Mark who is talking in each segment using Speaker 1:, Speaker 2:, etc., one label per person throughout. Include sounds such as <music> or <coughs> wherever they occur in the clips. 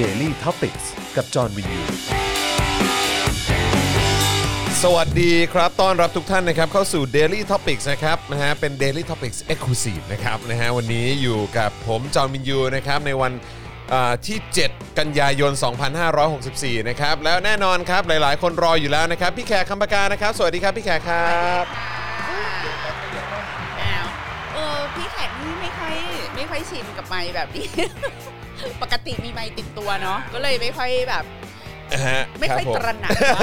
Speaker 1: Daily t o p i c กกับจอห์นวินยู
Speaker 2: สวัสดีครับ ต้อนรับทุกท่านนะครับ เข้าสู่ Daily Topics นะครับนะฮะเป็น Daily Topics Exclusive นะครับนะฮะวันนี้อยู่กับผมจอห์นวินยูนะครับในวันอ่าที่ 7 กันยายน 2564 นะครับแล้วแน่นอนครับหลายๆ คนรออยู่แล้วนะครับ พี่แขกคำปากานะครับ สวัสดีครับพี่แขกครับ
Speaker 3: อ้าวเออพี่แขกนี่ไม่ค่อยไม่ค่อยชินกับไม้แบบนี้ <laughs> ปกติมีไม้ติดตัวเนาะก็เลยไม่ค่อยแบบ
Speaker 2: นะฮะ
Speaker 3: ไม่ค่อย
Speaker 2: บผ
Speaker 3: ตระหนักว่า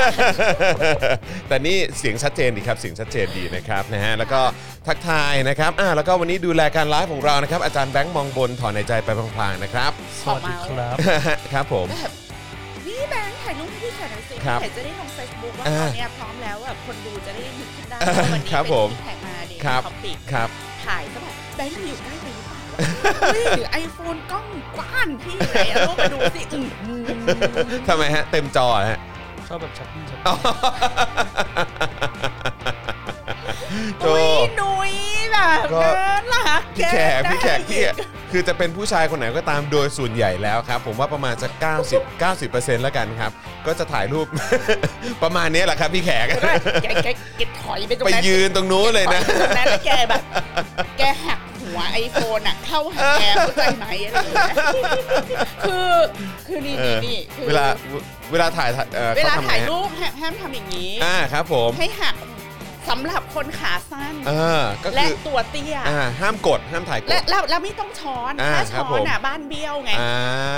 Speaker 2: <laughs> แต่นี่เสียงชัดเจนดีครับ เสียงชัดเจนดีนะครับนะฮะแล้วก็ทักทายนะครับอ่าแล้วก็วันนี้ดูแลการไลฟ์ของเรานะครับอาจารย์แบงค์มองบนถอนในใจไปพลางๆนะครับ
Speaker 3: ออกมาแล้ว
Speaker 2: <laughs> ครับผม
Speaker 3: แบบนี่แบงค์ถ่ายรูปให้พี่แขกหน่อยสิ
Speaker 2: ครับ
Speaker 3: พี่แขกจะได้ลงเฟซบุ๊กว่า
Speaker 2: อ่า
Speaker 3: ตอนเนี้ยพร้อมแล้วแบบคนดูจะได้นึกขึ้นได้
Speaker 2: อ่า
Speaker 3: ว่าวันนี้
Speaker 2: ครับผม
Speaker 3: เป็นพี่แขกมาเด็ก
Speaker 2: ครับ
Speaker 3: ท็อปปิก
Speaker 2: ครับ
Speaker 3: ถ่ายก็แบบแบงค์อยู่ใกล้ไปหรือเปล่าเฮ้ยหรือไอโฟนกล้องกว้านพี่ไหนเอารูปมาดูสิอืมอืม
Speaker 2: <laughs> ทำไมฮะ เต็มจอเหรอ
Speaker 3: <laughs>
Speaker 2: ฮะ
Speaker 4: ชอบแบบชักดิ้นชัก
Speaker 2: โจ
Speaker 3: อุ้ยหนุยแบบ
Speaker 2: ก็
Speaker 3: น่ารัก
Speaker 2: พี่แขก
Speaker 3: เน
Speaker 2: พี่แขก
Speaker 3: ได้
Speaker 2: พี่คือจะเป็นผู้ชายคนไหนก็ตามโดยส่วนใหญ่แล้วครับ ผมว่าประมาณจะ90 90%แล้วกันครับ ก็จะถ่ายรูป <laughs> ประมาณนี้แหละครับพี่แขก
Speaker 3: แกแกแกแกถอยไปตรง
Speaker 2: ไป
Speaker 3: นั้น
Speaker 2: ยืนตรงนู้นเลยนะ
Speaker 3: ถอไปตรงนั้นแล้วแกแบบ แกหักหัวไอโฟนอะเข้าหาแกเข้าใจไหมอะไรอย่างเงี้ยคือคือนี่
Speaker 2: เออ
Speaker 3: นี่คือ
Speaker 2: เวลาเวลาถ่ายเอ่อ
Speaker 3: เวลา
Speaker 2: ขทำไง
Speaker 3: ถ่าย
Speaker 2: ฮะ
Speaker 3: รูปห้ามห้ามทำอย่างนี้
Speaker 2: อ่าครับผม
Speaker 3: ให้หักสำหรับคนขาสั้น
Speaker 2: เออก็
Speaker 3: และ
Speaker 2: คือ
Speaker 3: ตัวเตี้ย
Speaker 2: อ่าห้ามกดห้ามถ่ายก
Speaker 3: และ
Speaker 2: ด
Speaker 3: เราเราไม่ต้องช้อน
Speaker 2: อ่า
Speaker 3: ถ้า
Speaker 2: ครั
Speaker 3: ช้
Speaker 2: บ
Speaker 3: อ
Speaker 2: ผ
Speaker 3: น
Speaker 2: ม
Speaker 3: อะบ้านเบี้ยวไง
Speaker 2: อ่า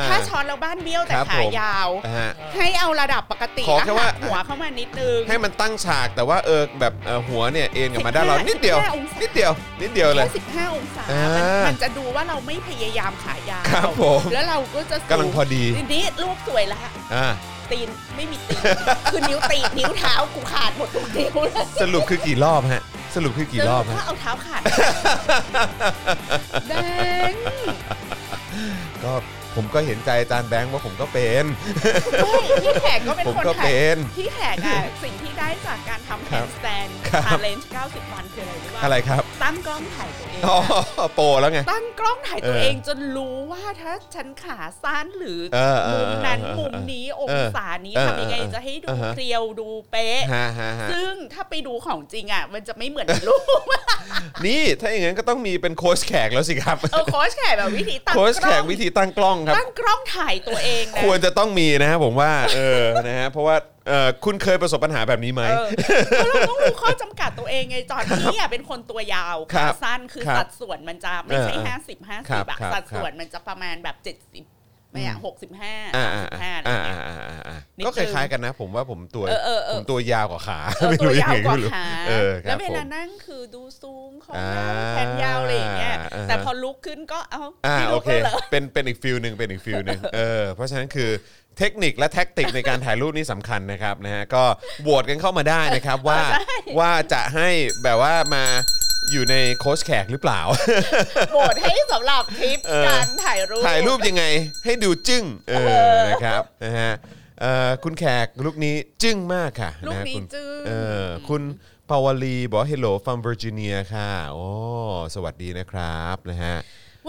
Speaker 3: ถ้าช้อนแล้วบ้านเบี้ยวแต่
Speaker 2: ครับ
Speaker 3: ขา
Speaker 2: ผม
Speaker 3: ยาว
Speaker 2: อ่า
Speaker 3: ให้เอาระดับปกติ
Speaker 2: ขอ
Speaker 3: แล้ว
Speaker 2: แค่ว่า
Speaker 3: หักหัวเข้ามานิดนึง
Speaker 2: ให้มันตั้งฉากแต่ว่าเออแบบเอ่อหัวเนี่ยเอ็นกลับมาด้าน
Speaker 3: <laughs>
Speaker 2: เรา
Speaker 3: 15
Speaker 2: นิดเดียว
Speaker 3: องศานิ
Speaker 2: นิดเดียว นิดเดียวเลย
Speaker 3: แค่15 องศา
Speaker 2: อ่ามั
Speaker 3: มันจะดูว่าเราไม่พยายามขายาว
Speaker 2: ครับผม
Speaker 3: แล้วเราก็จะสู
Speaker 2: กำลังพอดี
Speaker 3: ทีนี้รูปสวยละ
Speaker 2: อ่า
Speaker 3: ตีนไม่มีตีน คือนิ้วตีนนิ้วเท้ากูขาดหมดทุกนิ้วเลย
Speaker 2: สรุปคือกี่รอบฮะ สรุปคือกี่รอบ
Speaker 3: แล้
Speaker 2: ฮะ
Speaker 3: ว
Speaker 2: <laughs>
Speaker 3: ถ้าเอาเท้าขาดแดง
Speaker 2: ก็ผมก็เห็นใจอาจารย์แบงค์ว่าผมก็เป็น
Speaker 3: ไม่พี่แขกก็เป็น
Speaker 2: ผม
Speaker 3: คน
Speaker 2: ก็
Speaker 3: แข
Speaker 2: เป็
Speaker 3: ก
Speaker 2: น
Speaker 3: พี่แขกอะสิ่งที่ได้จากการ
Speaker 2: ค
Speaker 3: ทำแฮ
Speaker 2: รับ
Speaker 3: นด์สแตน
Speaker 2: ครับ
Speaker 3: ชาเลนจ์90 วันคืออะไรรู้ป่ะ
Speaker 2: อะไรครับ <laughs>
Speaker 3: ตั้งกล้องถ่ายตัวเอง
Speaker 2: อ๋อ
Speaker 3: อะ
Speaker 2: โปรแล้วไง
Speaker 3: ตั้งกล้องถ่ายตัว
Speaker 2: เออ
Speaker 3: เองจนรู้ว่าถ้าฉันขาสั้นหรือ
Speaker 2: เออเอ
Speaker 3: มุ
Speaker 2: อ
Speaker 3: ม
Speaker 2: เออ
Speaker 3: นั้น
Speaker 2: เออ
Speaker 3: มุมนี้อง
Speaker 2: เออ
Speaker 3: ศานี้
Speaker 2: เออ
Speaker 3: ทำยังไง
Speaker 2: เออ
Speaker 3: จะให้ดู
Speaker 2: อ่าฮะ
Speaker 3: เครียวดูเป๊ะ
Speaker 2: ฮะฮะฮะ
Speaker 3: ซึ่งถ้าไปดูของจริงอ่ะ มันจะไม่เหมือนในรูป
Speaker 2: นี่ถ้าอย่างนั้นก็ต้องมีเป็นโค้ชแขกแล้วสิครับ
Speaker 3: เออโค้ชแขกแบบวิธีตั้ง
Speaker 2: <laughs> โค้ช
Speaker 3: ก
Speaker 2: แข
Speaker 3: ล้อก ง
Speaker 2: วิธีตั้งกล้องครับ
Speaker 3: ตั้งกล้องถ่ายตัวเองนะ
Speaker 2: ควรจะต้องมีนะฮะผมว่า เออ นะฮะ เพราะว่าเออคุณเคยประสบปัญหาแบบนี้ไหม
Speaker 3: เออเพราะเราต้องรู้ข้อจำกัดตัวเองไงจอนพี่อ่ะเป็นคนตัวยาว
Speaker 2: ครั
Speaker 3: ขา
Speaker 2: บ
Speaker 3: สั้นคือ
Speaker 2: ครับ
Speaker 3: สัดส่วนมันจะไม่ใช่
Speaker 2: เออเออ
Speaker 3: ห้าสิบห้า
Speaker 2: ครั
Speaker 3: สิ
Speaker 2: บบ
Speaker 3: อะ
Speaker 2: ครับ
Speaker 3: สัดส่วน
Speaker 2: ครับ
Speaker 3: มันจะประมาณแบบเจ็ดสิบไม่อ่ะหกสิบห้า
Speaker 2: อ่า
Speaker 3: สิ
Speaker 2: อ่า
Speaker 3: บห้าอะไร
Speaker 2: อ่า
Speaker 3: เงี้ย
Speaker 2: อ่าอ่าอ่า
Speaker 3: นิดนึง
Speaker 2: ก็คล้ายๆกันนะ ผมว่าผมตัว
Speaker 3: เออเออเออ
Speaker 2: ผมตัวยาวกว่าขา
Speaker 3: เออ
Speaker 2: ไม่
Speaker 3: ตัว
Speaker 2: รู้
Speaker 3: ยาว
Speaker 2: งไง
Speaker 3: กว่า
Speaker 2: ไม่รู้
Speaker 3: ขา
Speaker 2: เออค
Speaker 3: แล้
Speaker 2: รับ
Speaker 3: วเว
Speaker 2: ผม
Speaker 3: ลานั่งคือดูสูงของ
Speaker 2: อ่า
Speaker 3: แขนยาวอะไรอย่างเงี้ย
Speaker 2: อ่าฮะ
Speaker 3: แต่พอลุกขึ้นก็เอ้า
Speaker 2: อ่า
Speaker 3: พี่
Speaker 2: โอ
Speaker 3: ลุก
Speaker 2: เค
Speaker 3: แล้วเหรอ
Speaker 2: เป็นเป็นอีกฟิลหนึ่งเป็นอีกฟิลหนึ่งเออเพราะฉะนั้นคือเทคนิคและแท็กติกในการถ่ายรูปนี่สำคัญนะครับนะฮะก็โหวตกันเข้ามาได้นะครับว่า
Speaker 3: ใช่
Speaker 2: ว่าจะให้แบบว่ามาอยู่ในโค้ชแขกหรือเปล่า
Speaker 3: โหวตให้สำหรับทริป
Speaker 2: เออ
Speaker 3: การถ่ายรูป
Speaker 2: ถ่ายรูปยังไงให้ดูจึ้งเออ
Speaker 3: เออ
Speaker 2: นะครับนะฮะเอ่อคุณแขกลูกนี้จึ้งมากค่ะ
Speaker 3: ลูก
Speaker 2: ะฮะ
Speaker 3: นี้
Speaker 2: คุณ
Speaker 3: จึ้ง
Speaker 2: เออคุณปาวลีบอกเฮลโลฟ r มเวอร์จิเนียค่ะโอ้สวัสดีนะครับนะฮะ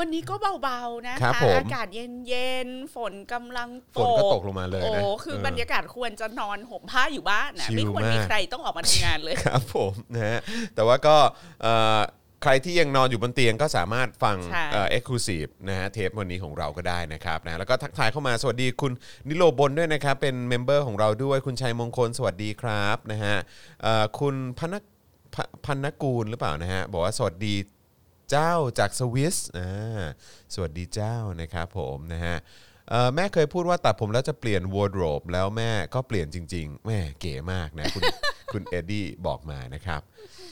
Speaker 3: วันนี้ก็เบาๆนะครับ คะ
Speaker 2: ผม
Speaker 3: อากาศเย็นๆ ฝนกำลังตก
Speaker 2: ฝนก็ตกลงมาเลยนะ
Speaker 3: โอ้คือ
Speaker 2: เออบ
Speaker 3: รรยากาศควรจะนอนห่มผ้าอยู่บ้านนะ
Speaker 2: ชิล
Speaker 3: ไม่ควรมี
Speaker 2: มาก
Speaker 3: ใครต้องออกมาทำงานเลย
Speaker 2: <laughs> ครับผมนะฮะแต่ว่าก็เอ่อใครที่ยังนอนอยู่บนเตียงก็สามารถฟัง
Speaker 3: ใช่
Speaker 2: เอ็กซ์คลูซีฟนะฮะเทปวันนี้ของเราก็ได้นะครับนะแล้วก็ทักทายเข้ามาสวัสดีคุณนิโรบนด้วยนะครับ เป็นเมมเบอร์ของเราด้วยคุณชัยมงคลสวัสดีครับนะฮะเอ่อคุณพนักพพันนกูลหรือเปล่านะฮะ บอกว่าสวัสดีเจ้าจากสวิสอ่าสวัสดีเจ้านะครับผมนะฮะเอ่อแม่เคยพูดว่าตัดผมแล้วจะเปลี่ยนวอร์ดโรบแล้วแม่ก็เปลี่ยนจริง ๆแม่เก๋มากนะคุณ <laughs> คุณเอ็ดดี้บอกมานะครับ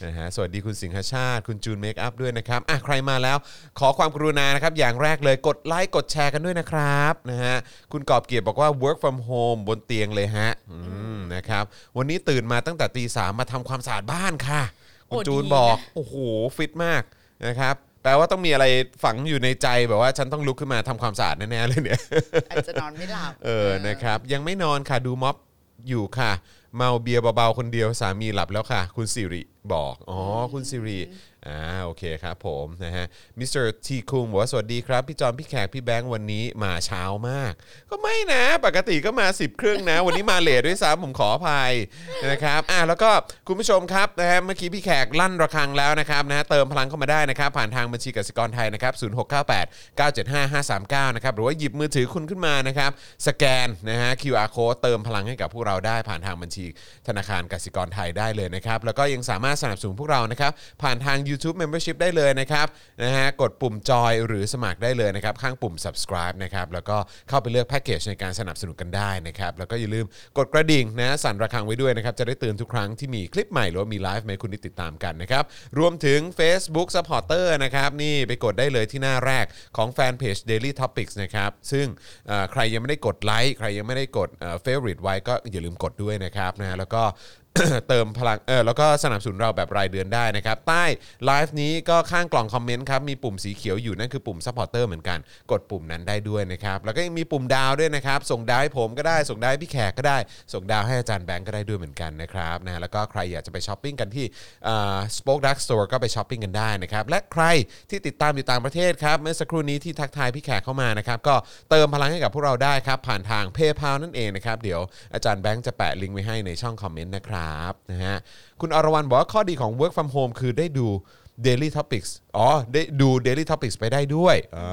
Speaker 2: นะฮะสวัสดีคุณสิงหชาติ คุณจูนเมคอัพด้วยนะครับอ่ะใครมาแล้วขอความกรุณานะครับ อย่างแรกเลยกดไลค์กดแชร์กันด้วยนะครับนะฮะคุณกอบเกียรติบอกว่า work from home บนเตียงเลยฮะอืมนะครับวันนี้ตื่นมาตั้งแต่ตีสามมาทำความสะอาดบ้านค่ะ คุณ
Speaker 3: โอ้
Speaker 2: จูน
Speaker 3: ดี
Speaker 2: บอก
Speaker 3: นะ
Speaker 2: โอ้โห ฟิตมากนะครับแปลว่าต้องมีอะไรฝังอยู่ในใจแบบว่าฉันต้องลุกขึ้นมาทำความสะอาดแน่ๆเลยเนี่ย
Speaker 3: อาจจะนอนไม่หลับ
Speaker 2: เออ นะครับ ยังไม่นอนค่ะ ดูม็อบอยู่ค่ะ เมาเบียร์เบาๆ คนเดียว สามีหลับแล้วค่ะ คุณสิริบอก อ๋อ คุณสิริ อ่าโอเคครับผมนะฮะมิสเตอร์ทีคุงบอกว่าสวัสดีครับ พี่จอมพี่แขกพี่แบงค์วันนี้มาเช้ามาก ก็ไม่นะ ปกติก็มา 10 ครึ่งนะ วันนี้มาเลทด้วยซ้ำผมขออภัยนะครับอ่าแล้วก็คุณผู้ชมครับนะฮะเมื่อกี้พี่แขกลั่นระฆังแล้วนะครับนะฮะเติมพลังเข้ามาได้นะครับ ผ่านทางบัญชีกสิกรไทยนะครับ0698 975 539นะครับหรือว่าหยิบมือถือคุณขึ้นมานะครับสแกนนะฮะ QR code เติมพลังให้กับพวกเราได้ผ่านทางบัญชีธนาคารกสิกรไทยได้เลยนะครับ แล้วก็ยังสามารถสนับสนุนพวกเรานะครับ ผ่านทาง YouTube Membership ได้เลยนะครับนะฮะกดปุ่มจอยหรือสมัครได้เลยนะครับ ข้างปุ่ม subscribe นะครับแล้วก็เข้าไปเลือกแพ็กเกจในการสนับสนุนกันได้นะครับ แล้วก็อย่าลืมกดกระดิ่งนะสั่นระฆังไว้ด้วยนะครับ จะได้ตื่นทุกครั้งที่มีคลิปใหม่หรือว่ามีไลฟ์ให้คุณได้ติดตามกันนะครับ รวมถึง Facebook Supporter นะครับ นี่ไปกดได้เลยที่หน้าแรกของแฟนเพจ Daily Topics นะครับ ซึ่งเอ่อใครยังไม่ได้กดไลค์ใครยังไม่ได้กดเฟ v o r i t e ไว้ก็อย่าลืมกดด้วยนะครับนะแล้วก็ <coughs> เติมพลังเออแล้วก็สนับสนุนเราแบบรายเดือนได้นะครับ ใต้ไลฟ์นี้ก็ข้างกล่องคอมเมนต์ครับ มีปุ่มสีเขียวอยู่นั่นคือปุ่มซัพพอร์เตอร์เหมือนกัน กดปุ่มนั้นได้ด้วยนะครับ แล้วก็ยังมีปุ่มดาวด้วยนะครับ ส่งดาวให้ผมก็ได้ ส่งดาวให้พี่แขกก็ได้ ส่งดาวให้อาจารย์แบงก์ก็ได้ด้วยเหมือนกันนะครับนะแล้วก็ใครอยากจะไปช้อปปิ้งกันที่สป็อคดักสโตร์ก็ไปช้อปปิ้งกันได้นะครับและใครที่ติดตามอยู่ต่างประเทศครับเมื่อสักครู่นี้ที่ทักทายพี่แขกเข้ามานะครับก็เติมพลังให้กับพวกเราได้ครับผ่านทางเพย์พานั่นเองนะครับเดี๋ยวอาจารย์แบงค์จะแปะลิงก์ไว้ให้ในช่องคอมเมนต์นะครับนะฮะคุณอรวรรณบอกว่าข้อดีของ work from home คือได้ดู Daily Topics อ๋อได้ดู Daily Topics ไปได้ด้วยอ่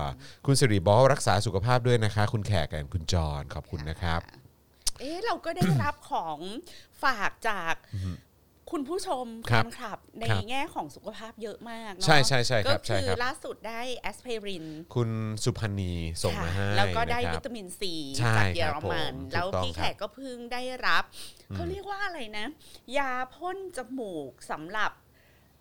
Speaker 2: าคุณสิริบอกว่ารักษาสุขภาพด้วยนะคะ คุณแขกกับคุณจอนขอบคุณนะครับ
Speaker 3: เอ๊ะเราก็ได้รับของฝากจากคุณผู้ชม
Speaker 2: ค
Speaker 3: แฟ
Speaker 2: รับ
Speaker 3: นคลับใน
Speaker 2: ครับ
Speaker 3: แง่ของสุขภาพเยอะมากเนาะ
Speaker 2: ใช่ใช่ใช่ครับ
Speaker 3: ก็
Speaker 2: ใช่
Speaker 3: คื
Speaker 2: ครับ
Speaker 3: ล่าสุดได้แอสไพริน
Speaker 2: คุณสุพันธ์นีส่งมาให้
Speaker 3: แล้วก็ได้
Speaker 2: นะค
Speaker 3: วิ
Speaker 2: รับ
Speaker 3: ตามินซี
Speaker 2: ใช่
Speaker 3: จากเยอ
Speaker 2: ครั
Speaker 3: ร
Speaker 2: บผม
Speaker 3: มัน แล้ว
Speaker 2: ถูกต้อง
Speaker 3: พี่แขกก็เพิ่งได้รับ เขาเรียกว่าอะไรนะ ยาพ่นจมูกสำหรับ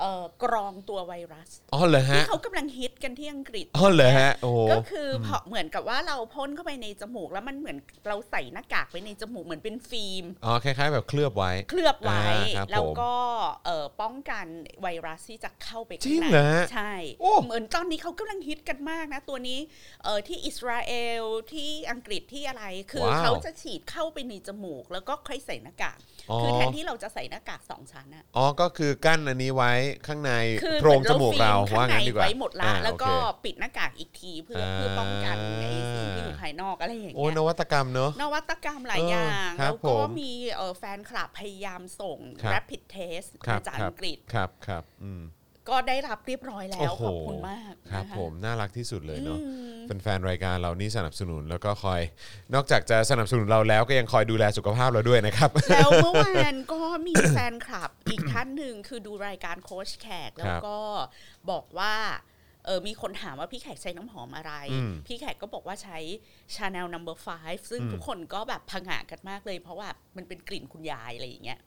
Speaker 3: เอ่อกรองตัวไวรัส
Speaker 2: ๋อเหรอฮะ
Speaker 3: ที่เขากำลังฮิตกันที่อังกฤษ
Speaker 2: อ๋อเหรอฮะโอ้โห
Speaker 3: ก็คือพอเหมือนกับว่าเราพ่นเข้าไปในจมูก แล้วมันเหมือนเราใส่หน้ากากไว้ในจมูกเหมือนเป็นฟิล์ม
Speaker 2: อ๋อคล้ายๆแบบเคลือบไว้
Speaker 3: เคลือบไว้
Speaker 2: อ่าครับ
Speaker 3: แล้วก็เอ่อป้องกันไวรัสที่จะเข้าไปข้า
Speaker 2: จริง
Speaker 3: ใน
Speaker 2: เหรอฮะ
Speaker 3: ใช่
Speaker 2: โอ้
Speaker 3: เหมือนตอนนี้เขากำลังฮิตกันมากนะ ตัวนี้เอ่อที่อิสราเอลที่อังกฤษที่อะไรคือเขาจะฉีดเข้าไปในจมูก แล้วก็ค่อยใส่หน้ากาก
Speaker 2: อ๋อ
Speaker 3: คือแทนที่เราจะใส่หน้ากากสองชั้นอะ
Speaker 2: อ๋อก็คือกั้นอันนี้ไว้ข้างใน
Speaker 3: คือ
Speaker 2: โพรงจมูกเรา
Speaker 3: ฟิล์
Speaker 2: ว่างั้น
Speaker 3: ข้
Speaker 2: ดี
Speaker 3: ใน
Speaker 2: กว่า
Speaker 3: ไว้หมดละ
Speaker 2: อ่า
Speaker 3: แล้วก็
Speaker 2: โอเค
Speaker 3: ปิดหน้ากากอีกทีเพื่ออา เพื่อป้องกันไอ้สิ่งที่อยู่ภายนอกอะไรอย่าง
Speaker 2: โอ้
Speaker 3: เงี้ย
Speaker 2: นวัตกรรมเนอะ
Speaker 3: นวัตกรรมหลาย
Speaker 2: เอออ
Speaker 3: อย่าง
Speaker 2: ครับ
Speaker 3: แล้วก็
Speaker 2: ผม
Speaker 3: มีเอ่อแฟนคลับพยายามส่ง
Speaker 2: ครับ
Speaker 3: rapid test
Speaker 2: ครับ
Speaker 3: มาจาก
Speaker 2: ครั
Speaker 3: อั
Speaker 2: บ
Speaker 3: งกฤษ
Speaker 2: ครับครับอืม
Speaker 3: ก็ได้รับเรียบร้อยแล้
Speaker 2: โอ้
Speaker 3: ว
Speaker 2: โห
Speaker 3: ขอบคุณมาก
Speaker 2: ครับ
Speaker 3: นะคะ
Speaker 2: ผมน่ารักที่สุดเลยเนาะ
Speaker 3: อื
Speaker 2: <laughs>
Speaker 3: ม
Speaker 2: แฟนๆรายการเรานี่สนับสนุนแล้วก็คอย นอกจากจะสนับสนุนเราแล้วก็ยังคอยดูแลสุขภาพเราด้วยนะครับ
Speaker 3: แล้วเมื่อวานก็มีแฟนคลับ อีกท่านหนึ่ง <coughs> คือดูรายการโค้ชแขก แล้วก็บอกว่าเออมีคนถามว่าพี่แขกใช้น้ำหอมอะไร
Speaker 2: อืม
Speaker 3: พี่แขกก็บอกว่าใช้ Chanel Number 5ซึ่ง
Speaker 2: อืม
Speaker 3: ทุกคนก็แบบผงะกันมากเลย เพราะว่ามันเป็นกลิ่นคุณยายอะไรอย่างเงี้ย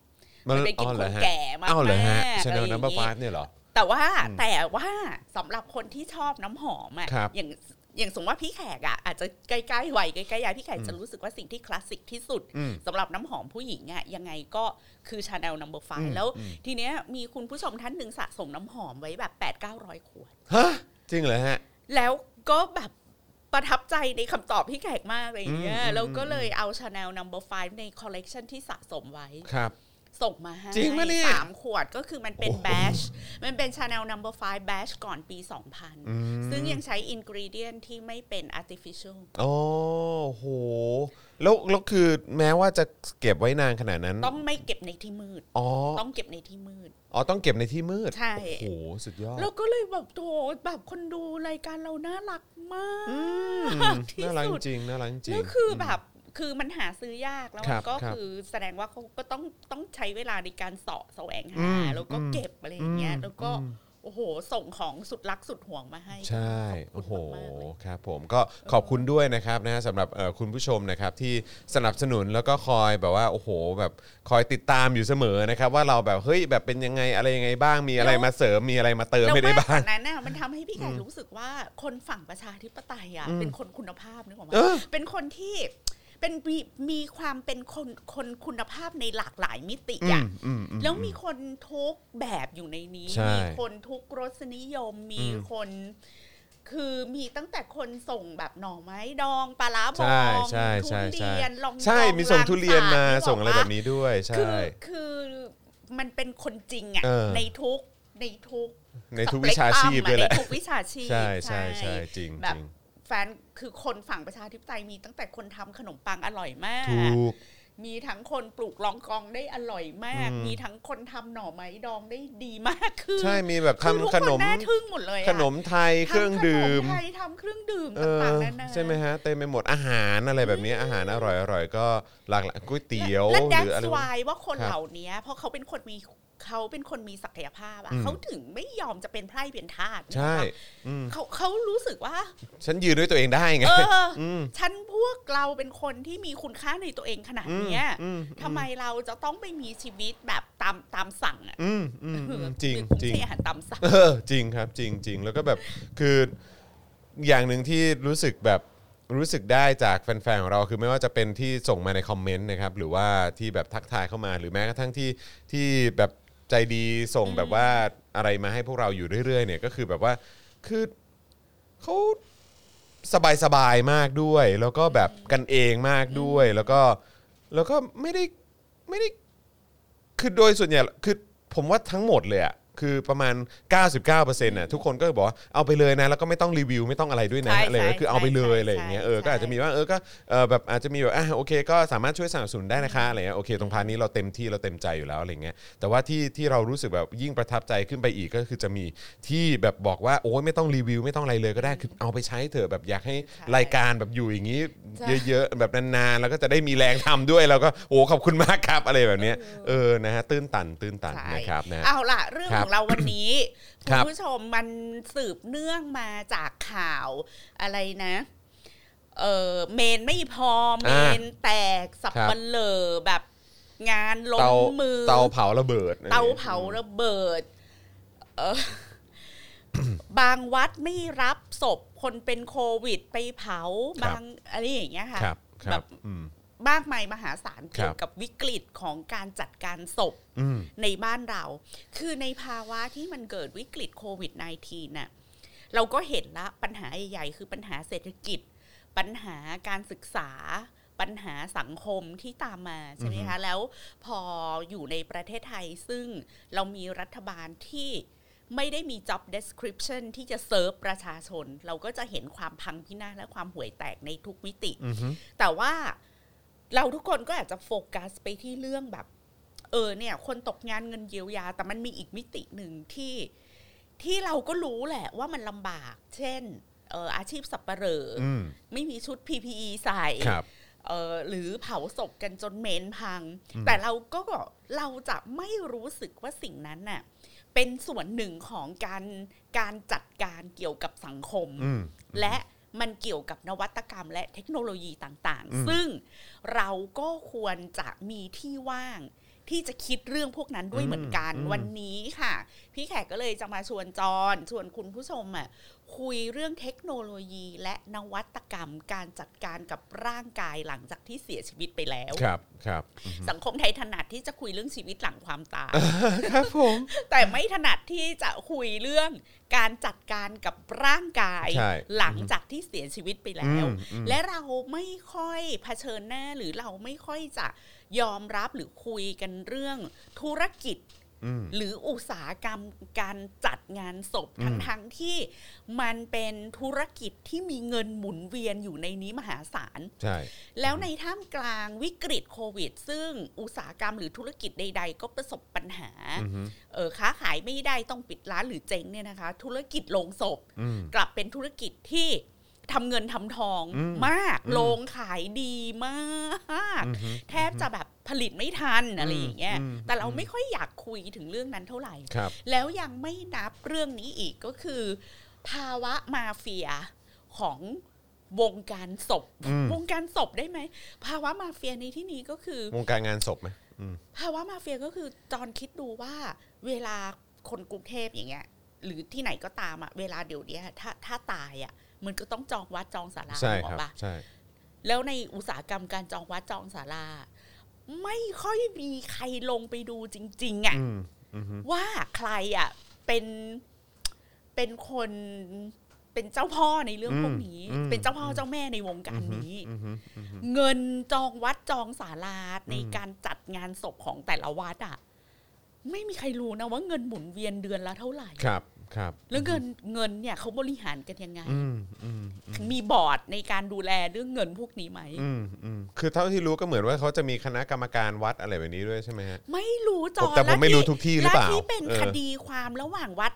Speaker 2: มั
Speaker 3: มันเป็นกลิ่น
Speaker 2: เหรอฮะ
Speaker 3: คนแก่มาก
Speaker 2: อ้าวเหรอฮะ
Speaker 3: ๆ
Speaker 2: ชาแน
Speaker 3: อะไร
Speaker 2: ล
Speaker 3: อย่าง
Speaker 2: นัมเบอร์
Speaker 3: งี้
Speaker 2: ฟาเนี่ยเหรอ
Speaker 3: แต่ว่า
Speaker 2: อืม
Speaker 3: แต่ว่าสำหรับคนที่ชอบน้ำหอมอะ
Speaker 2: ครับ
Speaker 3: อย่างอย่างสมมติว่าพี่แขกอะอาจจะใกล้ๆวัยใกล้ๆยายพี่แขกจะรู้สึกว่าสิ่งที่คลาสสิกที่สุด
Speaker 2: อืม
Speaker 3: สำหรับน้ำหอมผู้หญิงอะยังไงก็คือชาแนลนัมเบอร์ไฟ
Speaker 2: อืม
Speaker 3: แล้ว
Speaker 2: อืม
Speaker 3: ทีเนี้ยมีคุณผู้ชมท่านหนึ่งสะสมน้ำหอมไว้แบบ8 9 0 0 ขวด
Speaker 2: ฮะจริงเหรอฮะ
Speaker 3: แล้วก็แบบประทับใจในคำตอบพี่แขกมากอะไรอย่างเงี้ย
Speaker 2: อืม
Speaker 3: แล้วก็เลยเอาชาแนลนัมเบอร์ไฟในคอลเลกชันที่สะสมไว้
Speaker 2: ครับ
Speaker 3: ส่งมาให้
Speaker 2: จริงปะเนี่ย
Speaker 3: สามขวดก็คือมันเป็น
Speaker 2: โอ้โห
Speaker 3: แบช มันเป็นชาแนลนัมเบอร์ไฟแบชก่อนปี
Speaker 2: อืม
Speaker 3: 2000 ซึ่งยังใช้อินกรีเดียนที่ไม่เป็น artificial
Speaker 2: โอ้โหแล้วแล้วคือแม้ว่าจะเก็บไว้นานขนาดนั้น
Speaker 3: ต้องไม่เก็บในที่มืด
Speaker 2: อ๋อ
Speaker 3: ต้องเก็บในที่มืด
Speaker 2: อ๋อต้องเก็บในที่มืด
Speaker 3: ใช่
Speaker 2: โอ้โห สุดยอด
Speaker 3: แล้วก็เลยแบบโถแบบคนดูรายการเราน่ารักมาก ที่
Speaker 2: น่ารัก
Speaker 3: สุด
Speaker 2: จริงน่ารักจริง
Speaker 3: ก็คือแบบคือมันหาซื้อยากแล้ว
Speaker 2: ครั
Speaker 3: มั
Speaker 2: บ
Speaker 3: นก็
Speaker 2: ครับ
Speaker 3: คือแสดงว่าเขาก็ต้องต้องใช้เวลาในการเสาะแสวง
Speaker 2: อื
Speaker 3: หาม แล้วก็
Speaker 2: อืม
Speaker 3: เก็บอะไรอย่างเงี้ย
Speaker 2: อืม
Speaker 3: แล้วก็
Speaker 2: อืม
Speaker 3: โอ้โหส่งของสุดรักสุดห่วงมาให้
Speaker 2: ใช่
Speaker 3: ขบ
Speaker 2: โอ้โห
Speaker 3: คุณมากๆเลย
Speaker 2: ครับผม ก็ขอบคุณด้วยนะครับนะฮะสำหรับเอ่อคุณผู้ชมนะครับที่สนับสนุนแล้วก็คอยแบบว่า โอ้โห แบบคอยติดตามอยู่เสมอนะครับ ว่าเราแบบ เฮ้ย แบบเป็นยังไง อะไรยังไงบ้าง มีอะไรมาเสริม มีอะไรมาเติมไม่ได้บ้าง
Speaker 3: แล้วมกกว่นั้นน่ะมันทำให้พี่ไก่รู้สึกว่าคนฝั่งประชาธิปไตยอ่ะเป็นคนคุณภาพนึกออกไหม
Speaker 2: เออ
Speaker 3: เป็นคนที่เป็นมีมีความเป็นคนคนคุณภาพในหลากหลายมิติอ่ะ
Speaker 2: อืมอืมอืม
Speaker 3: แล้วมีคนทุกแบบอยู่ในนี้
Speaker 2: ใช่
Speaker 3: มีคนทุกรสนิยมมี
Speaker 2: อืม
Speaker 3: คน คือมีตั้งแต่คนส่งแบบหน่อไม้ดองปลาร้าบ
Speaker 2: ใช่
Speaker 3: อง
Speaker 2: ใช่
Speaker 3: ทุ
Speaker 2: ใช่ใช่
Speaker 3: เรียนลอง
Speaker 2: ใช่
Speaker 3: ดอง
Speaker 2: มีส่ง
Speaker 3: รั
Speaker 2: ทุเรียนมา
Speaker 3: สรรค์ก
Speaker 2: ส่งอะไร
Speaker 3: ป
Speaker 2: แบบนี้ด้วย ใช่
Speaker 3: คือคือมันเป็นคนจริงอะ
Speaker 2: เออ
Speaker 3: ในทุกในทุก
Speaker 2: ในทุกวิชาชีพด้วยแหละ
Speaker 3: ในทุกวิชาชีพ
Speaker 2: ใช่ใช่ใช่จริง
Speaker 3: แบบ
Speaker 2: จริง
Speaker 3: แฟนคือคนฝั่งประชาธิปไตยมีตั้งแต่คนทำขนมปังอร่อยมาก
Speaker 2: ถูก
Speaker 3: มีทั้งคนปลูกลองกองได้อร่อยมาก
Speaker 2: อืม
Speaker 3: มีทั้งคนทำหน่อไม้ดองได้ดีมากคือ
Speaker 2: ใช่มีแบบ
Speaker 3: คือทุก
Speaker 2: ทำ
Speaker 3: ค
Speaker 2: ขนม
Speaker 3: น่าทึ่งหมดเลยอะ
Speaker 2: ขนมไทย
Speaker 3: ทำ
Speaker 2: เครื่องดื่ม
Speaker 3: ขนไทยทำเครื่องดื่ม
Speaker 2: เออ
Speaker 3: ต่างๆนานา
Speaker 2: ใช่ไหมฮะเต็มไปหมดอาหารอะไรแบบนี้อาหารอร่อยอร่อยก็หลากหลายก๋วยเตี๋ยว
Speaker 3: และ
Speaker 2: ห
Speaker 3: และ
Speaker 2: รืออะไร
Speaker 3: that's why ว่าคน
Speaker 2: ครับ
Speaker 3: เหล่านี้เพราะเขาเป็นคนมีเขาเป็นคนมีศักยภาพอะ
Speaker 2: อืม
Speaker 3: เขาถึงไม่ยอมจะเป็นไพร่เป็นทาส
Speaker 2: ใช่
Speaker 3: นะคะ
Speaker 2: อืม
Speaker 3: เขาเขารู้สึกว่า
Speaker 2: ฉันยืนด้วยตัวเองได้ไง
Speaker 3: เออ
Speaker 2: อืม
Speaker 3: ฉันพวกเราเป็นคนที่มีคุณค่าในตัวเองขนาด
Speaker 2: อืม
Speaker 3: เนี้ย
Speaker 2: อืม
Speaker 3: ทำไมเราจะต้องไปมีชีวิตแบบตามตามสั่งอ่ะ
Speaker 2: อืมอืมอืมจริง
Speaker 3: คือผม
Speaker 2: จริง
Speaker 3: ใช่อาหารตามสั่ง
Speaker 2: เออจริงครับจริงจริงแล้วก็แบบคืออย่างหนึ่งที่รู้สึกแบบรู้สึกได้จากแฟนๆของเราคือไม่ว่าจะเป็นที่ส่งมาในคอมเมนต์นะครับหรือว่าที่แบบทักทายเข้ามาหรือแม้กระทั่งที่ที่แบบใจดีส่งแบบว่าอะไรมาให้พวกเราอยู่เรื่อยๆเนี่ยก็คือแบบว่าคือเขาสบายสบายๆมากด้วย แล้วก็แบบกันเองมากด้วย แล้วก็แล้วก็ไม่ได้ไม่ได้ คือโดยส่วนใหญ่คือผมว่าทั้งหมดเลยอะคือประมาณ 99%น่ะทุกคนก็บอกว่าเอาไปเลยนะแล้วก็ไม่ต้องรีวิวไม่ต้องอะไรด้วยนะ
Speaker 3: ใช่
Speaker 2: อะไรอย่างเงี้ยคื
Speaker 3: ใช่
Speaker 2: อเอาไปเลย
Speaker 3: ใช่
Speaker 2: อะไรอย่างเงี้ย
Speaker 3: ใช่
Speaker 2: เออก็อาจจะมีว่าเออก็เออแบบอาจจะมีแบบอ่ะโอเค ก็สามารถช่วยสนับสนุนได้นะคะอะไรเงี้ยโอเคตรงพาร์ทนี้เราเต็มที่เราเต็มใจอยู่แล้วอะไรเงี้ยแต่ว่าที่ที่เรารู้สึกแบบยิ่งประทับใจขึ้นไปอีกก็คือจะมีที่แบบบอกว่าโอ้ยไม่ต้องรีวิวไม่ต้องอะไรเลยก็ได้คือเอาไปใช้เถอะแบบอยากให้
Speaker 3: ใช่
Speaker 2: รายการแบบอยู่อย่างงี้
Speaker 3: ใช่
Speaker 2: เยอะๆแบบนานๆแล้วก็จะได้มีแรงทำด้วยแล้วก็โอ้ขอบคุณมากครับอะไรแบบเนี้ยเออนะฮะตื้นตันตื้นตัน
Speaker 3: ใช่
Speaker 2: นะครับนะ
Speaker 3: เอาล่ะ เรื่อง
Speaker 2: ครั
Speaker 3: ข
Speaker 2: บ
Speaker 3: องเราวันนี้ คุ
Speaker 2: ค
Speaker 3: ณ
Speaker 2: รับ
Speaker 3: ผู้ชมมันสืบเนื่องมาจากข่าวอะไรนะ เออเมนไม่พอ เม
Speaker 2: อ่าน
Speaker 3: แตกสับ
Speaker 2: ครับ
Speaker 3: ปะเลอแบบงานล้ม
Speaker 2: เตา
Speaker 3: มือ
Speaker 2: เตาเผาระเบิด
Speaker 3: เตาเผาระเบิด เออ <coughs> บางวัดไม่รับศพคนเป็นโควิดไปเผาบางอะไรอย่างเงี้ยค่ะ
Speaker 2: ครับค
Speaker 3: แบ
Speaker 2: รับบ อืม
Speaker 3: มากมายมหาศาล
Speaker 2: ครับ
Speaker 3: เกี่ยวกับวิกฤตของการจัดการศพ
Speaker 2: อืม
Speaker 3: ในบ้านเรา คือในภาวะที่มันเกิดวิกฤตโควิด -19 น่ะ เราก็เห็นละปัญหาใหญ่ๆ คือปัญหาเศรษฐกิจ ปัญหาการศึกษา ปัญหาสังคมที่ตามมาใช่ไหมคะแล้วพออยู่ในประเทศไทยซึ่งเรามีรัฐบาลที่ไม่ได้มี job description ที่จะเซิร์ฟประชาชน เราก็จะเห็นความพังพินาศและความห่วยแตกในทุกมิติ
Speaker 2: อืม
Speaker 3: แต่ว่าเราทุกคนก็อาจจะโฟกัสไปที่เรื่องแบบ เออเนี่ย คนตกงานเงินเยียวยา แต่มันมีอีกมิติหนึ่งที่ที่เราก็รู้แหละว่ามันลำบาก เช่นเอออาชีพสับปะเหรออ
Speaker 2: อืม
Speaker 3: ไม่มีชุด PPE ใส่
Speaker 2: ครับ
Speaker 3: เออหรือเผาศพกันจนเมนพัง แต่เราก็เราจะไม่รู้สึกว่าสิ่งนั้นน่ะเป็นส่วนหนึ่งของการการจัดการเกี่ยวกับสังคม
Speaker 2: อืม
Speaker 3: และมันเกี่ยวกับนวัตกรรมและเทคโนโลยีต่าง
Speaker 2: อืม
Speaker 3: ๆ ซึ่งเราก็ควรจะมีที่ว่าง ที่จะคิดเรื่องพวกนั้นด้วยเหมือนกัน วันนี้ค่ะ พี่แขกก็เลยจะมาชวนจอนชวนคุณผู้ชมอ่ะคุยเรื่องเทคโนโลยีและนวัตกรรมการจัดการกับร่างกายหลังจากที่เสียชีวิตไปแล้ว
Speaker 2: ครับครับ
Speaker 3: สังคมไทยถนัดที่จะคุยเรื่องชีวิตหลังความตาย <laughs>
Speaker 2: ครับผม
Speaker 3: แต่ไม่ถนัดที่จะคุยเรื่องการจัดการกับร่างกาย
Speaker 2: ใช่
Speaker 3: หลังจากที่เสียชีวิตไปแล้ว
Speaker 2: อืมอืม
Speaker 3: และเราไม่ค่อยเผชิญหน้าหรือเราไม่ค่อยจะยอมรับหรือคุยกันเรื่องธุรกิจ
Speaker 2: อืม
Speaker 3: หรืออุตสาหกรรมการจัดงานศพ
Speaker 2: อื
Speaker 3: ทั้ง
Speaker 2: ม
Speaker 3: ๆที่มันเป็นธุรกิจที่มีเงินหมุนเวียนอยู่ในนี้มหาศาล
Speaker 2: ใช่
Speaker 3: แล้วในท่ามกลางวิกฤตโควิด ซึ่งอุตสาหกรรมหรือธุรกิจใด ๆ ก็ประสบปัญหา
Speaker 2: อืม
Speaker 3: เออค้าขายไม่ได้ต้องปิดร้านหรือเจ๊งเนี่ยนะคะ ธุรกิจโรงศพ
Speaker 2: อืม
Speaker 3: กลับเป็นธุรกิจที่ทำเงินทำทอง
Speaker 2: อืม
Speaker 3: มาก
Speaker 2: อืม
Speaker 3: โรงขายดีมาก
Speaker 2: อืม
Speaker 3: แทบจะแบบผลิตไม่ทันอะไรอย่างเงี้ย
Speaker 2: อืม
Speaker 3: แต่เราไม่ค่อยอยากคุยถึงเรื่องนั้นเท่าไหร่
Speaker 2: ครับ
Speaker 3: แล้วยังไม่นับเรื่องนี้อีกก็คือ ภาวะมาเฟียของวงการศพ
Speaker 2: อืม
Speaker 3: วงการศพได้ไหม ภาวะมาเฟียในที่นี้ก็คือ
Speaker 2: วงการงานศพไหมอืม
Speaker 3: ภาวะมาเฟียก็คือจอนคิดดูว่าเวลาคนกรุงเทพอย่างเงี้ย หรือที่ไหนก็ตามอะเวลาเดี๋ยวเนี้ยถ้าถ้าตายอะมันก็ต้องจองวัดจองศาลา
Speaker 2: ใช่
Speaker 3: บ
Speaker 2: ค
Speaker 3: อ
Speaker 2: รับ
Speaker 3: กปะ
Speaker 2: ใช่
Speaker 3: แล้วในอุตสาหกรรมการจองวัดจองศาลา ไม่ค่อยมีใครลงไปดูจริง ๆอะ
Speaker 2: อืมอืม
Speaker 3: ว่าใครอะเป็นเป็นคนเป็นเจ้าพ่อในเรื่องพวกนี้ เป็นเจ้าพ่อเจ้าแม่ในวงการนี้
Speaker 2: อืมอืม
Speaker 3: เงินจองวัดจองศาลาในการจัดงานศพของแต่ละวัดอะไม่มีใครรู้นะว่าเงินหมุนเวียนเดือนละเท่าไหร่
Speaker 2: ครับ ครับ
Speaker 3: แล้วเงินเงินเนี่ยเขาบริหารกันยังไง
Speaker 2: อืมอืมอืม
Speaker 3: มีบอร์ดในการดูแลเรื่องเงินพวกนี้ไหม
Speaker 2: อืมอืมคือเท่าที่รู้ก็เหมือนว่าเขาจะมีคณะกรรมการวัดอะไรแบบนี้ด้วยใช่ไหมฮะ
Speaker 3: ไม่รู้จอ
Speaker 2: แต่ผม
Speaker 3: ล้ว
Speaker 2: ไม่รู้ทุกที่หรือเปล่า
Speaker 3: และที่เป็น
Speaker 2: เออ
Speaker 3: คดีความระหว่างวัด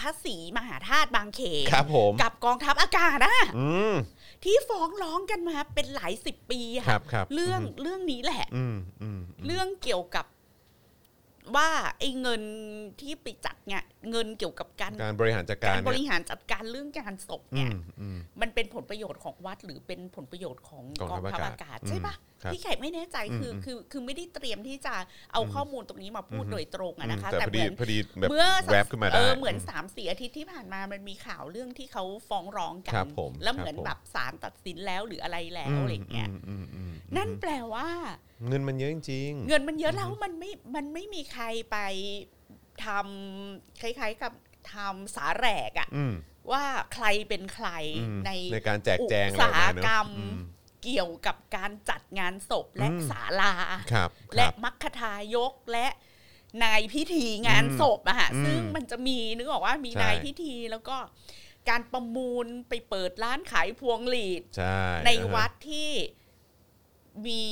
Speaker 3: พระศรีมหาธาตุบางเขน
Speaker 2: ครับผม
Speaker 3: กับกองทัพอากาศนะ
Speaker 2: อืม
Speaker 3: ที่ฟ้องร้องกันมาเป็นหลายสิบปีอะ
Speaker 2: ครับครับ
Speaker 3: เรื่องเรื่องนี้แหละ
Speaker 2: อืมอืมม
Speaker 3: เรื่องเกี่ยวกับว่าไอ้เงินที่ไปจัดเนี่ยเงินเกี่ยวกับการ
Speaker 2: การบริหารจัดกา
Speaker 3: การ รบริ
Speaker 2: เนี่ย
Speaker 3: หารจัดการเรื่องการศพ
Speaker 2: อื
Speaker 3: เนี่ย
Speaker 2: มอืม
Speaker 3: มันเป็นผลประโยชน์ของวัดหรือเป็นผลประโยชน์ของ
Speaker 2: กอง
Speaker 3: ก
Speaker 2: ทัพ
Speaker 3: องทัพ
Speaker 2: อา
Speaker 3: อาาก
Speaker 2: กา
Speaker 3: ศ
Speaker 2: ศ
Speaker 3: ใช่ปะ
Speaker 2: ครับ
Speaker 3: พี่แขกไม่แน่ใจคืออ
Speaker 2: ม
Speaker 3: คือคือไม่ได้เตรียมที่จะเอา
Speaker 2: อืม
Speaker 3: ข้อมูลตรงนี้มาพูดโดยตรงอะนะคะ
Speaker 2: แต่
Speaker 3: แต่
Speaker 2: พอ
Speaker 3: เห
Speaker 2: ดี
Speaker 3: มือน
Speaker 2: พอดีแบบ
Speaker 3: เมื่อ
Speaker 2: แวบขึ้นมาได้
Speaker 3: เออเหมือนสามสี่อาทิตย์ที่ผ่านมามันมีข่าวเรื่องที่เขาฟ้องร้องกั
Speaker 2: ครับผม
Speaker 3: แล้วเหมือน
Speaker 2: ครับผม
Speaker 3: แบบศาลตัดสินแล้วหรืออะไรแล้วอะไรอย่างเงี้ย
Speaker 2: มอืมอืมอืม
Speaker 3: นั่นแปลว่า
Speaker 2: เงินมันเยอะจริงๆ
Speaker 3: เงินมันเยอะแล้วมันไม่ มันไม่มีใครไปทำคล้าย ๆ กับทำสาแหรกอะ
Speaker 2: อืม
Speaker 3: ว่าใครเป็นใคร
Speaker 2: อืม
Speaker 3: ใน
Speaker 2: ในการแจกแจง
Speaker 3: อุ
Speaker 2: อะไร
Speaker 3: ตสาห
Speaker 2: แบบนั้น
Speaker 3: กรรม
Speaker 2: อืม
Speaker 3: เกี่ยวกับการจัดงานศพและ
Speaker 2: อืม
Speaker 3: ศาลา
Speaker 2: ครับ
Speaker 3: และ
Speaker 2: ครับ
Speaker 3: มัคคทายกและนายพิธีงานศพอะฮะ
Speaker 2: อืม
Speaker 3: ซึ่งมันจะมีนึกออกว่ามี
Speaker 2: ใช่
Speaker 3: นายพิธีแล้วก็การประมูลไปเปิดร้านขายพวงหลีด
Speaker 2: ใช่
Speaker 3: ใน
Speaker 2: อ่าฮะ
Speaker 3: วัดที่มี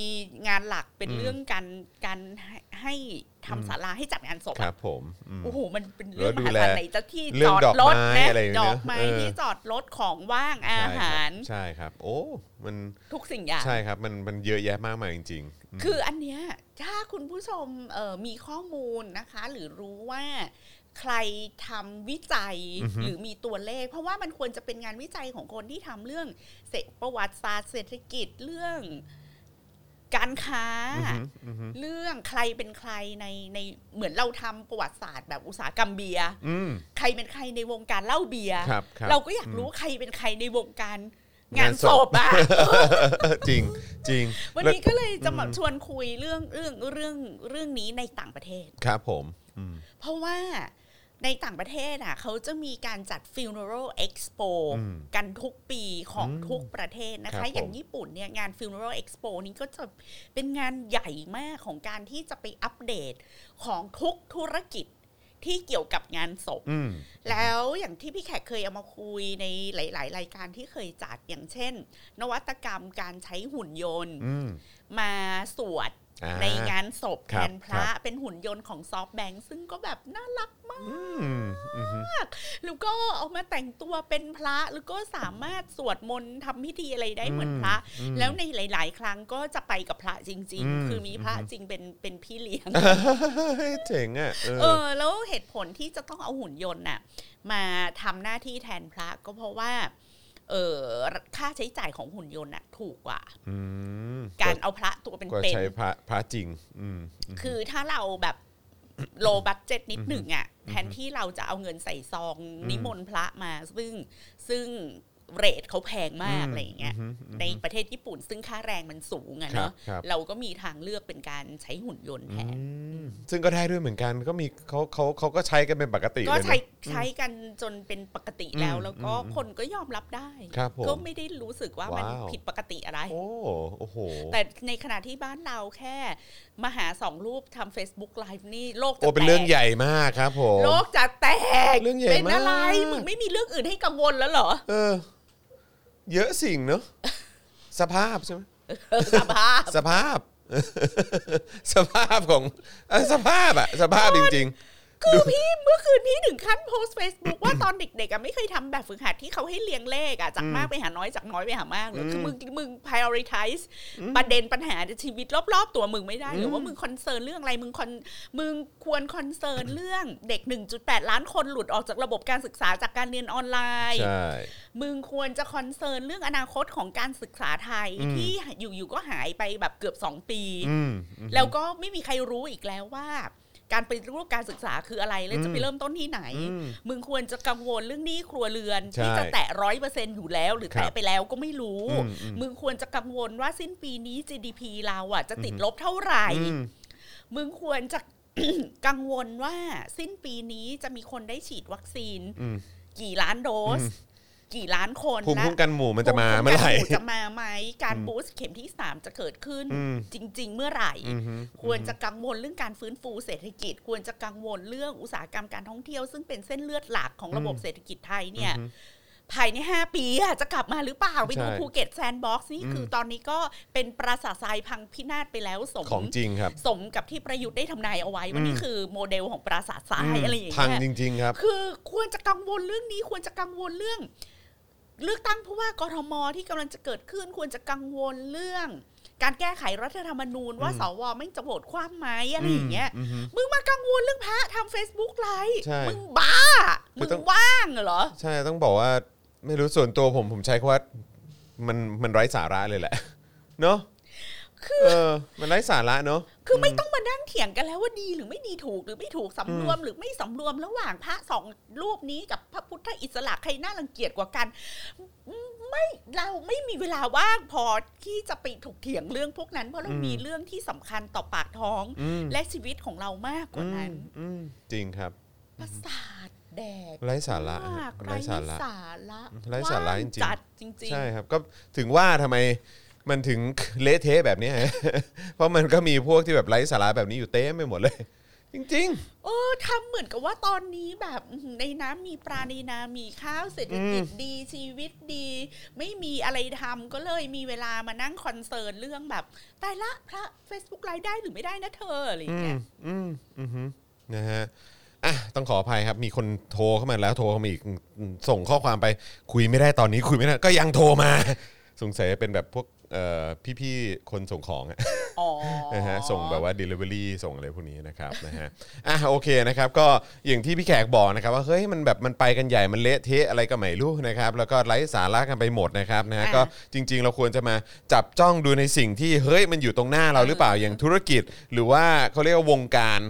Speaker 3: งานหลักเป็น
Speaker 2: อืม
Speaker 3: เรื่องการการให้ให้ทำศาลาให้จัดงานศพ
Speaker 2: ค
Speaker 3: อะ
Speaker 2: รับผมอืม
Speaker 3: โอ้โห มันเป็นเรื่อง
Speaker 2: แล้วดู
Speaker 3: มหัศ
Speaker 2: แล
Speaker 3: จรรย์ไหนจะที่
Speaker 2: เรื่
Speaker 3: จ
Speaker 2: อง
Speaker 3: อด
Speaker 2: ดอก
Speaker 3: รถ
Speaker 2: ไม้
Speaker 3: นะ
Speaker 2: อะไรอย่างเงี้
Speaker 3: ด
Speaker 2: ย
Speaker 3: อกไม้
Speaker 2: เออ
Speaker 3: ที่จอดรถของว่างอา
Speaker 2: ใช่คบ
Speaker 3: หาร
Speaker 2: ใช่ครับ โอ้มัน
Speaker 3: ทุกสิ่งอย่าง
Speaker 2: ใช่ครับมันมันเยอะแยะมากมายจริงๆม
Speaker 3: คืออันเนี้ยถ้าคุณผู้ชมเอ่อมีข้อมูลนะคะ หรือรู้ว่าใครทำวิจัยหรือมีตัวเลข เพราะว่ามันควรจะเป็นงานวิจัยของคนที่ทำเรื่องเศรษฐประวัติศาสตร์เศรษฐกิจเรื่อง การค้า
Speaker 2: อหืออือหือ
Speaker 3: เรื่องใครเป็นใครในในเหมือนเราทำประวัติศาสตร์แบบอุตสาหกรรมเบียร์
Speaker 2: อืม
Speaker 3: ใครเป็นใครในวงการเหล้าเบียร์
Speaker 2: ครับครับ
Speaker 3: เราก็อยากรู้ใครเป็นใครในวงการงาง
Speaker 2: าน น
Speaker 3: ศ
Speaker 2: ศ
Speaker 3: พ
Speaker 2: พ
Speaker 3: อ่ะ
Speaker 2: เออ <laughs> จริงจริง
Speaker 3: วันนี้ก็เลยจะมาชวนคุยเรื่องเรื่องเรื่องเรื่องนี้ในต่างประเทศ
Speaker 2: ครับผมอืม
Speaker 3: เพราะว่าในต่างประเทศอ่ะเขาจะมีการจัด funeral expo
Speaker 2: อืม
Speaker 3: กันทุกปีของ
Speaker 2: อืม
Speaker 3: ทุกประเทศนะ
Speaker 2: ครั
Speaker 3: คะ
Speaker 2: บ
Speaker 3: อย่าง
Speaker 2: ผม
Speaker 3: ญี่ปุ่นเนี่ยงาน funeral expo นี้ก็จะเป็นงานใหญ่มากของการที่จะไปอัปเดตของทุกธุรกิจที่เกี่ยวกับงานศพ
Speaker 2: อืม
Speaker 3: แล้วอย่างที่พี่แขกเคยเอามาคุยในหลาย ๆ รายการที่เคยจัดอย่างเช่น นวัตกรรมการใช้หุ่นยนต์
Speaker 2: อืม
Speaker 3: มาสวด
Speaker 2: อ่
Speaker 3: ในงานศพ
Speaker 2: ค
Speaker 3: แท
Speaker 2: รับ
Speaker 3: นพ
Speaker 2: ครั
Speaker 3: ระ
Speaker 2: บ
Speaker 3: เป็นหุ่นยนต์ของซอฟแบงค์ซึ่งก็แบบน่ารักมาก
Speaker 2: อืมอือหือ
Speaker 3: แล้วก็เอามาแต่งตัวเป็นพระแล้วก็สามารถสวดมนต์ทำพิธีอะไรได้เหมือนพระ
Speaker 2: อืม
Speaker 3: แล้วในหลาย ๆ ครั้งก็จะไปกับพระจริง
Speaker 2: อื
Speaker 3: ๆ
Speaker 2: ม
Speaker 3: คือมีพระจริงเป็นเป็นพี่เลี้ยง
Speaker 2: เฮ้ย <laughs> เจ๋งอ่ะเอ
Speaker 3: เอ
Speaker 2: อ
Speaker 3: อแล้วเหตุผลที่จะต้องเอาหุ่นยนต์น่ะมาทำหน้าที่แทนพระก็เพราะว่า เออค่าใช้จ่ายของหุ่นยนต์น่ะถูกกว่า
Speaker 2: อืม
Speaker 3: การเอาพระตัวเป็น
Speaker 2: กว่า
Speaker 3: เป็น
Speaker 2: ใช้พระพระจริง อืมม
Speaker 3: คือถ้าเราแบบโลบัตเจ็ตนิดหนึ่งอ่ะแทนที่เราจะเอาเงินใส่ซองนิมนต์พระมา ซึ่งซึ่งเรทเขาแพงมากอะไรอย่างเงี้ย
Speaker 2: อืมอืม
Speaker 3: ในประเทศญี่ปุ่น ซึ่งค่าแรงมันสูงอะ
Speaker 2: ครั
Speaker 3: เนาะ
Speaker 2: บครับ
Speaker 3: เราก็มีทางเลือกเป็นการใช้หุ่นยนต์แทน
Speaker 2: อืมซึ่งก็ได้ด้วยเหมือนกันก็มีเขาเขาเขาก็ใช้กันเป็นปกติ
Speaker 3: ก็
Speaker 2: เลยนะ
Speaker 3: ใช้ใช้กันจนเป็นปกติแล้ว
Speaker 2: อืม
Speaker 3: แล้วก็
Speaker 2: อืม
Speaker 3: คนก็ยอมรับได้
Speaker 2: ครับผม
Speaker 3: ก็ไม่ได้รู้สึกว่ามัน
Speaker 2: ว้าว
Speaker 3: ผิดปกติอะไร
Speaker 2: โอ้โอ้โห
Speaker 3: แต่ในขณะที่บ้านเราแค่มาหาสองรูปทำ Facebook Live นี่โลกจะ
Speaker 2: โอ้เป็นเรื่อง
Speaker 3: แตก
Speaker 2: ใหญ่มากครับผม
Speaker 3: โลกจะแตก
Speaker 2: เรื่องใหญ่
Speaker 3: นอะไร
Speaker 2: มาก
Speaker 3: มึงไม่มีเรื่องอื่นให้กังวลแล้วเหรอ
Speaker 2: เออ เยอะสิ่งเนอะสภาพใช่ไหม
Speaker 3: เออสภาพ
Speaker 2: ส
Speaker 3: <laughs>
Speaker 2: ภาพ สภาพของเออสภาพอะสภาพจริง
Speaker 3: คือพี่เมื่อคืนพี่ถึงขั้นโพสต์ Facebook ว่าตอนเด็กๆอะไม่เคยทำแบบฝึกหัดที่เขาให้เรียงเลขอะจากมากไปหาน้อยจากน้อยไปหามากเลยคือมึงมึง prioritize ประเด็นปัญหาในชีวิตรอบๆ ตัวมึงไม่ได้หรือว่ามึงคอนเซิร์นเรื่องอะไรมึงคอนมึงควรคอนเซิร์นเรื่องเด็ก 1.8 ล้านคนหลุดออกจากระบบการศึกษาจากการเรียนออนไล
Speaker 2: ๆ
Speaker 3: น์
Speaker 2: ใช่
Speaker 3: มึงควรจะคอนเซิร์นเรื่องอนาคตของการศึกษาไทย
Speaker 2: อืม
Speaker 3: ที่อยู่ๆก็หายไปแบบเกือบ 2 ปี
Speaker 2: อืมอืม
Speaker 3: แล้วก็ไม่มีใครรู้อีกแล้วว่า การไปฏิรูปการศึกษาคืออะไร แล้วจะไป
Speaker 2: อืม
Speaker 3: เริ่มต้นที่ไหน
Speaker 2: อืม
Speaker 3: มึงควรจะกังวลเรื่องหนี้ครัวเรือน
Speaker 2: ใช่
Speaker 3: ที่จะแตะร้อยเปอร์เซ็นอยู่แล้ว หรือ
Speaker 2: ค
Speaker 3: แตะ
Speaker 2: รับ
Speaker 3: ไปแล้วก็ไม่รู้
Speaker 2: อืมอืม
Speaker 3: มึงควรจะกังวลว่าสิ้นปีนี้ GDP เราอ่ะจะติดลบเท่าไหร่
Speaker 2: อืม
Speaker 3: มึงควรจะ <coughs> กังวลว่าสิ้นปีนี้จะมีคนได้ฉีดวัคซีน
Speaker 2: อืม
Speaker 3: กี่ล้านโดส กี่ล้านคน
Speaker 2: ภูมิ
Speaker 3: และ
Speaker 2: คุ้มกันหมู่มันจะมาเมื่อไหร่
Speaker 3: ภูมิคุ้มกันหจะมาไหมการบูสต์เข็มที่ 3 จะเกิดขึ้น
Speaker 2: อืม
Speaker 3: จริง ๆ เมื่อไหร่
Speaker 2: อือฮึ
Speaker 3: ควรจะกังวลเรื่องการฟื้นฟูเศรษฐกิจ ควรจะกังวลเรื่องอุตสาหกรรมการท่องเที่ยว ซึ่งเป็นเส้นเลือดหลักของระบบเศรษฐกิจไทยเนี่ย
Speaker 2: อือฮึ
Speaker 3: ภายใน 5 ปีอะจะกลับมาหรือเปล่า ไปดู
Speaker 2: ใช่
Speaker 3: ภูเก็ตแซนด์บ็อกซ์นี่
Speaker 2: อืม
Speaker 3: คือตอนนี้ก็เป็นปราสาททรายพังพินาศไปแล้วสม
Speaker 2: ของจริงครับ
Speaker 3: สมกับที่ประยุทธ์ได้ทำนายเอาไว้ว่านี่
Speaker 2: อืม
Speaker 3: คือโมเดลของปราสาททรายอะไรอย่าง
Speaker 2: พั
Speaker 3: เงี้
Speaker 2: ง
Speaker 3: ย
Speaker 2: จริง ๆ ครับ
Speaker 3: คือควรจะกังวลเรื่องนี้ควรจะกังวลเรื่อง เลือกตั้งผู้ว่ากทมที่กำลังจะเกิดขึ้น ควรจะกังวลเรื่อง การแก้ไขรัฐธรรมนูญว่า
Speaker 2: อืม
Speaker 3: สวไม่จะโหวตคว่ำไหมอะไรอย่างเงี้ย
Speaker 2: อือฮึ
Speaker 3: มึงมากังวลเรื่องพระทำ Facebook ไลฟ์
Speaker 2: ใช่
Speaker 3: มึงบ้า
Speaker 2: คื
Speaker 3: มึ
Speaker 2: อง ต้อง
Speaker 3: ว่างเหรอ
Speaker 2: ใช่ต้องบอกว่าไม่รู้ส่วนตัวผมผมใช้คำว่ามันมันไร้สาระเลยแหละ <laughs> เนาะ
Speaker 3: คือ
Speaker 2: เออ มันไร้สาระเนาะ
Speaker 3: คือไม่ต้องมานั่งเถียงกันแล้วว่าดีหรือไม่ดีถูกหรือไม่ถูกสำรวมหรือไม่สำรวมระหว่างพระสองรูปนี้กับพระพุทธอิสระใครน่ารังเกียจกว่ากัน ไม่เราไม่มีเวลาว่างพอที่จะไปถกเถียงเรื่องพวกนั้น เพราะเรา
Speaker 2: อืม
Speaker 3: มีเรื่องที่สำคัญต่อปากท้อง
Speaker 2: อืม
Speaker 3: และชีวิตของเรามากกว่านั้น
Speaker 2: อืมจริงครับ
Speaker 3: ประสาทแดก
Speaker 2: ไร้สาระฮะ
Speaker 3: มาก
Speaker 2: ไร้สาระ ไร้
Speaker 3: ไร้
Speaker 2: สา
Speaker 3: สา
Speaker 2: ระ
Speaker 3: ระ
Speaker 2: จริงๆ
Speaker 3: ว่จัดจริง
Speaker 2: ใช่ครับก็ถึงว่าทำไมมันถึง เละเทะแบบเนี้ย <laughs> เพราะมันก็มีพวกที่แบบไร้สาระแบบนี้อยู่เต็มไปหมดเลย จริง
Speaker 3: เออทำเหมือนกับว่าตอนนี้แบบอื้อหือในน้ำมีปลาในนามีข้าวเศรษฐกิจดีชีวิตดี ไม่มีอะไรทำก็เลยมีเวลามานั่งคอนเซิร์นเรื่องแบบตายละพระ Facebook ไลฟ์ได้หรือไม่ได้นะเธออะไรอ
Speaker 2: ๆ อื
Speaker 3: ย่างเงี้
Speaker 2: ม
Speaker 3: ย
Speaker 2: อืมอือฮึนะฮะอ่ะต้องขออภัยครับ มีคนโทรเข้ามาแล้วโทรเข้ามาอีกอืมส่งข้อความไปคุยไม่ได้ตอนนี้คุยไม่ได้ก็ยังโทรมา <laughs> สงสัยจะเป็นแบบพวกเอ่อพี่ๆคนส่งของอะ
Speaker 3: อ๋อ
Speaker 2: นะฮะส่งแบบว่า Delivery ส่งอะไรพวกนี้นะครับ <laughs> นะฮะอ่ะโอเคนะครับก็อย่างที่พี่แขกบอกนะครับว่าเฮ้ยมันแบบมันไปกันใหญ่มันเละเทะอะไรก็ไม่รู้นะครับแล้วก็ไร้สาระกันไปหมดนะครับนะฮะ
Speaker 3: อ่ะ
Speaker 2: ก็จริง ๆ เราควรจะมาจับจ้องดูในสิ่งที่เฮ้ยมันอยู่ตรงหน้าเราหรือเปล่าอย่างธุรกิจ หรือว่าเขาเรียกว่าวงการ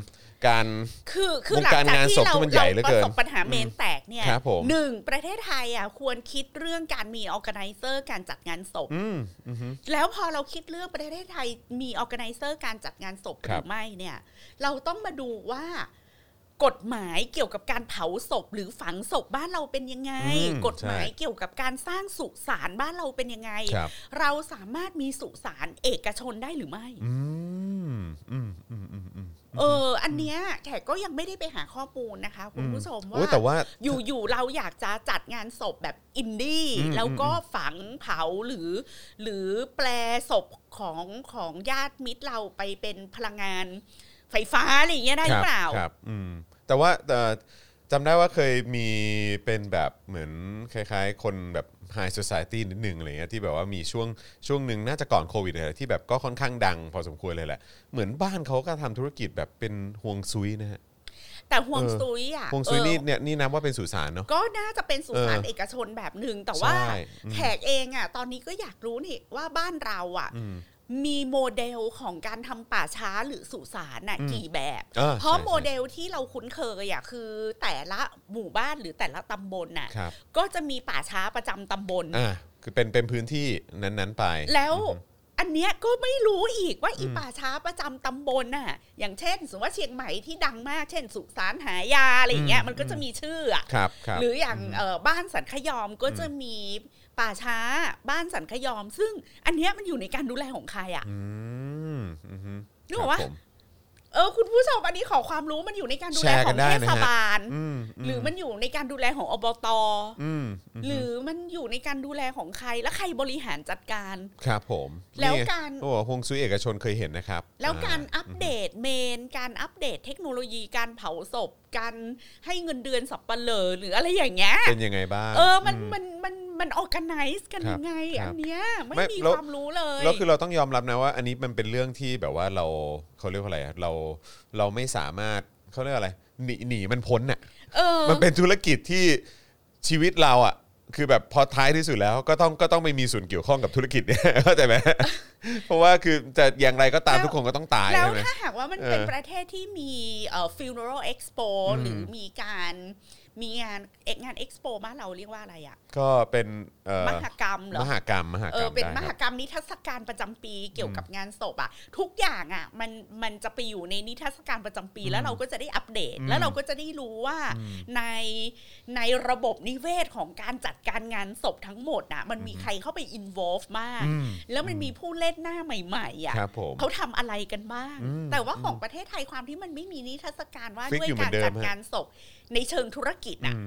Speaker 2: การ
Speaker 3: คือคือ
Speaker 2: ว
Speaker 3: ห
Speaker 2: ง
Speaker 3: ลัง
Speaker 2: การ
Speaker 3: จาก
Speaker 2: งานศ
Speaker 3: ที่
Speaker 2: พ
Speaker 3: เรา
Speaker 2: ที่มันใหญ่เหลือ
Speaker 3: เราป
Speaker 2: เกิน
Speaker 3: ระสบปัญหาเมนแตกเนี่ย
Speaker 2: ครับผม
Speaker 3: หนึ่งประเทศไทยอ่ะควรคิดเรื่องการมีออ g a n i เซอร์การจัดงานศพ
Speaker 2: อืมอือฮึ
Speaker 3: แล้วพอเราคิดเรื่องประเทศไทยมีออแกไนเซอร์การจัดงานศพห
Speaker 2: ครั
Speaker 3: รื
Speaker 2: บ
Speaker 3: อไม่เนี่ย เราต้องมาดูว่ากฎหมายเกี่ยวกับการเผาศพหรือฝังศพบ้านเราเป็นยังไง
Speaker 2: อืม
Speaker 3: กฎหมาย
Speaker 2: ใช่
Speaker 3: เกี่ยวกับการสร้างสุสานบ้านเราเป็นยังไง
Speaker 2: ครับ
Speaker 3: เราสามารถมีสุสานเอกชนได้หรือไม่
Speaker 2: อืมอืมอืมอืมอืม
Speaker 3: เออ อันเนี้ยแขกก็ยังไม่ได้ไปหาข้อมูลนะคะ คุณผู้ชม
Speaker 2: โอ้ย
Speaker 3: ว่า
Speaker 2: แต่ว่า
Speaker 3: อยู่ๆเราอยากจะจัดงานศพแบบอินดี้
Speaker 2: อืม
Speaker 3: แล้วก็ฝังเผาหรือ หรือแปลศพของของญาติมิตรเราไปเป็นพลังงานไฟฟ้าอะไรอย่างเงี้ยได้หรือเปล่า
Speaker 2: ครับอืมแต่ว่าเอ่อจำได้ว่าเคยมีเป็นแบบเหมือนคล้ายๆ คนแบบไฮ s ซ c i ตี้นิดหนึ่งอะไรเงี้ยที่แบบว่ามีช่วงช่วงหนึ่งน่าจะก่อนโควิดเลยแหละที่แบบก็ค่อนข้างดังพอสมควรเลยแหละ เหมือนบ้านเขาก็ทำธุรกิจแบบเป็นห่วงซุยนะฮะ
Speaker 3: แต่ห่วง
Speaker 2: เออ
Speaker 3: ซุยอ่ะ
Speaker 2: ห่วงซุย
Speaker 3: เออ
Speaker 2: นี่เนี่ยนี่นับว่าเป็นสุสานเนาะ
Speaker 3: ก็น่าจะเป็นสุสาน
Speaker 2: เออ
Speaker 3: เอกชนแบบหนึ่งแต่ว่า
Speaker 2: ใช่อืม
Speaker 3: แขกเองอ่ะ ตอนนี้ก็อยากรู้นี่ว่าบ้านเราอ่ะ
Speaker 2: อืม
Speaker 3: มีโมเดลของการทำป่าช้าหรือสุสานน่ะ
Speaker 2: อืม
Speaker 3: กี่แบบ
Speaker 2: เออ
Speaker 3: เพราะ
Speaker 2: ใช่
Speaker 3: โมเดลที่เราคุ้นเคยอ่ะคือแต่ละหมู่บ้านหรือแต่ละตำบลน่ะ
Speaker 2: ครับ
Speaker 3: ก็จะมีป่าช้าประจำตำบล
Speaker 2: อ่าคือเป็นเป็นพื้นที่นั้นๆไป
Speaker 3: แล้วอันเนี้ยก็ไม่รู้อีกว่าอี
Speaker 2: อืม
Speaker 3: ป่าช้าประจำตำบลน่ะ อย่างเช่นสมมติว่าเชียงใหม่ที่ดังมากเช่น สุสานหายาอะไรอย่างเงี้
Speaker 2: อื
Speaker 3: ย
Speaker 2: ม
Speaker 3: มันก็จะมีชื่ออะ
Speaker 2: ครับครับ
Speaker 3: หรืออย่างเอ่อบ้านสันขยอมก็จะมีป่าช้าบ้านสันขยอม ซึ่งอันเนี้ยมันอยู่ในการดูแลของใครอ่ะ
Speaker 2: อืมอือฮึ
Speaker 3: นึกอ
Speaker 2: ครั
Speaker 3: อก
Speaker 2: บ
Speaker 3: ว่า
Speaker 2: ผม
Speaker 3: เออคุณผู้ชมอันนี้ขอความรู้มันอยู่ในการดูแลของเทศบาล
Speaker 2: อืม
Speaker 3: หรือมันอยู่ในการดูแลของอบต
Speaker 2: อืมอืม
Speaker 3: หรือมันอยู่ในการดูแลของใครและใครบริหารจัดการ
Speaker 2: ครับผม
Speaker 3: แล้ว
Speaker 2: นี่ไง
Speaker 3: การ
Speaker 2: โอ้ห่วงซุยเอกชนเคยเห็นนะครับ
Speaker 3: แล้วการ
Speaker 2: อ่
Speaker 3: อัปเดตเมน การอัปเดตเทคโนโลยีการเผาศพ การให้เงินเดือนสับปะเหร่อหรืออะไรอย่างเงี้ย
Speaker 2: เป็นยังไงบ้าง
Speaker 3: เออ มัน มัน มัน มันออกกันไนซ์กัน
Speaker 2: ครับ
Speaker 3: ยังไง
Speaker 2: ครั
Speaker 3: อั
Speaker 2: บ
Speaker 3: นเนี้ยไม่
Speaker 2: ไม่
Speaker 3: มี
Speaker 2: แล้ว
Speaker 3: ความรู้เลย
Speaker 2: แล้วคือเราต้องยอมรับนะว่า อันนี้มันเป็นเรื่องที่แบบว่าเราเขาเรียกว่าอะไรอะเราเราไม่สามารถเขาเรียกว่าอะไรหนีหนีมันพ้นน่ะ
Speaker 3: เออ
Speaker 2: มันเป็นธุรกิจที่ชีวิตเราอ่ะคือแบบพอท้ายที่สุดแล้วก็ต้องก็ต้องไม่มีส่วนเกี่ยวข้องกับธุรกิจเนี่ย <laughs> เข้า
Speaker 3: <laughs>
Speaker 2: ใจไหมเพราะว่าคือจะอย่างไรก็ตาม
Speaker 3: แล้ว
Speaker 2: ทุกคนก็ต้องตาย
Speaker 3: แล้ว
Speaker 2: ใช่ไหม
Speaker 3: ถ้าหากว่ามันเป็น
Speaker 2: เออ
Speaker 3: ประเทศที่มีเอ่อ funeral expo
Speaker 2: อืม
Speaker 3: หรือมีการ มีงานเอกงานเอ็กซ์โปบ้านเราเรียกว่าอะไรอะ
Speaker 2: ก็เป็นเอ่อ
Speaker 3: มหกรรมเหร
Speaker 2: ม
Speaker 3: อ
Speaker 2: หากรรมมหาก
Speaker 3: เอ
Speaker 2: รร
Speaker 3: อ
Speaker 2: ม
Speaker 3: เป็นม
Speaker 2: ได้
Speaker 3: ห
Speaker 2: ครับ
Speaker 3: กรรมนิทรรศการประจำปีเกี่ยวกับงานศพอะทุกอย่างอะมันมันจะไปอยู่ในนิทรรศการประจำปี แล้วเราก็จะได้อัปเดต
Speaker 2: อืม
Speaker 3: แล้วเราก็จะได้รู้ว่าในในระบบนิเวศของการจัดการงานศพทั้งหมดนะมันมีใครเข้าไป involve มาก
Speaker 2: อืม
Speaker 3: แล้วมันมีผู้เล่นหน้าใหม่ๆอะ
Speaker 2: ครับผม
Speaker 3: เขาทำอะไรกันบ้าง
Speaker 2: อืม
Speaker 3: แต่ว่าของประเทศไทยความที่มันไม่มีนิทรรศการว่า
Speaker 2: ฟิก
Speaker 3: ด้วย
Speaker 2: อยู่เหมื
Speaker 3: กา
Speaker 2: อน
Speaker 3: ร
Speaker 2: เดิม
Speaker 3: จัด
Speaker 2: ฮะ
Speaker 3: การศพในเชิงธุรกิจ
Speaker 2: อื
Speaker 3: อะ
Speaker 2: ม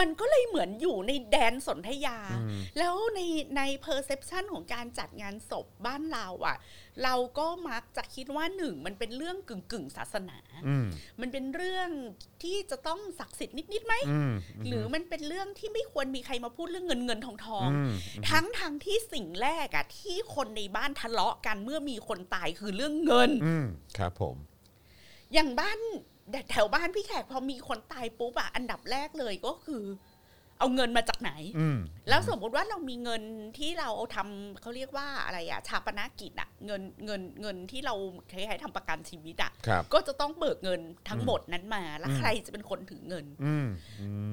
Speaker 3: มันก็เลยเหมือนอยู่ในแดนสนธยา
Speaker 2: อืม
Speaker 3: แล้วในใน perception ของการจัดงานศพบ้านเราอะ่ะ เราก็มักจะคิดว่าหนึ่งมันเป็นเรื่องกึ่งกึ่งๆศาสนา
Speaker 2: อืม
Speaker 3: มันเป็นเรื่องที่จะต้องศักดิ์สิทธิ์นิดๆไหม
Speaker 2: อืม
Speaker 3: หรือมันเป็นเรื่องที่ไม่ควรมีใครมาพูดเรื่องเงินเงินทองทอง
Speaker 2: อืม
Speaker 3: ทั้งทางๆที่สิ่งแรกอะที่คนในบ้านทะเลาะกันเมื่อมีคนตายคือเรื่องเงิน
Speaker 2: อืมครับผม
Speaker 3: อย่างบ้านแถวบ้านพี่แขกพอมีคนตายปุ๊บอะอันดับแรกเลยก็คือ เอาเงินมาจากไหน
Speaker 2: อืม
Speaker 3: แล้วสมมุติว่าเรามีเงินที่เราเอาทำเขาเรียกว่าอะไรอะชาปนกิจอะเงินเงินเงินที่เราใช้ทำประกันชีวิตอะ
Speaker 2: ครับ
Speaker 3: ก็จะต้องเบิกเงินทั้งหมดนั้นมาแล้ว
Speaker 2: อืม
Speaker 3: ใครจะเป็นคนถือเงิน
Speaker 2: อืม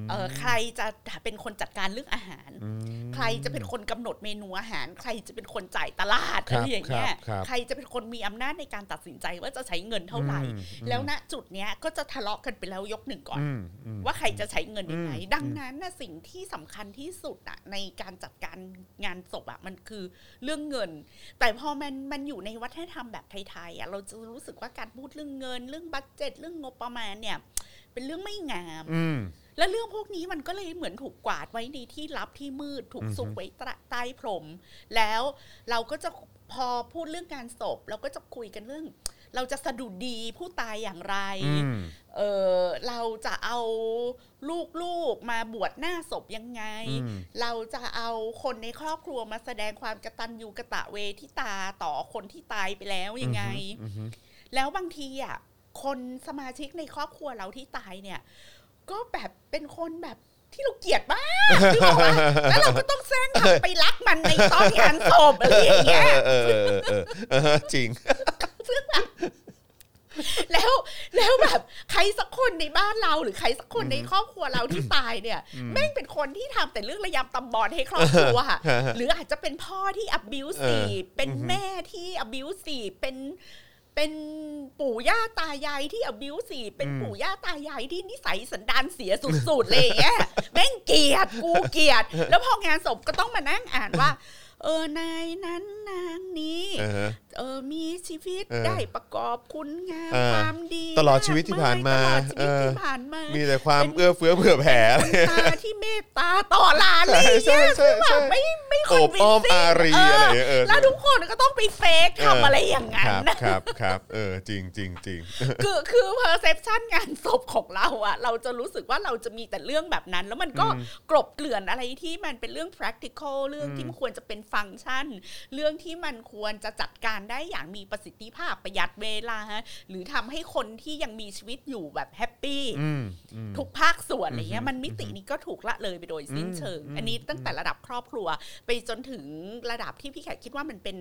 Speaker 2: ม
Speaker 3: เออใครจะเป็นคนจัดการเรื่องอาหาร
Speaker 2: ม
Speaker 3: ใครจะเป็นคนกำหนดเมนูอาหาร ใครจะเป็นคนจ่ายตลาด
Speaker 2: ครั
Speaker 3: อะ
Speaker 2: บ
Speaker 3: ไรอย่างเงี้ย
Speaker 2: ครับครับ
Speaker 3: ใครจะเป็นคนมีอำนาจในการตัดสินใจว่าจะใช้เงินเท่าไหร่
Speaker 2: อืมอืม
Speaker 3: แล้วณจุดเนี้ยก็จะทะเลาะกันไปแล้วยกหนึ่งก่อน
Speaker 2: อืมอืม
Speaker 3: ว่าใครจะใช้เงินยังไง
Speaker 2: อืม
Speaker 3: ดังนั้นนะสิ่งที่สำคัญที่สุดอะในการจัดการงานศพอะมันคือเรื่องเงิน แต่พอมันมันอยู่ในวัฒนธรรมแบบไทยๆอะเราจะรู้สึกว่าการพูดเรื่องเงิน เรื่องบัตเจ็ตเรื่องงบประมาณเนี่ย เป็นเรื่องไม่งาม
Speaker 2: อืม
Speaker 3: และเรื่องพวกนี้มันก็เลยเหมือนถูกกวาดไว้ในที่ลับที่มืดถูก
Speaker 2: อือฮึ
Speaker 3: ซุกไว้ใต้พรม แล้วเราก็จะพอพูดเรื่องการศพ เราก็จะคุยกันเรื่อง เราจะสะดุดดีผู้ตายอย่างไร
Speaker 2: อืม
Speaker 3: เออเราจะเอาลูกๆมาบวชหน้าศพยังไง
Speaker 2: อืม
Speaker 3: เราจะเอาคนในครอบครัวมาแสดงความกตัญญูกตะเวทิตาต่อคนที่ตายไปแล้วยังไง
Speaker 2: อืมอืม
Speaker 3: แล้วบางทีอ่ะคนสมาชิกในครอบครัวเราที่ตายเนี่ย ก็แบบเป็นคนแบบที่เราเกลียด
Speaker 2: <laughs>
Speaker 3: มากนึกออกปะแล้วเราก็ต้องแซงทำไปรักมันในตอนงานศพอะไรอย่างเงี้ย
Speaker 2: เออเออเออเออเออจริง
Speaker 3: <laughs> แล้วแล้วแบบใครสักคนในบ้านเราหรือใครสักคนในครอบครัวเราที่ตายเนี่ยแม่งเป็นคนที่ทำแต่เรื่องระยำตำบอลให้ครอบครัว
Speaker 2: <laughs>
Speaker 3: อะ
Speaker 2: ฮะฮะ
Speaker 3: หรืออาจจะเป็นพ่อที่ abusive เป็นแม่ที่ abusive เป็นเป็นปู่ย่าตายายที่ abusive เป็น
Speaker 2: อืม
Speaker 3: ปู่ย่าตายายที่นิสัยสันดานเสียสุดๆเลยอย่างเงี้ย <laughs> แม่งเกลียดกูเกลียด แล้วพองานศพก็ต้องมานั่งอ่านว่า เออนายนั้นนางนี้
Speaker 2: เออฮะ
Speaker 3: เออมีชีวิต
Speaker 2: เออ
Speaker 3: ได้ประกอบคุณงาม
Speaker 2: เออ
Speaker 3: ความดี
Speaker 2: ตลอดชีวิตที่ผ่านมา
Speaker 3: ตลอดชีวิต
Speaker 2: เออ
Speaker 3: ที่ผ่านมา
Speaker 2: มีแต่ความเอื้อเฟื้อเผื่อแผ่
Speaker 3: ตาที่เมตตาต่อหลานเลย
Speaker 2: ใช่
Speaker 3: เนี่ย
Speaker 2: ใช่
Speaker 3: คือแบบ
Speaker 2: ใช่
Speaker 3: ไม่ไม่ค
Speaker 2: โอ
Speaker 3: อน
Speaker 2: บ
Speaker 3: วิ
Speaker 2: อ้อม
Speaker 3: ซิ่
Speaker 2: อารีอะไรอย่างเงี้ยเออ
Speaker 3: แล้วทุกคนก็ต้องไปเฟก
Speaker 2: เ
Speaker 3: ทำอะไรอย่างนั้น
Speaker 2: ครับ
Speaker 3: นะครับ
Speaker 2: ครับเออจริงจริงจริง
Speaker 3: <laughs> คือคือเพอร์เซพชันงานศพของเราอะเราจะรู้สึกว่าเราจะมีแต่เรื่องแบบนั้น แล้วมันก็
Speaker 2: อืม
Speaker 3: กลบเกลื่อนอะไรที่มันเป็นเรื่อง practical เรื่อง
Speaker 2: อืม
Speaker 3: ที่มันควรจะเป็นฟังก์ชัน เรื่องที่มันควรจะจัดการได้อย่างมีประสิทธิภาพประหยัดเวลา หรือทำให้คนที่ยังมีชีวิตอยู่แบบแฮปปี้
Speaker 2: อืมอืม
Speaker 3: ทุกภาคส่วนอะไรเงี้
Speaker 2: อื
Speaker 3: ย
Speaker 2: ม
Speaker 3: มันมิตินี้ก็ถูกละเลยไปโดยสิ้นเชิง
Speaker 2: อืม
Speaker 3: อันนี้ตั้งแต่ระดับครอบครัว ไปจนถึงระดับที่พี่แขกคิดว่ามันเป็น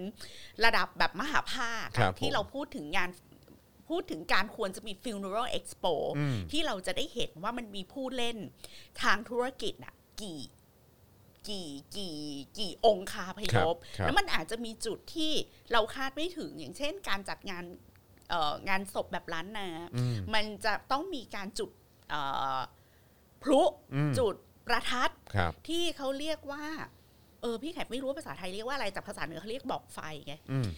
Speaker 3: ระดับแบบมหาภาค
Speaker 2: ครับ
Speaker 3: ที่เราพูดถึงงานพูดถึงการควรจะมี funeral expo
Speaker 2: อืม
Speaker 3: ที่เราจะได้เห็นว่ามันมีผู้เล่นทางธุรกิจอะกี่ กี่กี่กี่องค์คาพยพ
Speaker 2: ครับ
Speaker 3: แล้วมันอาจจะมีจุดที่เราคาดไม่ถึงอย่างเช่น การจัดงานเอ่องานศพแบบล้านนา
Speaker 2: อืม
Speaker 3: มันจะต้องมีการจุดเอ่อพลุ
Speaker 2: อืม
Speaker 3: จุดประทัด
Speaker 2: ครับ
Speaker 3: ที่เขาเรียกว่า เออพี่แขกไม่รู้ว่าภาษาไทยเรียกว่าอะไรแต่ภาษาเหนือเขาเรียกบอกไฟไง
Speaker 2: อืม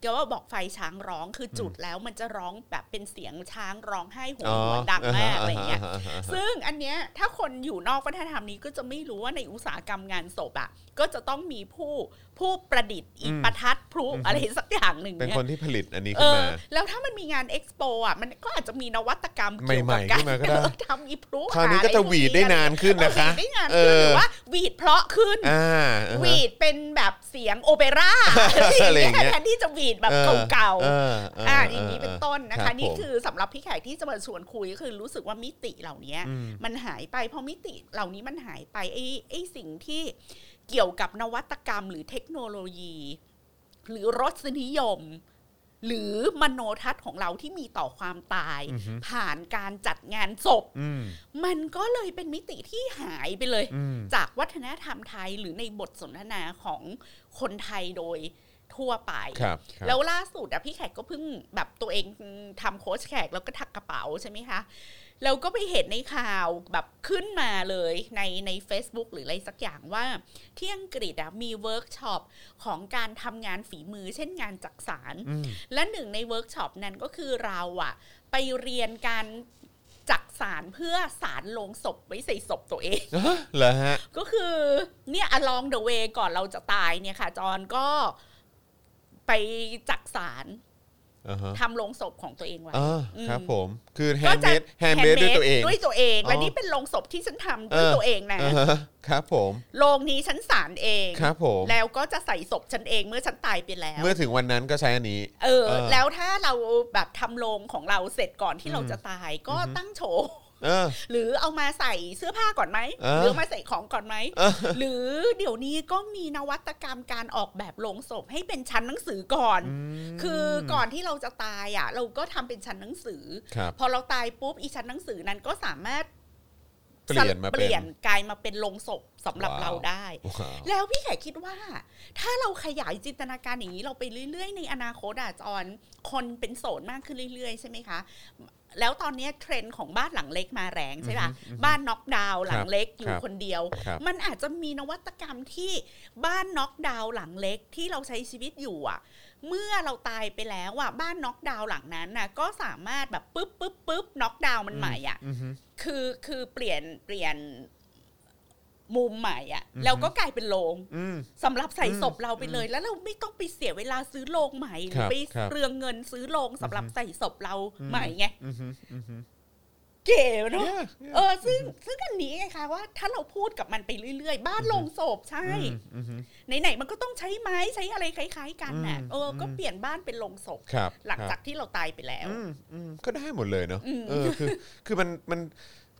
Speaker 3: แกว่าบอกไฟช้างร้องคือจุดแล้วมันจะร้องแบบเป็นเสียงช้างร้องไห้โหัว
Speaker 2: อ๋อ
Speaker 3: หวนดังมากอะไรอย่างเงี้ย
Speaker 2: าฮะอ่าฮะ
Speaker 3: ซึ่งอันเนี้ยถ้าคนอยู่นอกวัฒนธรรมนี้ก็จะไม่รู้ว่าในอุตสาหกรรมงานศพอ่ะก็จะต้องมีผู้ผู้ประดิษฐ์อี
Speaker 2: อืม
Speaker 3: ประทัดพลุ
Speaker 2: อืม
Speaker 3: อะไรสักอย่างหนึ่ง
Speaker 2: เป็น
Speaker 3: เนี่
Speaker 2: ค
Speaker 3: ย
Speaker 2: นที่ผลิตอันนี้
Speaker 3: เอ
Speaker 2: ขึ้น
Speaker 3: อ
Speaker 2: มา
Speaker 3: แล้วถ้ามันมีงานเอ็กซ์โปอ่ะมันก็อาจจะมีนวัตกรรมเกี่ยวกับ
Speaker 2: ใหม่ๆ
Speaker 3: กา
Speaker 2: ขึ้
Speaker 3: ร
Speaker 2: นมาก็ได้
Speaker 3: เออทำอีพลุ
Speaker 2: คราวนี้
Speaker 3: หอ
Speaker 2: ก็
Speaker 3: ไร
Speaker 2: จะหวีดได้นานขึ้น
Speaker 3: เออ
Speaker 2: นะคะ
Speaker 3: หวีดได้งาน
Speaker 2: เอ
Speaker 3: ขึ้นห
Speaker 2: อ
Speaker 3: รือว่าหวีดเพราะขึ้น
Speaker 2: อ่าอ่า
Speaker 3: ห
Speaker 2: ฮะ
Speaker 3: วีดเป็นแบบเสียงโอเปร่าอะไรอ
Speaker 2: อะไรอ
Speaker 3: ย่างเงี้
Speaker 2: ย่างเงี้
Speaker 3: ย
Speaker 2: ย
Speaker 3: แทนที่จะหวีดแบบเก่าๆ
Speaker 2: ออเ
Speaker 3: อ่าอย่างนี้เป็นต้นนะ
Speaker 2: รั
Speaker 3: คะ
Speaker 2: บ
Speaker 3: นี่
Speaker 2: ผม
Speaker 3: คือสำหรับพี่แขกที่จะมาชวนคุยก็คือรู้สึกว่ามิติเหล่านี้
Speaker 2: ม
Speaker 3: มันหายไปเพราะมิติเหล่านี้มันหายไปไอ้ไอ้สิ่งที่เกี่ยวกับนวัตกรรมหรือเทคโนโลยี หรือรสนิยม หรือมโนทัศน์ของเราที่มีต่อความตาย
Speaker 2: อือฮึ
Speaker 3: ผ่านการจัดงานศพ
Speaker 2: อืม
Speaker 3: มันก็เลยเป็นมิติที่หายไปเลย
Speaker 2: อืม
Speaker 3: จากวัฒนธรรมไทยหรือในบทสนทนาของคนไทยโดยทั่วไป
Speaker 2: ครับครับ
Speaker 3: แล้วล่าสุดอะพี่แขกก็เพิ่งแบบตัวเองทำโค้ชแขกแล้วก็ถักกระเป๋าใช่ไหมคะเราก็ไปเห็นในข่าวแบบขึ้นมาเลยในใน Facebook หรืออะไรสักอย่างว่า ที่อังกฤษอะมีเวิร์กช็อปของการทำงานฝีมือเช่นงานจักสาร
Speaker 2: อืม
Speaker 3: และหนึ่งในเวิร์กช็อปนั้นก็คือเราอะไปเรียนการจักสารเพื่อสารลงศพไว้ใส่ศพตัวเอง <laughs>
Speaker 2: ฮะเหรอฮะ
Speaker 3: ก็คือเนี่ย along the way ก่อนเราจะตายเนี่ยค่ะ จอนก็ไปจักสาร
Speaker 2: อ่าฮะ
Speaker 3: ทำลงศพของตัวเองไว้
Speaker 2: อ่า
Speaker 3: อืม
Speaker 2: ครับผม คือแฮ
Speaker 3: ก็
Speaker 2: นด์
Speaker 3: จะ
Speaker 2: เมดแฮนด์เมดด้วย
Speaker 3: handmade
Speaker 2: ตัวเอง
Speaker 3: ด้วยตัวเอง
Speaker 2: อ๋อ
Speaker 3: และนี่เป็นโลงศพที่ฉันทำด้วย
Speaker 2: เออ
Speaker 3: ตัวเองนะ
Speaker 2: อ่าฮะครับผม
Speaker 3: โลงนี้ฉันสารเอง
Speaker 2: ครับผม
Speaker 3: แล้วก็จะใส่ศพฉันเองเมื่อฉันตายไปแล้ว
Speaker 2: เมื่อถึงวันนั้นก็ใช้อันนี้
Speaker 3: เออ
Speaker 2: เออ
Speaker 3: แล้วถ้าเราแบบทำโลงของเราเสร็จก่อนที่
Speaker 2: อืม
Speaker 3: เราจะตายก็
Speaker 2: อือฮึ
Speaker 3: ตั้งโชว์
Speaker 2: เออ
Speaker 3: หรือเอามาใส่เสื้อผ้าก่อนไหม
Speaker 2: เออ
Speaker 3: หรือเอามาใส่ของก่อนไหม
Speaker 2: เออ
Speaker 3: หรือเดี๋ยวนี้ก็มีนวัตกรรมการออกแบบโลงศพให้เป็นชั้นหนังสือก่อน คือก่อนที่เราจะตายอ่ะ เราก็ทำเป็นชั้นหนังสือ
Speaker 2: ครับ
Speaker 3: พอเราตายปุ๊บอีชั้นหนังสือนั้นก็สามารถ
Speaker 2: เปลี่ยนมา
Speaker 3: เป
Speaker 2: เป็น
Speaker 3: ลี่ยนกลายมาเป็นโลงศพสำหรับ
Speaker 2: ว้าว
Speaker 3: เราได้
Speaker 2: ว้าว
Speaker 3: แล้วพี่แขกคิดว่า ถ้าเราขยายจินตนาการอย่างนี้เราไปเรื่อยๆ ในอนาคตอ่ะจอนคนเป็นโสดมากขึ้นเรื่อยๆ ใช่ไหมคะ แล้วตอนเนี้ยเทรนด์ของบ้านหลังเล็กมาแรงใช่ปะ
Speaker 2: อืม
Speaker 3: บ้านน็อกดาวน์หลังเล็กอยู่
Speaker 2: ครับ
Speaker 3: คนเดียว
Speaker 2: ครับ
Speaker 3: มันอาจจะมีนวัตกรรมที่บ้านน็อกดาวน์หลังเล็กที่เราใช้ชีวิตอยู่อ่ะ เมื่อเราตายไปแล้วอ่ะบ้านน็อกดาวน์หลังนั้นน่ะก็สามารถแบบปึ๊บปึ๊บปึ๊บน็อกดาวน์มันใหม่อ่ะ
Speaker 2: อือฮึ
Speaker 3: คือคือเปลี่ยนเปลี่ยนมุมใหม่อ่ะ
Speaker 2: อือฮึ
Speaker 3: แล้วก็กลายเป็นโรง
Speaker 2: อืม
Speaker 3: สำหรับใส่ศพเราไปเลย แล้วเราไม่ต้องไปเสียเวลาซื้อโรงใหม่ห
Speaker 2: ค
Speaker 3: รือ
Speaker 2: รับ
Speaker 3: ไป
Speaker 2: ครับ
Speaker 3: เรืองเงินซื้อโรงสำหรับ
Speaker 2: อือฮึ
Speaker 3: ใส่ศพเรา
Speaker 2: อืม
Speaker 3: ใหม่ไง
Speaker 2: อือฮึอือฮึ
Speaker 3: เก๋เนาะ
Speaker 2: เนี่ย
Speaker 3: เออซึ่งซึ่งอันนี้ไงคะว่าถ้าเราพูดกับมันไปเรื่อยๆ บ้านโลงศพใช่
Speaker 2: อืมอือฮึ
Speaker 3: ไหนๆมันก็ต้องใช้ไม้ใช้อะไรคล้ายๆกันน่ะ
Speaker 2: อืม
Speaker 3: เออก็
Speaker 2: อืม
Speaker 3: เปลี่ยนบ้านเป็นโลงศพ
Speaker 2: ครับ
Speaker 3: หลัง
Speaker 2: ครับ
Speaker 3: จากที่เราตายไปแล้ว
Speaker 2: อืมอืมก็ได้หมดเลยเนาะ
Speaker 3: อืม
Speaker 2: เออคือคือมันมัน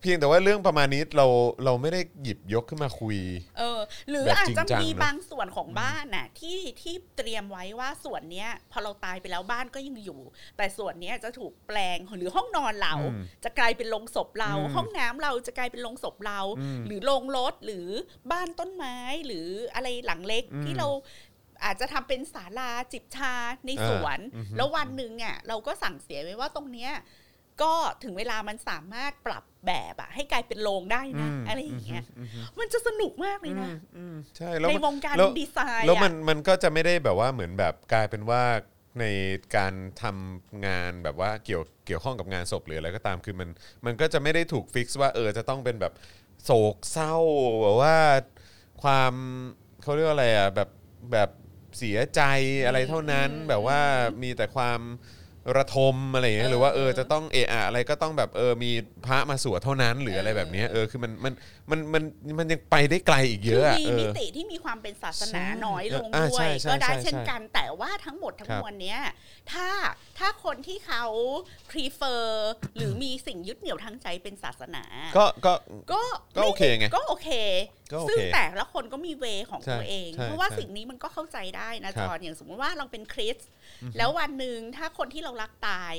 Speaker 2: เพียงแต่ว่าเรื่องประมาณนี้เราเราไม่ได้หยิบยกขึ้นมาคุย
Speaker 3: เออ หรือ
Speaker 2: แบบ
Speaker 3: อาจ
Speaker 2: จริงจั
Speaker 3: จะ
Speaker 2: ง
Speaker 3: มี
Speaker 2: เนอะ
Speaker 3: บางส่วนของบ้านน่ะที่ที่เตรียมไว้ว่าส่วนเนี้ย พอเราตายไปแล้วบ้านก็ยังอยู่ แต่ส่วนเนี้ยจะถูกแปลงหรือห้องนอนเรา
Speaker 2: อืม
Speaker 3: จะกลายเป็นโลงศพเรา
Speaker 2: อืม
Speaker 3: ห้องน้ำเราจะกลายเป็นโลงศพเรา
Speaker 2: อืม
Speaker 3: หรือโลงรถหรือบ้านต้นไม้หรืออะไรหลังเล็ก
Speaker 2: อืม
Speaker 3: ที่เราอาจจะทำเป็นศาลาจิบชาใน
Speaker 2: อ่า
Speaker 3: สวน
Speaker 2: อือฮึ
Speaker 3: แล้ววันหนึ่งอ่ะเราก็สั่งเสียไว้ว่าตรงเนี้ยก็ถึงเวลามันสามารถปรับแบบอะให้กลายเป็นโลงได้นะ
Speaker 2: ม
Speaker 3: อะไรอย่างเงี้ย
Speaker 2: อือฮึ
Speaker 3: มันจะสนุกมากเล
Speaker 2: อื
Speaker 3: ย
Speaker 2: อฮึ
Speaker 3: นะ
Speaker 2: อืมใช่แล้ว
Speaker 3: ใน
Speaker 2: มัน
Speaker 3: วงการ
Speaker 2: แล้ว
Speaker 3: ดีไซน์
Speaker 2: แล้ว
Speaker 3: อะ
Speaker 2: มันมันก็จะไม่ได้แบบว่าเหมือนแบบกลายเป็นว่าในการทำงานแบบว่าเกี่ยวเกี่ยวข้องกับงานศพหรืออะไรก็ตามคือมันมันก็จะไม่ได้ถูกฟิกซ์ว่าเออจะต้องเป็นแบบโศกเศร้าแบบว่าความเขาเรียกว่าอะไรอ่ะแบบแบบเสียใจอะไรเท่านั้น
Speaker 3: อืม
Speaker 2: แบบว่ามีแต่ความระทมอะไรอย่างเงี้ยหรือว่าเออ
Speaker 3: เออ
Speaker 2: จะต้องเอะอะอะไรก็ต้องแบบเออมีพระมาสวดเท่านั้นหรืออะไรแบบเนี้ยเออคือมันมันมันมันมันยังไปได้ไกลอีกเยอะอะ
Speaker 3: มี
Speaker 2: เอ
Speaker 3: มิ
Speaker 2: อ
Speaker 3: ติที่มีความเป็นศาสนา
Speaker 2: ใช่
Speaker 3: น้อยลง
Speaker 2: อ่า
Speaker 3: ด้ว
Speaker 2: ใช่
Speaker 3: ย
Speaker 2: ใช่
Speaker 3: ก็ได้
Speaker 2: ใช่
Speaker 3: เช่น
Speaker 2: ใช่
Speaker 3: กันแต่ว่าทั้งหมดทั้ง
Speaker 2: ครับ
Speaker 3: มวลเนี้ยถ้าถ้าคนที่เขา prefer หรือมีสิ่งยึดเหนี่ยวทางใจเป็นศาสนา
Speaker 2: ก็ก็
Speaker 3: ก็
Speaker 2: ก็โอเคไง
Speaker 3: ก็โอเค
Speaker 2: ก็โอเค
Speaker 3: ซึ่งแต่ละคนก็มีเวของตัวเอง
Speaker 2: ใช่ใช่
Speaker 3: เพราะว่า
Speaker 2: ใช่
Speaker 3: สิ่งนี้มันก็เข้าใจได้นะครับ จอนอย่างสมมติว่าเราเป็นคริสต์แล้ววันหนึ่งถ้าคนที่เรารักตาย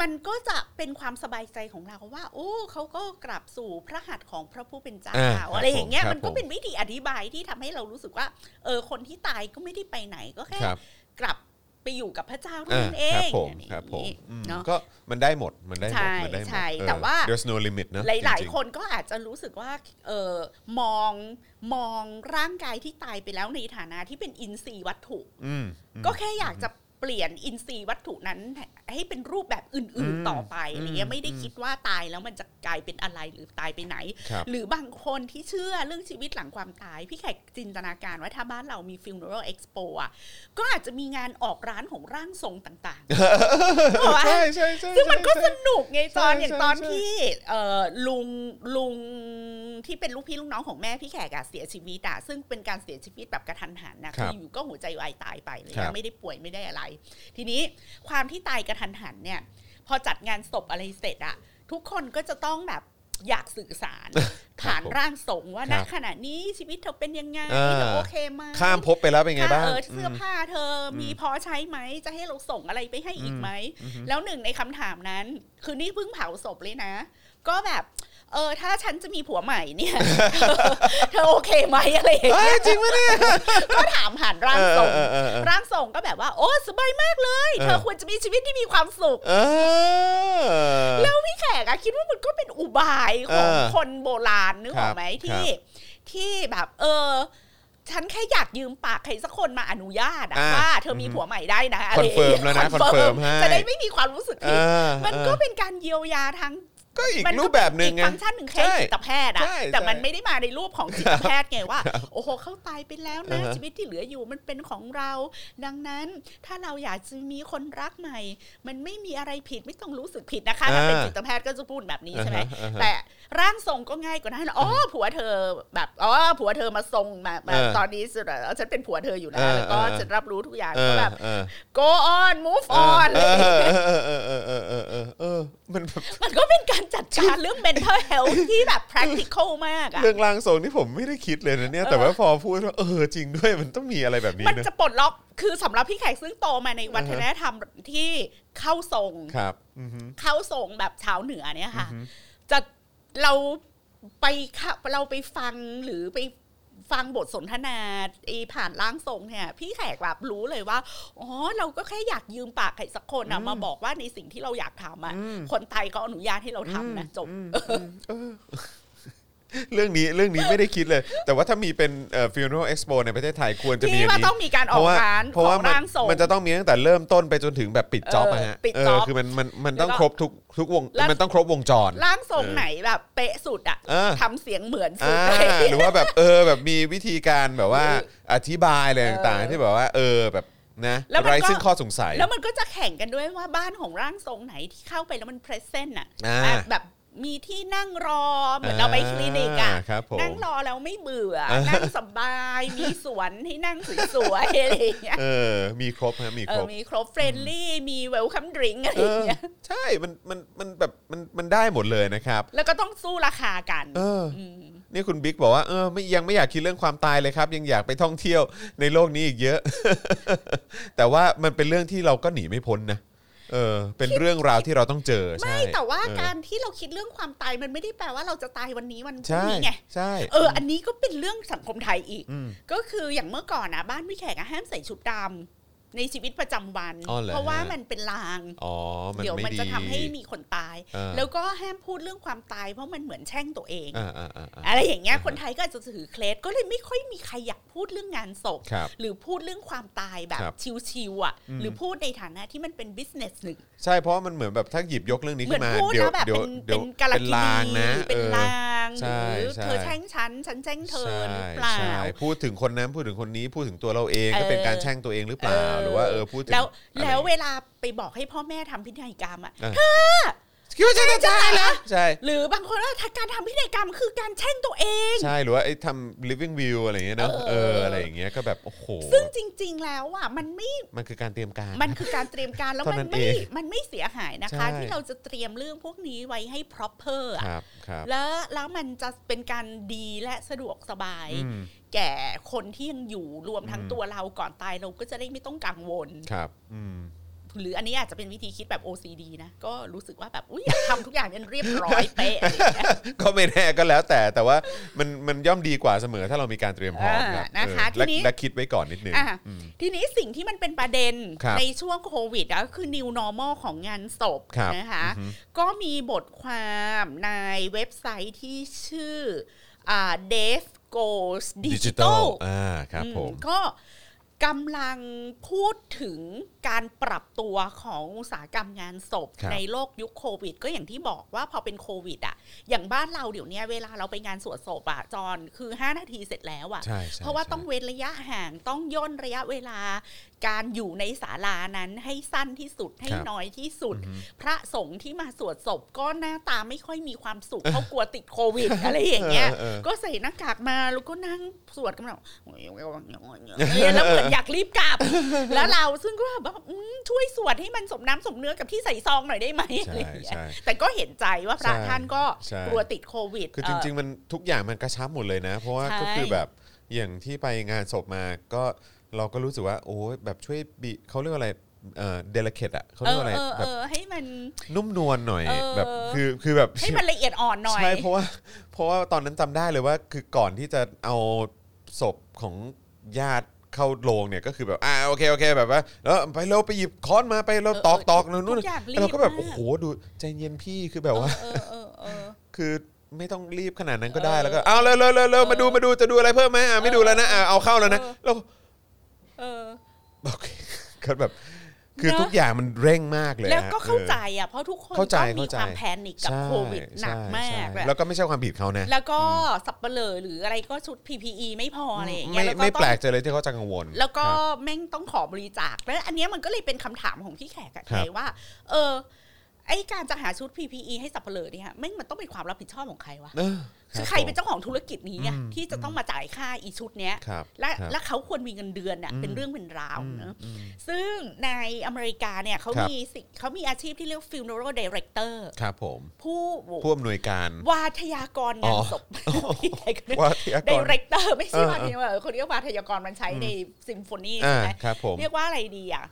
Speaker 3: มันก็จะเป็นความสบายใจของเราว่า โอ้เขาก็กลับสู่พระหัตถ์ของพระผู้เป็นเจ้า
Speaker 2: อ่าครับ
Speaker 3: อะไรอย่างเงี้
Speaker 2: ผ
Speaker 3: ย
Speaker 2: มครับ
Speaker 3: มันก็เป็นวิธีอธิบายที่ทำให้เรารู้สึกว่า เออคนที่ตายก็ไม่ได้ไปไหนก็แค่
Speaker 2: ครับ
Speaker 3: กลับไปอยู่กับพระเจ้าเท่า
Speaker 2: อ่า
Speaker 3: นั้นเอ
Speaker 2: ครับ
Speaker 3: ง
Speaker 2: ผม
Speaker 3: อะ
Speaker 2: ครับผม
Speaker 3: ไรอย่างงี้
Speaker 2: อืม
Speaker 3: เนาะ
Speaker 2: ก็มันได้หมดมันได้ห
Speaker 3: ใช่
Speaker 2: มดมันได้หมด
Speaker 3: ใช่
Speaker 2: เออ
Speaker 3: แต่ว่า
Speaker 2: there's no limit นะ
Speaker 3: หลาย
Speaker 2: จริง
Speaker 3: ๆ
Speaker 2: ๆ
Speaker 3: คนก็อาจจะรู้สึกว่าเออมองมองร่างกายที่ตายไปแล้วในฐานะที่เป็นอินทรีย์วัตถุ
Speaker 2: อืมอืม
Speaker 3: ก็แค่อยากจะเปลี่ยนอินทรีย์วัตถุนั้น ให้เป็นรูปแบบ
Speaker 2: อื
Speaker 3: อื่น
Speaker 2: ม
Speaker 3: ๆต่อไปอะไรเงี้
Speaker 2: อื
Speaker 3: ย
Speaker 2: ม
Speaker 3: ไม่ได้
Speaker 2: อืม
Speaker 3: คิดว่าตายแล้วมันจะกลายเป็นอะไรหรือตายไปไหน
Speaker 2: ครับ
Speaker 3: หรือบางคนที่เชื่อเรื่องชีวิตหลังความตาย พี่แขกจินตนาการว่าถ้าบ้านเรามี funeral expo อ่ะก็อาจจะมีงานออกร้านของร่างทรงต่างๆ เพราะว่า
Speaker 2: ใช่ใช่ใช่
Speaker 3: ซึ่งมันก็สนุกไง
Speaker 2: ใช่
Speaker 3: ตอน
Speaker 2: ใช่
Speaker 3: อย่างตอน
Speaker 2: ใช่
Speaker 3: ที่เอ่อลุงลุงที่เป็นลูกพี่ลูกน้องของแม่พี่แขกอะเสียชีวิตอะซึ่งเป็นการเสียชีวิตแบบกระทันหันนะ
Speaker 2: ครับ
Speaker 3: คืออยู่ก็หัวใจวายตายไปเลย
Speaker 2: ครั
Speaker 3: นะ
Speaker 2: บ
Speaker 3: ไม่ได้ป่วยไม่ได้อะไร ทีนี้ความที่ตายกระทันหันเนี่ย พอจัดงานศพอะไรเสร็จอะทุกคนก็จะต้องแบบ อยากสื่อสาร
Speaker 2: <laughs>
Speaker 3: ผ่าน
Speaker 2: ผม
Speaker 3: ร่างทรงว่า
Speaker 2: ครับ
Speaker 3: ณขณะนี้ชีวิตเธอเป็นยังไง
Speaker 2: เออ
Speaker 3: เธอโอเคไหม
Speaker 2: ข้ามภพไปแล้วเป็นไงบ้าง
Speaker 3: เออเสื้อ
Speaker 2: ม
Speaker 3: ผ้าเธอมีพอใช้ไหม จะให้เราส่งอะไรไปให้อีกไหม แล้วหนึ่งในคำถามนั้น คือนี่เพิ่งเผาศพเลยนะ ก็แบบ เออ ถ้าฉันจะมีผัวใหม่เนี่ย <laughs> เธอเธอโอเคไหมอะไรอย่าง
Speaker 2: เอ้
Speaker 3: เงี้
Speaker 2: ย
Speaker 3: ย
Speaker 2: จริงไหมเนี่ย
Speaker 3: ก็ถามผ่านร่างทรง
Speaker 2: เออเออเออ
Speaker 3: ร่างทรงก็แบบว่า โอ้สบายมากเลย
Speaker 2: เออ
Speaker 3: เธอควรจะมีชีวิตที่มีความสุข
Speaker 2: เออ
Speaker 3: แล้วพี่แขกอะคิดว่ามันก็เป็นอุบายของ
Speaker 2: เออ
Speaker 3: คนโบราณนึกออกไหม
Speaker 2: ครับ
Speaker 3: ที่ ที่แบบเออ ฉันแค่อยากยืมปากใครสักคนมาอนุญาตอะ
Speaker 2: อ่า
Speaker 3: ว่าเธอมีผัวใหม่ได้นะอะไร
Speaker 2: คอนเฟิร์มแล้วนะ
Speaker 3: คอนเฟิร์
Speaker 2: คอน
Speaker 3: ม
Speaker 2: เฟิร์มให้
Speaker 3: จะได้ไม่มีความรู้สึก
Speaker 2: เอ
Speaker 3: ผิด
Speaker 2: อ
Speaker 3: มัน
Speaker 2: เอ
Speaker 3: ก็
Speaker 2: อ
Speaker 3: เป็นการเยียวยาทาง
Speaker 2: ก็อีก
Speaker 3: มั
Speaker 2: รูปแบบหนึ่ง
Speaker 3: อี
Speaker 2: ไง
Speaker 3: กฟังก์ชันหนึ่งแค่
Speaker 2: ใช่
Speaker 3: จิตแพทย์อะ
Speaker 2: ใช่
Speaker 3: แต่มัน
Speaker 2: ใช่
Speaker 3: ไม่ได้มาในรูปของจิตแพทย์ไงว่า โอ้โหเขาตายไปแล้วนะ
Speaker 2: อ่าฮะ
Speaker 3: ชีวิตที่เหลืออยู่มันเป็นของเรา ดังนั้นถ้าเราอยากจะมีคนรักใหม่ มันไม่มีอะไรผิดไม่ต้องรู้สึกผิดนะคะถ้าเป็นจิตแพทย์ก็จะพูดแบบนี้ใช่ไหม
Speaker 2: อ่าฮะ
Speaker 3: แต่ร่างทรงก็ง่ายกว่านั้นอ๋อผัวเธอแบบอ๋อผัวเธอมาทรงมามา
Speaker 2: เออ
Speaker 3: ตอนนี้สุดแล้วฉันเป็นผัวเธออยู่
Speaker 2: เอ
Speaker 3: นะ
Speaker 2: อ
Speaker 3: แล้วก็
Speaker 2: เออ
Speaker 3: ฉันรับรู้ทุกอย่าง
Speaker 2: เอ
Speaker 3: ก็
Speaker 2: อ
Speaker 3: แบบ
Speaker 2: เออ
Speaker 3: go on move
Speaker 2: เออ
Speaker 3: on
Speaker 2: เออเออเออเออเออเออเออมันแบบ
Speaker 3: มันก็เป็นการจัดการเรื่อง mental health ที่แบบ practical มากอะ
Speaker 2: เรื่องร่างทรงนี่ผมไม่ได้คิดเลยนะเนี่ย แต่ว่าพอพูดว่าเออจริงด้วยมันต้องมีอะไรแบบนี้
Speaker 3: มัน
Speaker 2: นะ
Speaker 3: จะปลดล็อกคือสำหรับพี่แขกซึ่งโตมาในวัฒนธรรมที่เข้าทรง
Speaker 2: ครับอือฮึ
Speaker 3: เข้าทรงแบบชาวเหนือเนี่ยค่ะ จะเราไปค่ะเราไปฟังหรือไปฟังบทสนทนาไอ้ผ่านร่างทรงเนี่ย พี่แขกแบบรู้เลยว่าอ๋อเราก็แค่อยากยืมปากใครสักคนนะ
Speaker 2: อืม
Speaker 3: มาบอกว่าในสิ่งที่เราอยากทำอ่ะ
Speaker 2: อืม
Speaker 3: คนไทยก็อนุญาตให้เราทำนะจบ
Speaker 2: อืมอืมเออเรื่องนี้เรื่องนี้ไม่ได้คิดเลย แต่ว่าถ้ามีเป็นเอ่อ funeral expo ในประเทศไทยควรจะมี
Speaker 3: พี่
Speaker 2: อัน
Speaker 3: ว่า
Speaker 2: นี้
Speaker 3: ต้องมีการออกร้าน
Speaker 2: เพ
Speaker 3: ข
Speaker 2: ราะ
Speaker 3: อ
Speaker 2: ว่าง มัน
Speaker 3: ร่างทรง
Speaker 2: มันจะต้องมีตั้งแต่เริ่มต้นไปจนถึงแบบปิดจ็อบอะฮะ
Speaker 3: เออปิด
Speaker 2: เอ
Speaker 3: จ็
Speaker 2: อ
Speaker 3: อบ
Speaker 2: คือมันมันมันต้อง
Speaker 3: แล้วก็
Speaker 2: ครบทุกทุกวง
Speaker 3: แล้ว
Speaker 2: มันต้องครบวงจร
Speaker 3: ร่างทรง
Speaker 2: เออ
Speaker 3: ไหนแบบเป๊ะสุดอ่ะ
Speaker 2: เออ
Speaker 3: ทำเสียงเหมือนสุ
Speaker 2: อ่า
Speaker 3: ดอะไร <laughs> อย่างเงี้ย
Speaker 2: หรือว่าแบบเออแบบมีวิธีการแบบว่าอธิบายอะไรต่าง
Speaker 3: เออ
Speaker 2: ๆ ที่แบบว่า เออแบบนะ
Speaker 3: แล้วมันก็
Speaker 2: ไรซึ่งข้อสงสัย
Speaker 3: แล้วมันก็จะแข่งกันด้วยว่าบ้านของร่างทรงไหนที่เข้าไปแล้วมันเพรสเซนต์อ่ะ
Speaker 2: อ่า
Speaker 3: แบบแบบมีที่นั่งรอเหมือนเราไปคลินิกอ่ะ
Speaker 2: ครับผม
Speaker 3: นั่งรอแล้วไม่เบื่อ
Speaker 2: อ่า
Speaker 3: นั่งสบาย มีสวนให้นั่งสวยๆอะไรอย่างเงี้ย
Speaker 2: เออ มีครบฮะมีค
Speaker 3: เอ
Speaker 2: ร
Speaker 3: อบ มีครบเฟรนลี่ มีเวลคัมดริงอะไร
Speaker 2: เอ
Speaker 3: อย่า
Speaker 2: อ
Speaker 3: งเงี้ <laughs> ย
Speaker 2: ใช่มันมันมันแบบมันมันได้หมดเลยนะครับ
Speaker 3: แล้วก็ต้องสู้ราคากัน
Speaker 2: เออ
Speaker 3: ม
Speaker 2: นี่คุณบิ๊กบอกว่าเออไม่ยังไม่อยากคิดเรื่องความตายเลยครับ ยังอยากไปท่องเที่ยวในโลกนี้อีกเยอะ <laughs> แต่ว่ามันเป็นเรื่องที่เราก็หนีไม่พ้นนะเออ เป็นเรื่องราวที่เราต้องเจอใช่
Speaker 3: ไม่แต่ว่า
Speaker 2: เออ
Speaker 3: การที่เราคิดเรื่องความตายมันไม่ได้แปลว่าเราจะตายวันนี้วันพรุ่ง
Speaker 2: ใช่
Speaker 3: นี้ไง
Speaker 2: ใช่
Speaker 3: เออ อันนี้ก็เป็นเรื่องสังคมไทยอีก
Speaker 2: ม
Speaker 3: ก็คืออย่างเมื่อก่อนนะบ้านพี่แขกอะห้ามใส่ชุดดำในชีวิตประจำวัน
Speaker 2: อ๋อเหรอ
Speaker 3: เพราะว่า
Speaker 2: ฮะ
Speaker 3: มันเป็นลาง
Speaker 2: อ๋อมัน
Speaker 3: เดี๋ยว
Speaker 2: ไม่
Speaker 3: มัน
Speaker 2: ดี
Speaker 3: จะทำให้มีคนตาย
Speaker 2: เออ
Speaker 3: แล้วก็ห้ามพูดเรื่องความตาย เพราะมันเหมือนแช่งตัวเอง
Speaker 2: อ่าอ่าอ่าอ่า
Speaker 3: อะไรอย่างเงี้ยคนไทยก็อาจจะถือเคล็ดก็เลยไม่ค่อยมีใครอยากพูดเรื่องงานศพ
Speaker 2: ครับ
Speaker 3: หรือพูดเรื่องความตายแบบ
Speaker 2: ครับ
Speaker 3: ชิวๆอ่ะ
Speaker 2: อืม
Speaker 3: หรือพูดในฐานะที่มันเป็นบิสเนสหนึ่ง
Speaker 2: ใช่เพราะมันเหมือนแบบถ้าหยิบยกเรื่องนี้
Speaker 3: เหมื
Speaker 2: ขึ้
Speaker 3: อน
Speaker 2: นมา
Speaker 3: พูด
Speaker 2: เดี๋ยว
Speaker 3: แล้วแบบ
Speaker 2: เดี๋ยว
Speaker 3: เป็น
Speaker 2: เดี๋ยว
Speaker 3: เป็นกาล
Speaker 2: เป็น
Speaker 3: กิ
Speaker 2: ลางนะ
Speaker 3: เป็นลาง
Speaker 2: เออใช่
Speaker 3: หรือ
Speaker 2: ใช่
Speaker 3: เธอแช่งฉันฉันแช่งเธอหรือเปล่า
Speaker 2: ใช่พูดถึงคนนั้นพูดถึงคนนี้พูดถึงตัวเราเองก็เป็น
Speaker 3: เออ
Speaker 2: การแช่งตัวเองหรือเปล่า หรือว่าเออพูดถึง
Speaker 3: แล้ว
Speaker 2: อะไร
Speaker 3: แล้วเวลาไปบอกให้พ่อแม่ทำพินัยกรรมอ่ะ
Speaker 2: เธอคิดว่าฉันจะตายแล้วใช่
Speaker 3: หรือบางคนว่าการทำพินัยกรรมคือการแช่งตัวเอง
Speaker 2: <laughs> ใช่หรือว่าไอ้ทำ living view อะไรอย่างเงี้ยเนอะเอ
Speaker 3: เออ
Speaker 2: ออะไรอย่างเงี้ยก็แบบ โอ้โห
Speaker 3: ซึ่งจริง ๆ แล้วอ่ะมันไม่
Speaker 2: มันคือการเตรียมการ
Speaker 3: มันคือการเตรียมการแล้ว
Speaker 2: เท่า
Speaker 3: มัน
Speaker 2: นั้น
Speaker 3: ไม่
Speaker 2: เอง
Speaker 3: มันไม่เสียหายนะคะ
Speaker 2: ใช่
Speaker 3: ที่เราจะเตรียมเรื่องพวกนี้ไว้ให้ proper
Speaker 2: ค
Speaker 3: อ่ะ
Speaker 2: รับครับ
Speaker 3: แล้วแล้วมันจะเป็นการดีและสะดวกสบาย
Speaker 2: อืม
Speaker 3: แก่คนที่ยังอยู่รวมทั้ง
Speaker 2: อืม
Speaker 3: ตัวเราก่อนตายเราก็จะได้ไม่ต้องกังวล
Speaker 2: ครับ <laughs> อืม
Speaker 3: หรืออันนี้อาจจะเป็นวิธีคิดแบบ OCD นะ ก็รู้สึกว่าแบบอุ้ยอยากทำทุกอย่างมันเรียบร้อยเป๊ะอะไรอย่างเงี้ย
Speaker 2: ก็ไม่แน่ก็แล้วแต่แต่ว่ามันมันย่อมดีกว่าเสมอถ้าเรามีการเตรียมพร้อม
Speaker 3: อ่า
Speaker 2: ครับ
Speaker 3: นะคะ
Speaker 2: เออและ
Speaker 3: ทีนี้
Speaker 2: และคิดไว้ก่อนนิดนึง
Speaker 3: อ่ะทีนี้สิ่งที่มันเป็นประเด็น
Speaker 2: ครับ
Speaker 3: ในช่วงโควิดอะก็คือ new normal ของงานศพ
Speaker 2: ครับ
Speaker 3: นะคะ
Speaker 2: อือหือ
Speaker 3: ก็มีบทความในเว็บไซต์ที่ชื่ออ่า death goes
Speaker 2: ดิจิตอล
Speaker 3: digital
Speaker 2: อ่าครับ
Speaker 3: อืม
Speaker 2: ผม
Speaker 3: ก็กำลังพูดถึงการปรับตัวของอุตสาหกรรมงานศพ
Speaker 2: ครับ
Speaker 3: ในโลกยุคโควิด ก็อย่างที่บอกว่าพอเป็นโควิดอ่ะ อย่างบ้านเราเดี๋ยวเนี้ยเวลาเราไปงานสวดศพอ่ะจอนคือ 5 นาทีเสร็จแล้วอ่ะ
Speaker 2: ใช่ใช่
Speaker 3: เพราะว่า
Speaker 2: ใช่
Speaker 3: ต้องเว้นระยะห่างต้องย่นระยะเวลา การอยู่ในศาลานั้นให้สั้นที่สุดให้
Speaker 2: ครับ
Speaker 3: น้อยที่สุด
Speaker 2: อือฮึ
Speaker 3: พระสงฆ์ที่มาสวดศพก็หน้าตาไม่ค่อยมีความสุขเพราะกลัวติดโควิด อะไรอย่างเงี้ย
Speaker 2: ออออ
Speaker 3: ก็ใส่หน้ากากมาแล้วก็นั่งสวดกันแบบโอ้ยโอ้ยโอ้ยโอ้ยโอ้ยแล้วเหมือนอยากรีบ
Speaker 2: <laughs>
Speaker 3: กลับ แล้วเราซึ่งก็แบบอืมช่วยสวดให้มันสมน้ำสมเนื้อกับที่ใส่ซองหน่อยได้ไหม
Speaker 2: ใช่
Speaker 3: อะไรอย่างเงี้ย
Speaker 2: ใช่
Speaker 3: แต่ก็เห็นใจว่าพระ
Speaker 2: ใช่
Speaker 3: ท่านก็
Speaker 2: ใช่
Speaker 3: กลัวติดโควิด
Speaker 2: คือจริง
Speaker 3: เ
Speaker 2: ๆ มันทุกอย่างมันกระชับหมดเลยนะ เพราะว่า
Speaker 3: ใช่
Speaker 2: ก็คือแบบอย่างที่ไปงานศพมาก็เราก็รู้สึกว่า โอ้ยแบบช่วยบีเขาเรียกว่าอะไรเออเดลเคทอะเขา
Speaker 3: เอ
Speaker 2: เรียก
Speaker 3: อ
Speaker 2: ว่าอะไร
Speaker 3: เออ
Speaker 2: แบ
Speaker 3: เอบ อให้มัน
Speaker 2: นุ่มนวลหน่อย
Speaker 3: เออ
Speaker 2: แบบคือคือแบบ
Speaker 3: ให้มันละเอียดอ่อนหน่อย
Speaker 2: ใช่เพราะ <laughs> ว่าเพราะว่าตอนนั้นจำได้เลยว่าคือก่อนที่จะเอาศพของญาติเข้าโรงเนี่ยก็คือแบบอ่าโอเคโอเคแบบว่าแล้วไปเร็วไปหยิบค้อนมาไปเรา
Speaker 3: เออเออ
Speaker 2: ตอกตอกนู่นนู่น
Speaker 3: ทุกอย่างรีบ
Speaker 2: เราก็แบบ
Speaker 3: มาก
Speaker 2: โอ้โหดูใจเย็นพี่คือแบบว่า
Speaker 3: เออเออเออ
Speaker 2: คือไม่ต้องรีบขนาดนั้นก็ได้
Speaker 3: เออ
Speaker 2: แล้วก็เอาเร็วเร็วเร็วเร็วมาดูมาดูจะดูอะไรเพิ่มไหมอ่ะไม่ดูแล้วนะอ่ะเอาเข้าแล้วนะ
Speaker 3: เออ
Speaker 2: แล้ว
Speaker 3: เออ
Speaker 2: โอเคก็แบบคือ
Speaker 3: เนอะ
Speaker 2: ทุกอย่างมันเร่งมากเลย
Speaker 3: แล้วก็เข้า
Speaker 2: ออ
Speaker 3: ใจอ่ะเพราะทุกคน
Speaker 2: เข้าใจ
Speaker 3: ก็มี
Speaker 2: เข้าใจ
Speaker 3: ความแพนิคกับ
Speaker 2: ใช่
Speaker 3: โควิดหนัก
Speaker 2: ใช่
Speaker 3: มาก
Speaker 2: ใช่
Speaker 3: อะ
Speaker 2: แล้วก็ไม่ใช่ความผิดเขานะ
Speaker 3: แล้วก็สับเปลือหรืออะไรก็ชุด PPE ไม่พออะไรอย่างเงี้
Speaker 2: ไม่
Speaker 3: ยล้ว
Speaker 2: ไม่
Speaker 3: ต้อง
Speaker 2: แปลกใจเลยที่เขาจะกังวล
Speaker 3: แล้วก็
Speaker 2: ครับ
Speaker 3: แม่งต้องขอบริจาคแล้วอันเนี้ยมันก็เลยเป็นคำถามของพี่แขกกับ
Speaker 2: ค
Speaker 3: เท
Speaker 2: รับ
Speaker 3: ว่า เออ ไอการจะหาชุด PPE ให้สับเปลือเนี่ยแม่งมันต้องเป็นความรับผิดชอบของใครวะ
Speaker 2: เออ
Speaker 3: คือใครเป็น
Speaker 2: บ
Speaker 3: เจ้าของธุรกิจนี้อะ
Speaker 2: อืม
Speaker 3: ที่จะต้องมาจ่ายค่าอีชุดเนี้ย
Speaker 2: ผมครับ
Speaker 3: และ
Speaker 2: ครับ
Speaker 3: และเขาควรมีเงินเดือนอะ
Speaker 2: อืม
Speaker 3: เป็นเรื่องเป็นราวเนอะ
Speaker 2: อืม
Speaker 3: ซึ่งในอเมริกาเนี่ยเขา
Speaker 2: ครับ
Speaker 3: มีสิ่งเขามีอาชีพที่เรียก funeral director
Speaker 2: ครับผม
Speaker 3: ผู้
Speaker 2: ผู้อำนวยการ
Speaker 3: วาทยากรงาน
Speaker 2: อ๋อ
Speaker 3: ศพพี่แขกก็นึก
Speaker 2: ว่าที่อาก
Speaker 3: ดี
Speaker 2: ร
Speaker 3: เรคเตอร์ไม่
Speaker 2: เอ
Speaker 3: ใช่
Speaker 2: อ
Speaker 3: วาทยากรคนเรียกวาทยากรมันใช้
Speaker 2: อืม
Speaker 3: ในซิมโฟนี
Speaker 2: อ่า
Speaker 3: ใช่ไหม
Speaker 2: ครับผม
Speaker 3: เรียกว่าอะไรดีอ่ะ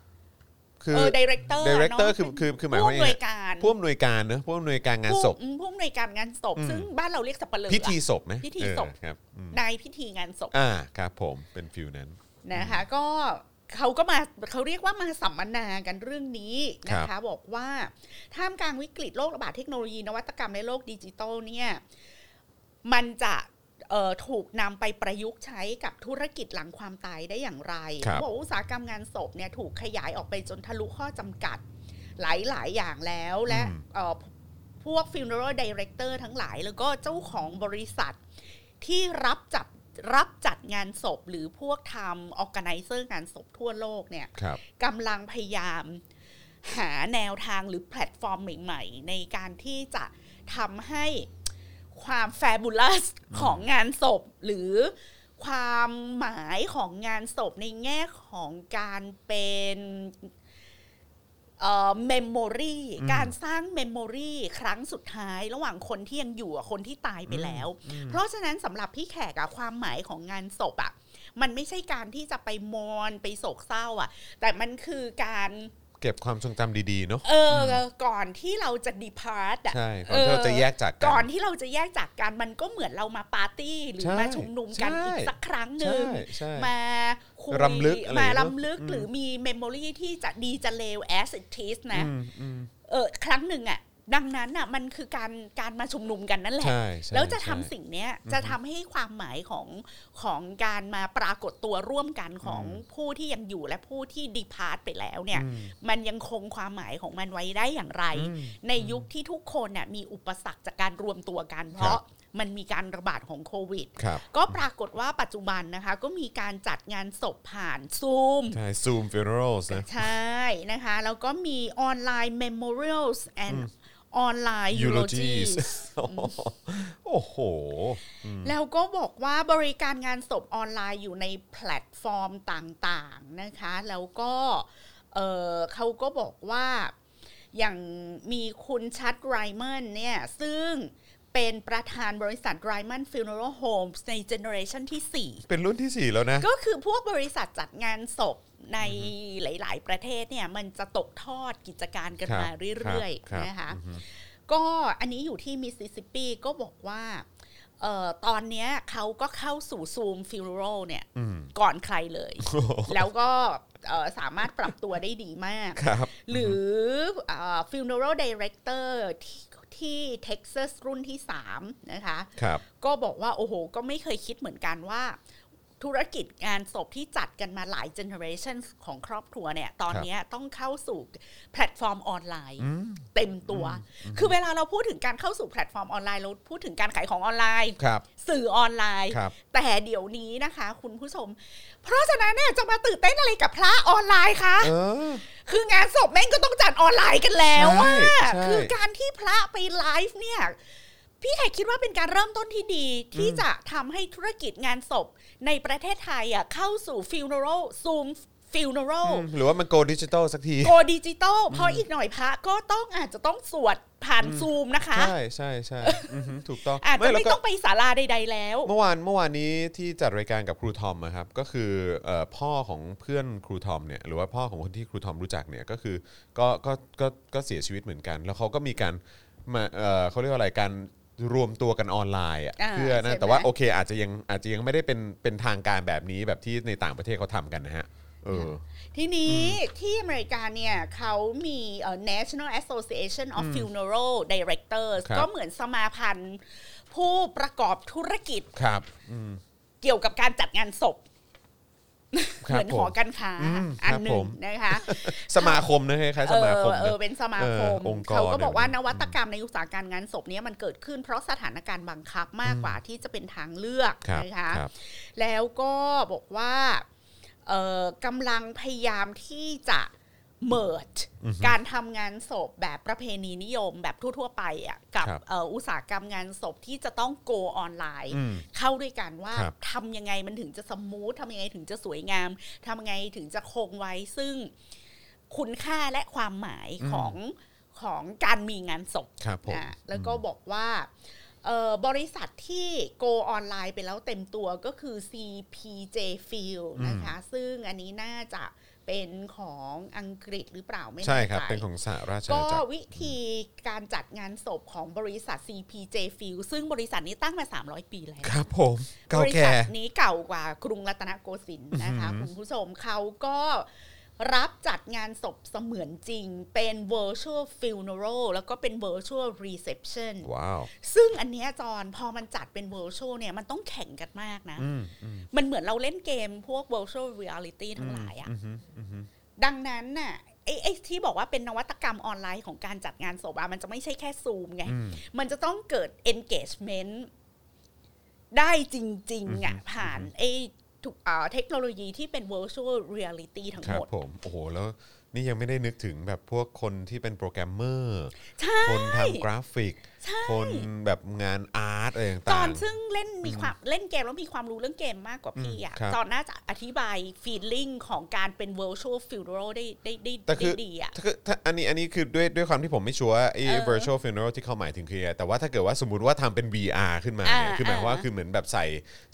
Speaker 2: คือ
Speaker 3: เออดีเรคเตอร์
Speaker 2: ดีเรคเตอร์คือคือคือหมายค
Speaker 3: ผู้
Speaker 2: วาม
Speaker 3: อำน
Speaker 2: ว่า
Speaker 3: วยการ
Speaker 2: ผู้อำนวยการเนอะผู้อำนวยการงานศพ
Speaker 3: ผู้อืมผู้อำนวยการงานศพ
Speaker 2: อืม
Speaker 3: ซึ่งบ้านเราเรียกสับปะเลอ
Speaker 2: พิธีศพนะ
Speaker 3: พิธี
Speaker 2: เออ
Speaker 3: ศพ
Speaker 2: ครับอืม
Speaker 3: ในพิธีงานศพ
Speaker 2: อ่าครับผมเป็นฟิวนั้น
Speaker 3: นะคะ ก็เขาก็มาเขาเรียกว่ามาสัมมนากันเรื่องนี้นะ
Speaker 2: ครั
Speaker 3: คะ
Speaker 2: บ
Speaker 3: บอกว่าท่ามกลางวิกฤตโรคระบาดเทคโนโลยีนวัตกรรมในโลกดิจิตอลเนี่ยมันจะเอ่อถูกนำไปประยุกต์ใช้กับธุรกิจหลังความตายได้อย่างไร
Speaker 2: ครับ
Speaker 3: บอกว่าอุตสาหกรรมงานศพเนี่ยถูกขยายออกไปจนทะลุข้อจำกัดหลาย ๆ อย่างแล้ว และ
Speaker 2: อืม
Speaker 3: เอ่อพวก funeral director ทั้งหลาย แล้วก็เจ้าของบริษัทที่รับจับรับจัดงานศพ หรือพวกทำ organizer งานศพทั่วโลกเนี่ย
Speaker 2: ครับ
Speaker 3: กำลังพยายามหาแนวทางหรือแพลตฟอร์มใหม่ ๆ ในการที่จะทำให้ความแฟบูลัสของงานศพ หรือความหมายของงานศพในแง่ของการเป็นเอ่อเมมโมรี
Speaker 2: อืม
Speaker 3: การสร้างเมมโมรีครั้งสุดท้ายระหว่างคนที่ยังอยู่กับคนที่ตายไปแล้ว เพราะฉะนั้นสำหรับพี่แขกอะความหมายของงานศพอะมันไม่ใช่การที่จะไปมอนไปโศกเศร้าอะแต่มันคือการ
Speaker 2: เก็บความทรงจำดีๆเนาะ
Speaker 3: เอออก่อนที่เราจะดีพาร์ตอะ
Speaker 2: ใช่ก่อนที่
Speaker 3: เออ
Speaker 2: เราจะแยกจากกั
Speaker 3: ก่อนที่เราจะแยกจากกันมันก็เหมือนเรามาปาร์ตี้หรือ
Speaker 2: ใช่
Speaker 3: มาชุมนุมกัน
Speaker 2: ใช่
Speaker 3: อีกสักครั้งห
Speaker 2: ใช่
Speaker 3: นึ่ง
Speaker 2: ใช่
Speaker 3: มาคุย
Speaker 2: รำลึกอะไร
Speaker 3: มา
Speaker 2: เนอะ
Speaker 3: รำลึก
Speaker 2: อืม
Speaker 3: หรือมีเมมโมรีที่จะดีจะเลวแอสซิทิสนะ
Speaker 2: อืมอืม
Speaker 3: เออครั้งหนึ่งอะดังนั้นอะมันคือการการมาชุมนุมกันนั่นแหละ
Speaker 2: ใช่ใช่
Speaker 3: แล้วจะทำ
Speaker 2: ใช่
Speaker 3: สิ่งเนี้ยจะทำให้ความหมายของของการมาปรากฏตัวร่วมกันของผู้ที่ยังอยู่และผู้ที่ดีพาร์ตไปแล้วเนี่ย
Speaker 2: อืม
Speaker 3: มันยังคงความหมายของมันไว้ได้อย่างไร
Speaker 2: อืม
Speaker 3: ในยุคที่ทุกคนน่ะมีอุปสรรคจากการรวมตัวกัน เพราะมันมีการระบาดของโควิด
Speaker 2: ครับ
Speaker 3: ก็ปรากฏว่าปัจจุบันนะคะ ก็มีการจัดงานศพผ่านซูม
Speaker 2: ใช่ซูมฟิวเนอรัลนะ
Speaker 3: ใช่นะคะ แล้วก็มีออนไลน์ memorials and ออนไลน์ eulogies
Speaker 2: eulogies โอ้โห
Speaker 3: แล้วก็บอกว่าบริการงานศพออนไลน์อยู่ในแพลตฟอร์มต่างๆนะคะ แล้วก็เออเขาก็บอกว่าอย่างมีคุณชัดไรเมอนเนี่ย ซึ่งเป็นประธานบริษัทไรเมอนฟิวเนอร์โฮมในเจเนอเรชันที่
Speaker 2: เป็นรุ่นที่สี่แล้วนะ <laughs>
Speaker 3: 4 ก็คือพวกบริษัทจัดงานศพในหลาย ๆ ประเทศเนี่ย มันจะตกทอดกิจการกัน
Speaker 2: ครับ
Speaker 3: มาเรื่อย
Speaker 2: ครับ
Speaker 3: ๆ นะคะ
Speaker 2: อือฮึ
Speaker 3: ก็อันนี้อยู่ที่มิสซิสซิปปีก็บอกว่าเอ่อตอนเนี้ยเขาก็เข้าสู่ซูมฟิ n โรเนี่ย
Speaker 2: อืม
Speaker 3: ก่อนใครเลย แล้วก็เอ่อสามารถปรับตัวได้ดีมาก
Speaker 2: ครับ
Speaker 3: หรือฟิวเนอรัลดีเรคเตอร์ที่ที่เท็กซัสรุ่นที่ 3 นะคะ
Speaker 2: ครับ
Speaker 3: ก็บอกว่า โอ้โห ก็ไม่เคยคิดเหมือนกันว่า ธุรกิจงานศพที่จัดกันมาหลายเจเนอเรชันของครอบครัวเนี่ย ตอน
Speaker 2: ครับ
Speaker 3: เนี้ยต้องเข้าสู่แพลตฟอร์มออนไลน์
Speaker 2: อืม
Speaker 3: เต็มตัว คือเวลาเราพูดถึงการเข้าสู่แพลตฟอร์มออนไลน์เราพูดถึงการขายของออนไลน์
Speaker 2: ครับ
Speaker 3: สื่อออนไลน์
Speaker 2: ครับ
Speaker 3: แต่เดี๋ยวนี้นะคะ คุณผู้ชม เพราะฉะนั้นเนี่ยจะมาตื่นเต้นอะไรกับพระออนไลน์คะ
Speaker 2: เออ
Speaker 3: คืองานศพแม่งก็ต้องจัดออนไลน์กันแล้วว่า
Speaker 2: ใช่ใช่
Speaker 3: คือการที่พระไปไลฟ์เนี่ย พี่แขกคิดว่าเป็นการเริ่มต้นที่ดีที่
Speaker 2: อืม
Speaker 3: จะทำให้ธุรกิจงานศพในประเทศไทยอ่ะเข้าสู่ funeral zoom funeral
Speaker 2: อืมหรือว่ามันโกดิจิตอลสักที
Speaker 3: โกดิจิตอลเพราะอีกหน่อยพระก็ต้องอาจจะต้องสวดผ่านซูมนะคะ
Speaker 2: ใช่ใช่ใช่อือฮึถูกต้อง
Speaker 3: อาจจะ
Speaker 2: แล้ว
Speaker 3: ไม่
Speaker 2: ก็
Speaker 3: ต้องไปศาลาใด ๆ แล้ว
Speaker 2: เมื่อวานเมื่อวานนี้ที่จัดรายการกับครูทอมอะครับก็คือเอ่อพ่อของเพื่อนครูทอมเนี่ยหรือว่าพ่อของคนที่ครูทอมรู้จักเนี่ยก็คือก็ก็ก็ก็เสียชีวิตเหมือนกัน แล้วเขาก็มีการมาเอ่อเขาเรียกว่าอะไรการรวมตัวกันออนไลน์อะ
Speaker 3: อ่า
Speaker 2: เพื่อ
Speaker 3: ใช่
Speaker 2: นะ
Speaker 3: ไหม
Speaker 2: แต่ว่าโอเคอาจจะยังอาจจะยังไม่ได้เป็นเป็นทางการแบบนี้แบบที่ในต่างประเทศเขาทำกันนะฮะเออ
Speaker 3: ทีนี้ที่อเมริกาเนี่ยเขามีเอ่อ National Association of Funeral Directors
Speaker 2: ครับ
Speaker 3: ก็เหมือนสมาพันธ์ ผู้ประกอบธุรกิจ
Speaker 2: ครับอืม
Speaker 3: เกี่ยวกับการจัดงานศพ
Speaker 2: ค
Speaker 3: เห
Speaker 2: รับ
Speaker 3: มือน
Speaker 2: ผ
Speaker 3: หอ
Speaker 2: ม
Speaker 3: การค้า
Speaker 2: อืม
Speaker 3: อั
Speaker 2: ค
Speaker 3: น
Speaker 2: รับ
Speaker 3: ห
Speaker 2: ผ
Speaker 3: นึ่ง
Speaker 2: ม
Speaker 3: นะคะ
Speaker 2: สมาคมนะคล้ายๆสมาคม
Speaker 3: เออเออ
Speaker 2: นะ
Speaker 3: เป็นสมาคม
Speaker 2: เออองค์กร
Speaker 3: เขาก็บอกว่า
Speaker 2: เนี่ย
Speaker 3: นวัตกรรมในอุตสาหการมงานศพเนี้มันเกิดขึ้นเพราะสถานการณ์บังคับมากกว่าที่จะเป็นทางเลือก
Speaker 2: ครับ
Speaker 3: นะคะ
Speaker 2: ครับ
Speaker 3: แล้วก็บอกว่าเอ่อกำลังพยายามที่จะเมิร์การทำงานศพแบบประเพณีนิยมแบบทั่ว ๆ ไปอ่ะกับ
Speaker 2: ครับ
Speaker 3: เอ่ออุตสาหกรรมงานศพที่จะต้องโกออนไลน์
Speaker 2: อืม
Speaker 3: เข้าด้วยกันว่า
Speaker 2: ครับ
Speaker 3: ทำยังไงมันถึงจะสมูททำยังไงถึงจะสวยงามทำยังไงถึงจะคงไว้ซึ่งคุณค่าและความหมายของของการมีงานศพ
Speaker 2: ครับผม
Speaker 3: อ่ะแล้วก็บอกว่าเอ่อบริษัทที่ go ออนไลน์ไปแล้วเต็มตัวก็คือ CPJ Field นะคะ ซึ่งอันนี้น่าจะเป็นของอังกฤษหรือเปล่าไม่แน่
Speaker 2: ใช่
Speaker 3: ใจ
Speaker 2: ครับเป็นของสหราชอา
Speaker 3: ก็
Speaker 2: ณาจักร
Speaker 3: วิธีการจัดงานศพของบริษัท CPJ Field ซึ่งบริษัทนี้ตั้งมา 300 ปีแล้ว
Speaker 2: ครับผมเก่า
Speaker 3: บริษั
Speaker 2: แก่
Speaker 3: ทนี้เก่ากว่ากรุงรัตนโกสินทร์นะคะ
Speaker 2: อื้อหือ
Speaker 3: คุณผู้ชมเขาก็รับจัดงานศพเสมือนจริง เป็น virtual funeral แล้วก็เป็น virtual reception
Speaker 2: ว้าว
Speaker 3: ซึ่งอันเนี้ยจอนพอมันจัดเป็น virtual เนี่ยมันต้องแข่งกันมากนะ
Speaker 2: อืมอืม
Speaker 3: มันเหมือนเราเล่นเกมพวก virtual reality ทั้งหลายอะ
Speaker 2: อืมอืม
Speaker 3: ดังนั้นน่ะไอ้ไอ้ที่บอกว่าเป็นนวัตกรรมออนไลน์ของการจัดงานศพอะมันจะไม่ใช่แค่ซูมไง
Speaker 2: อืม
Speaker 3: มันจะต้องเกิด engagement ได้จริงๆอะผ่านไอ้ทุกเอ่อเทคโนโลยีที่เป็น virtual reality ทั้ง
Speaker 2: ครั
Speaker 3: ห
Speaker 2: บ
Speaker 3: มด
Speaker 2: ผม โอ้โห แล้วนี่ยังไม่ได้นึกถึงแบบพวกคนที่เป็นโปรแกรมเมอร์
Speaker 3: ใช่
Speaker 2: คนทำกราฟิก
Speaker 3: ใช่
Speaker 2: คนแบบงานอาร์ตอะไร
Speaker 3: จอ
Speaker 2: ต่าน ง
Speaker 3: ซึ่งเล่นมีความเล่นเกมแล้วมีความรู้เรื่องเกมมากกว่าพี่อะ
Speaker 2: อืมครับ
Speaker 3: จอนน่าจะอธิบาย feeling ของการเป็น virtual funeral ได้ได้ได้
Speaker 2: ๆ แต่คือ
Speaker 3: ได้ดีอะ
Speaker 2: ถ้าคือถ้าอันนี้อันนี้คือด้วยด้วยความที่ผมไม่ชัวร์ไอ้
Speaker 3: เออ
Speaker 2: virtual funeral ที่เขาหมายถึงคืออะไรแต่ว่าถ้าเกิดว่าสมมติว่าทำเป็น VR ขึ้นมาเนี่ย
Speaker 3: อ่า
Speaker 2: คือหมายความว่า
Speaker 3: อ่า
Speaker 2: คือเหมือนแบบใส่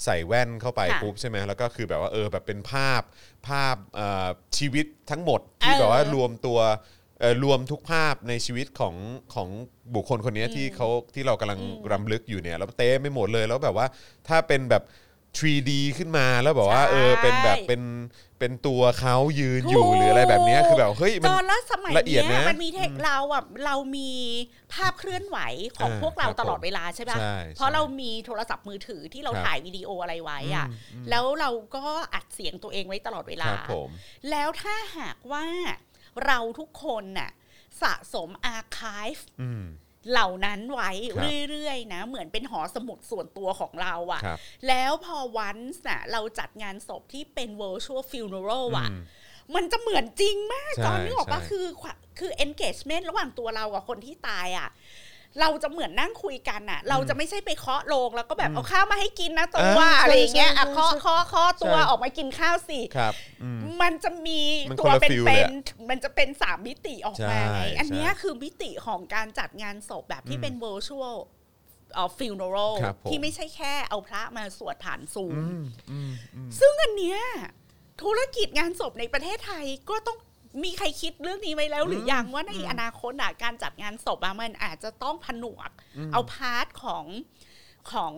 Speaker 2: ใส่แว่นเข้าไป
Speaker 3: ค่ะ
Speaker 2: ปุ๊บใช่ไหมแล้วก็คือแบบว่าเออแบบเป็นภาพภาพเอ่อชีวิตทั้งหมดที่
Speaker 3: เออ
Speaker 2: แบบว่ารวมตัวเอ่อรวมทุกภาพในชีวิตของของบุคคลคนเนี้ยที่เขาที่เรากำลังรำลึกอยู่เนี่ยแล้วเต้ไม่หมดเลยแล้วแบบว่าถ้าเป็นแบบ 3D ขึ้นมาแล้วแบบว่าเออเป็นแบบเป็นเป็นตัวเขายืนอยู่หรืออะไรแบบเนี้ยคือแบบเฮ้ย
Speaker 3: จ
Speaker 2: มัน
Speaker 3: อนแล้วสมัย
Speaker 2: ละเอียด
Speaker 3: เนี้ย
Speaker 2: นะ
Speaker 3: มันมีเทคเราอ่ะเรามีภาพเคลื่อนไหวของ
Speaker 2: เออ
Speaker 3: พวกเรา
Speaker 2: ครับ
Speaker 3: ตลอด
Speaker 2: ผม
Speaker 3: เวลาใช่ป่ะ
Speaker 2: ใช่
Speaker 3: เพราะ
Speaker 2: ใช่
Speaker 3: เรามีโทรศัพท์มือถือที่เรา
Speaker 2: ครับ
Speaker 3: ถ่ายวิดีโออะไรไว้อ่ะ แล้วเราก็อัดเสียงตัวเองไว้ตลอดเวลา
Speaker 2: ครับผม
Speaker 3: แล้วถ้าหากว่าเราทุกคนน่ะสะสมอาร์คีฟเหล่านั้นไว้
Speaker 2: ครับ
Speaker 3: เรื่อยๆนะ เหมือนเป็นหอสมุดส่วนตัวของเราอ่ะ
Speaker 2: ครับ
Speaker 3: แล้วพอวันน่ะเราจัดงานศพที่เป็น virtual funeral อ่ะ มันจะเหมือนจริงมาก
Speaker 2: ใช่
Speaker 3: จอนนึกออกปะ
Speaker 2: ใช่
Speaker 3: คือควะคือ engagement ระหว่างตัวเรากับคนที่ตายอ่ะ เราจะเหมือนนั่งคุยกันอ่ะ เราจะไม่ใช่ไปเคาะโลงแล้วก็แบบเอาข้าวมาให้กินนะตัวว่าอะไรอย่างเงี้ยอ่ะเคาะเคาะเคาะตัวออกมากินข้าวสิ
Speaker 2: ครับอืม
Speaker 3: มันจะมี
Speaker 2: มัน
Speaker 3: ตั
Speaker 2: คน
Speaker 3: ว
Speaker 2: ละ
Speaker 3: เป็น
Speaker 2: feel
Speaker 3: เป็
Speaker 2: เลย
Speaker 3: น
Speaker 2: อะ
Speaker 3: มันจะเป็นสามมิติออกมาไง
Speaker 2: ใช่
Speaker 3: อันเนี้ย
Speaker 2: ใช่
Speaker 3: คือมิติของการจัดงานศพแบบที่เป็น virtual เอ่อ funeral
Speaker 2: ครับผม
Speaker 3: ที่ไม่ใช่แค่เอาพระมาสวดผ่านซูม ซึ่งอันเนี้ยธุรกิจงานศพในประเทศไทยก็ต้องมีใครคิดเรื่องนี้ไว้แล้วหรือยังว่าในอนาคตอะการจัดงานศพอะมันอาจจะต้องผนวก เอาพาร์ทของของ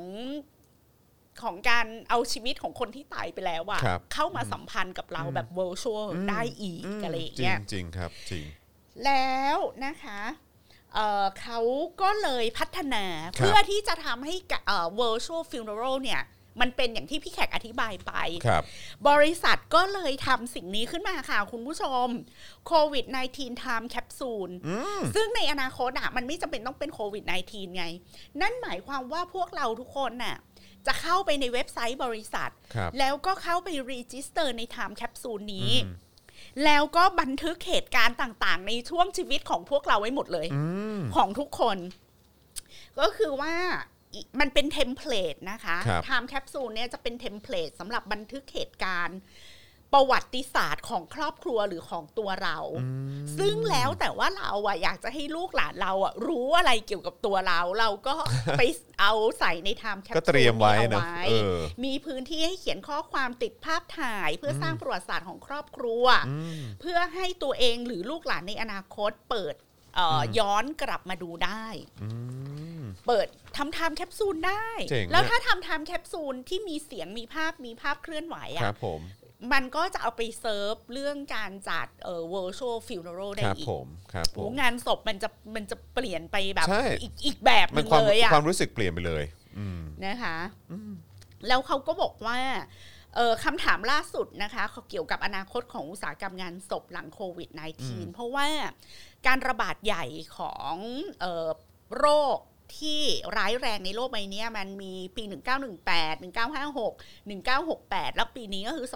Speaker 3: ของการเอาชีวิตของคนที่ตายไปแล้วอะ
Speaker 2: ครับ
Speaker 3: เข้ามาสัมพันธ์กับเราแบบ virtual ได้อีกอะไรอย่าง
Speaker 2: จริ
Speaker 3: เงี้
Speaker 2: ง
Speaker 3: ย
Speaker 2: จริงครับจริง
Speaker 3: แล้วนะคะเอ่อเขาก็เลยพัฒนา
Speaker 2: ครับ
Speaker 3: เพื่อที่จะทำให้กะเอ่อ virtual funeral เนี่ย มันเป็นอย่างที่พี่แขกอธิบายไป
Speaker 2: ครับ
Speaker 3: บริษัทก็เลยทำสิ่งนี้ขึ้นมาค่ะ คุณผู้ชมโควิด -19 time capsule
Speaker 2: อืม
Speaker 3: ซึ่งในอนาคตอะมันไม่จำเป็นต้องเป็นโควิด -19 ไง นั่นหมายความว่าพวกเราทุกคนน่ะจะเข้าไปในเว็บไซต์บริษัท
Speaker 2: ครับ
Speaker 3: แล้วก็เข้าไปรีจิสเตอร์ใน time capsule นี้
Speaker 2: อืม
Speaker 3: แล้วก็บันทึกเหตุการณ์ต่างๆ ในช่วงชีวิตของพวกเราไว้หมดเลย
Speaker 2: อืม
Speaker 3: ของทุกคน ก็คือว่าอิมันเป็นเทมเพลตนะคะ
Speaker 2: ครับ
Speaker 3: ไทม์แคปซูลเนี่ยจะเป็นเทมเพลตสำหรับบันทึกเหตุการณ์ ประวัติศาสตร์ของครอบครัวหรือของตัวเรา ซึ่งแล้วแต่ว่าเราอะอยากจะให้ลูกหลานเราอะรู้อะไรเกี่ยวกับตัวเรา เราก็ ไปเอาใส่ในไทม์แคปซูล
Speaker 2: ก็เตรียมไว้
Speaker 3: เอา
Speaker 2: นะ
Speaker 3: ไว้
Speaker 2: เออ
Speaker 3: มีพื้นที่ให้เขียนข้อความติดภาพถ่าย เพื่อสร้างประวัติศาสตร์ของครอบครัว เพื่อให้ตัวเองหรือลูกหลานในอนาคตเปิดเอ่ออย้อนกลับมาดูได้ เปิดทำไทม์แคปซูลได้
Speaker 2: เจ๋งอะ
Speaker 3: แล้วถ้าทำไทม์แคปซูลที่มีเสียงมีภาพมีภาพเคลื่อนไหว
Speaker 2: ครั
Speaker 3: อะ่ะ
Speaker 2: บผม
Speaker 3: มันก็จะเอาไปเซิร์ฟเรื่องการจัดเอ่อ virtual funeral ได้
Speaker 2: ครับ
Speaker 3: อีก
Speaker 2: ผมครับผ
Speaker 3: โอ้
Speaker 2: ม
Speaker 3: งานศพมันจะมันจะเปลี่ยนไปแบบ
Speaker 2: ใช่
Speaker 3: อีกอีกแบบห
Speaker 2: มั
Speaker 3: นึ
Speaker 2: น
Speaker 3: ง
Speaker 2: ความ
Speaker 3: เลยอ่ะ
Speaker 2: ความรู้สึกเปลี่ยนไปเลยอืม
Speaker 3: นะคะแล้วเขาก็บอกว่าเอ่อคำถามล่าสุดนะคะเขาเกี่ยวกับอนาคตของอุตสาหกรรมงานศพหลังโควิด -19 เพราะว่าการระบาดใหญ่ของเอ่อโรคที่ร้ายแรงในโลกใบเนี้ยมันมีปี 1918 1956 1968 แล้วปีนี้ก็คือ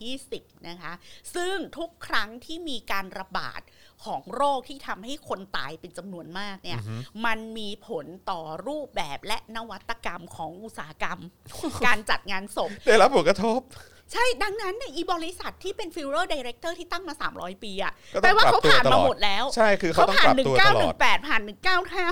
Speaker 3: 2020 นะคะ ซึ่งทุกครั้งที่มีการระบาดของโรคที่ทำให้คนตายเป็นจำนวนมากเนี่ย มันมีผลต่อรูปแบบและนวัตกรรมของอุตสาหกรรม <laughs> การจัดงานศพ
Speaker 2: ได้รับผลกระทบ
Speaker 3: ใช่ดังนั้นเนี่ยอีบริษัทที่เป็นฟิวเ e อร์ดีเรคเตอร์ที่ตั้งมา 300 ปีอะ
Speaker 2: ก็ต้อง
Speaker 3: แปลว่าเขาผ่าน
Speaker 2: ปรับตัวตลอ
Speaker 3: มา
Speaker 2: ด
Speaker 3: หมดแล้ว
Speaker 2: ใช่คือเขา
Speaker 3: เขา
Speaker 2: ต้อง
Speaker 3: ผ่า
Speaker 2: ป
Speaker 3: น
Speaker 2: รับตัวตลอด
Speaker 3: 1918 ผ่าน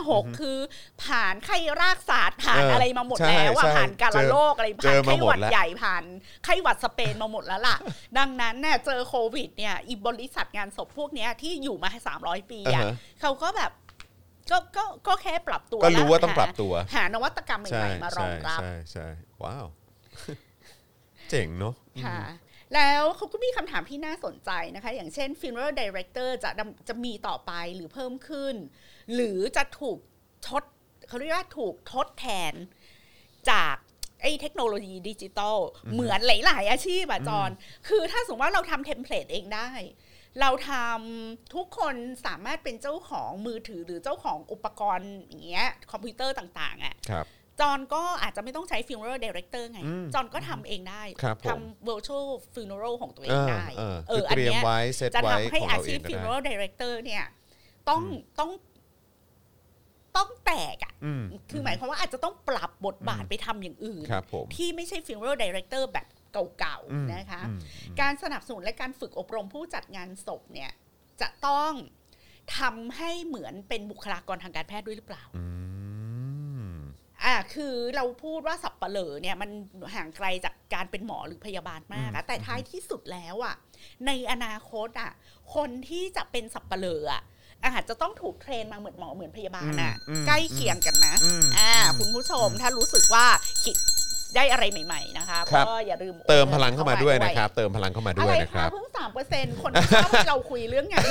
Speaker 3: 1956 คือ ผ่านไข้รากศาสตร์ผ่าน
Speaker 2: เอออ
Speaker 3: อะไรมาหมด
Speaker 2: ใช่
Speaker 3: แล้วอะ
Speaker 2: ใช่
Speaker 3: ผ่านกา
Speaker 2: เจ
Speaker 3: ลา
Speaker 2: อ
Speaker 3: โรคอะไร
Speaker 2: เจ
Speaker 3: ผ่าน
Speaker 2: อมา
Speaker 3: ไข้
Speaker 2: หม
Speaker 3: ห
Speaker 2: ด
Speaker 3: วัด
Speaker 2: แล้ว
Speaker 3: ใหญ่ผ่านไข้หวัดสเปนมาหมดแล้วล่ะ <laughs> ดังนั้นเนี่ยเจอโควิดเนี่ยอีบริษัทงานศพพวกเนี้ยที่อยู่มา 300 ปี
Speaker 2: อ่า
Speaker 3: อะ
Speaker 2: ฮะ
Speaker 3: เขาก็แบบก็ก็ก็แค่ปรับตัว
Speaker 2: ก็รู้ว่าต้อง
Speaker 3: ห
Speaker 2: ปรับตัว
Speaker 3: หานวัตกรรม
Speaker 2: ใช่
Speaker 3: ใหม่ๆมารอ
Speaker 2: ใช่
Speaker 3: งรับ
Speaker 2: ใช่ใช่ว้าว เจ๋งเนาะ
Speaker 3: ค่ะแล้วเขาก็มีคำถามที่น่าสนใจนะคะ อย่างเช่น funeral director จะดำจะมีต่อไปหรือเพิ่มขึ้น หรือจะถูกทดเขาเรียกว่าถูกทดแทนจากไอ้เทคโนโลยีดิจิตอลเหมือนหลาย ๆ อาชีพอะจอนคือถ้าสมมติว่าเราทำเทมเพลตเองได้ เราทำทุกคนสามารถเป็นเจ้าของมือถือหรือเจ้าของอุปกรณ์อย่างเงี้ยคอมพิวเตอร์ต่าง ๆอะ
Speaker 2: ครับ
Speaker 3: จอนก็อาจจะไม่ต้องใช้ funeral director ไง
Speaker 2: อืม
Speaker 3: จอนก็ทำเองได้
Speaker 2: ครับผม
Speaker 3: ทำ virtual funeral ของตัวเอ
Speaker 2: เอง อ
Speaker 3: ได้
Speaker 2: เออ
Speaker 3: เอ
Speaker 2: คือ
Speaker 3: ออั
Speaker 2: เต
Speaker 3: น
Speaker 2: รียม
Speaker 3: เนี้ย
Speaker 2: ไว้เซต
Speaker 3: จะ
Speaker 2: ไว้
Speaker 3: ทำให้
Speaker 2: ของ
Speaker 3: อา
Speaker 2: เราเอ
Speaker 3: ชีพ
Speaker 2: งก็ได้
Speaker 3: funeral director เนี่ย ต้อง
Speaker 2: อืม
Speaker 3: ต้องต้องแตกอะ
Speaker 2: อืม
Speaker 3: คือหมายความว่าอาจจะต้องปรับบทบาทไปทำอย่างอื่น
Speaker 2: ครับผม
Speaker 3: ที่ไม่ใช่ funeral director แบบเก่า
Speaker 2: อืม
Speaker 3: ๆนะคะ
Speaker 2: อืม
Speaker 3: การสนับสนุนและการฝึกอบรมผู้จัดงานศพเนี่ย จะต้องทำให้เหมือนเป็นบุคลากรทางการแพทย์ด้วยหรือเปล่า
Speaker 2: อืม
Speaker 3: อ่าคือเราพูดว่าสับปะเหลอเนี่ยมันห่างไกลจากการเป็นหมอหรือพยาบาลมากอะแต่ท้ายที่สุดแล้วอะในอนาคตอะคนที่จะเป็นสับปะเหลออะอาจจะต้องถูกเทรนมาเหมือนหมอเหมือนพยาบาลอะ
Speaker 2: อืมอืม
Speaker 3: ใกล้เคียงกันนะ
Speaker 2: อืม
Speaker 3: อ่า
Speaker 2: อืม
Speaker 3: คุณผู้ชมถ้ารู้สึกว่าคิดได้อะไรใหม่ ๆ นะคะ
Speaker 2: ครับ
Speaker 3: ก็อย่าลืม
Speaker 2: เติมพลังเข้ามาด้วยนะครับ เติมพลังเข้ามา
Speaker 3: อะ
Speaker 2: ด้ว
Speaker 3: ไร
Speaker 2: ยนะค
Speaker 3: คะ
Speaker 2: รับ
Speaker 3: เพิ่งสามเปอร์เซ็นต์คนที่ชอบให้เราคุยเรื่องงาน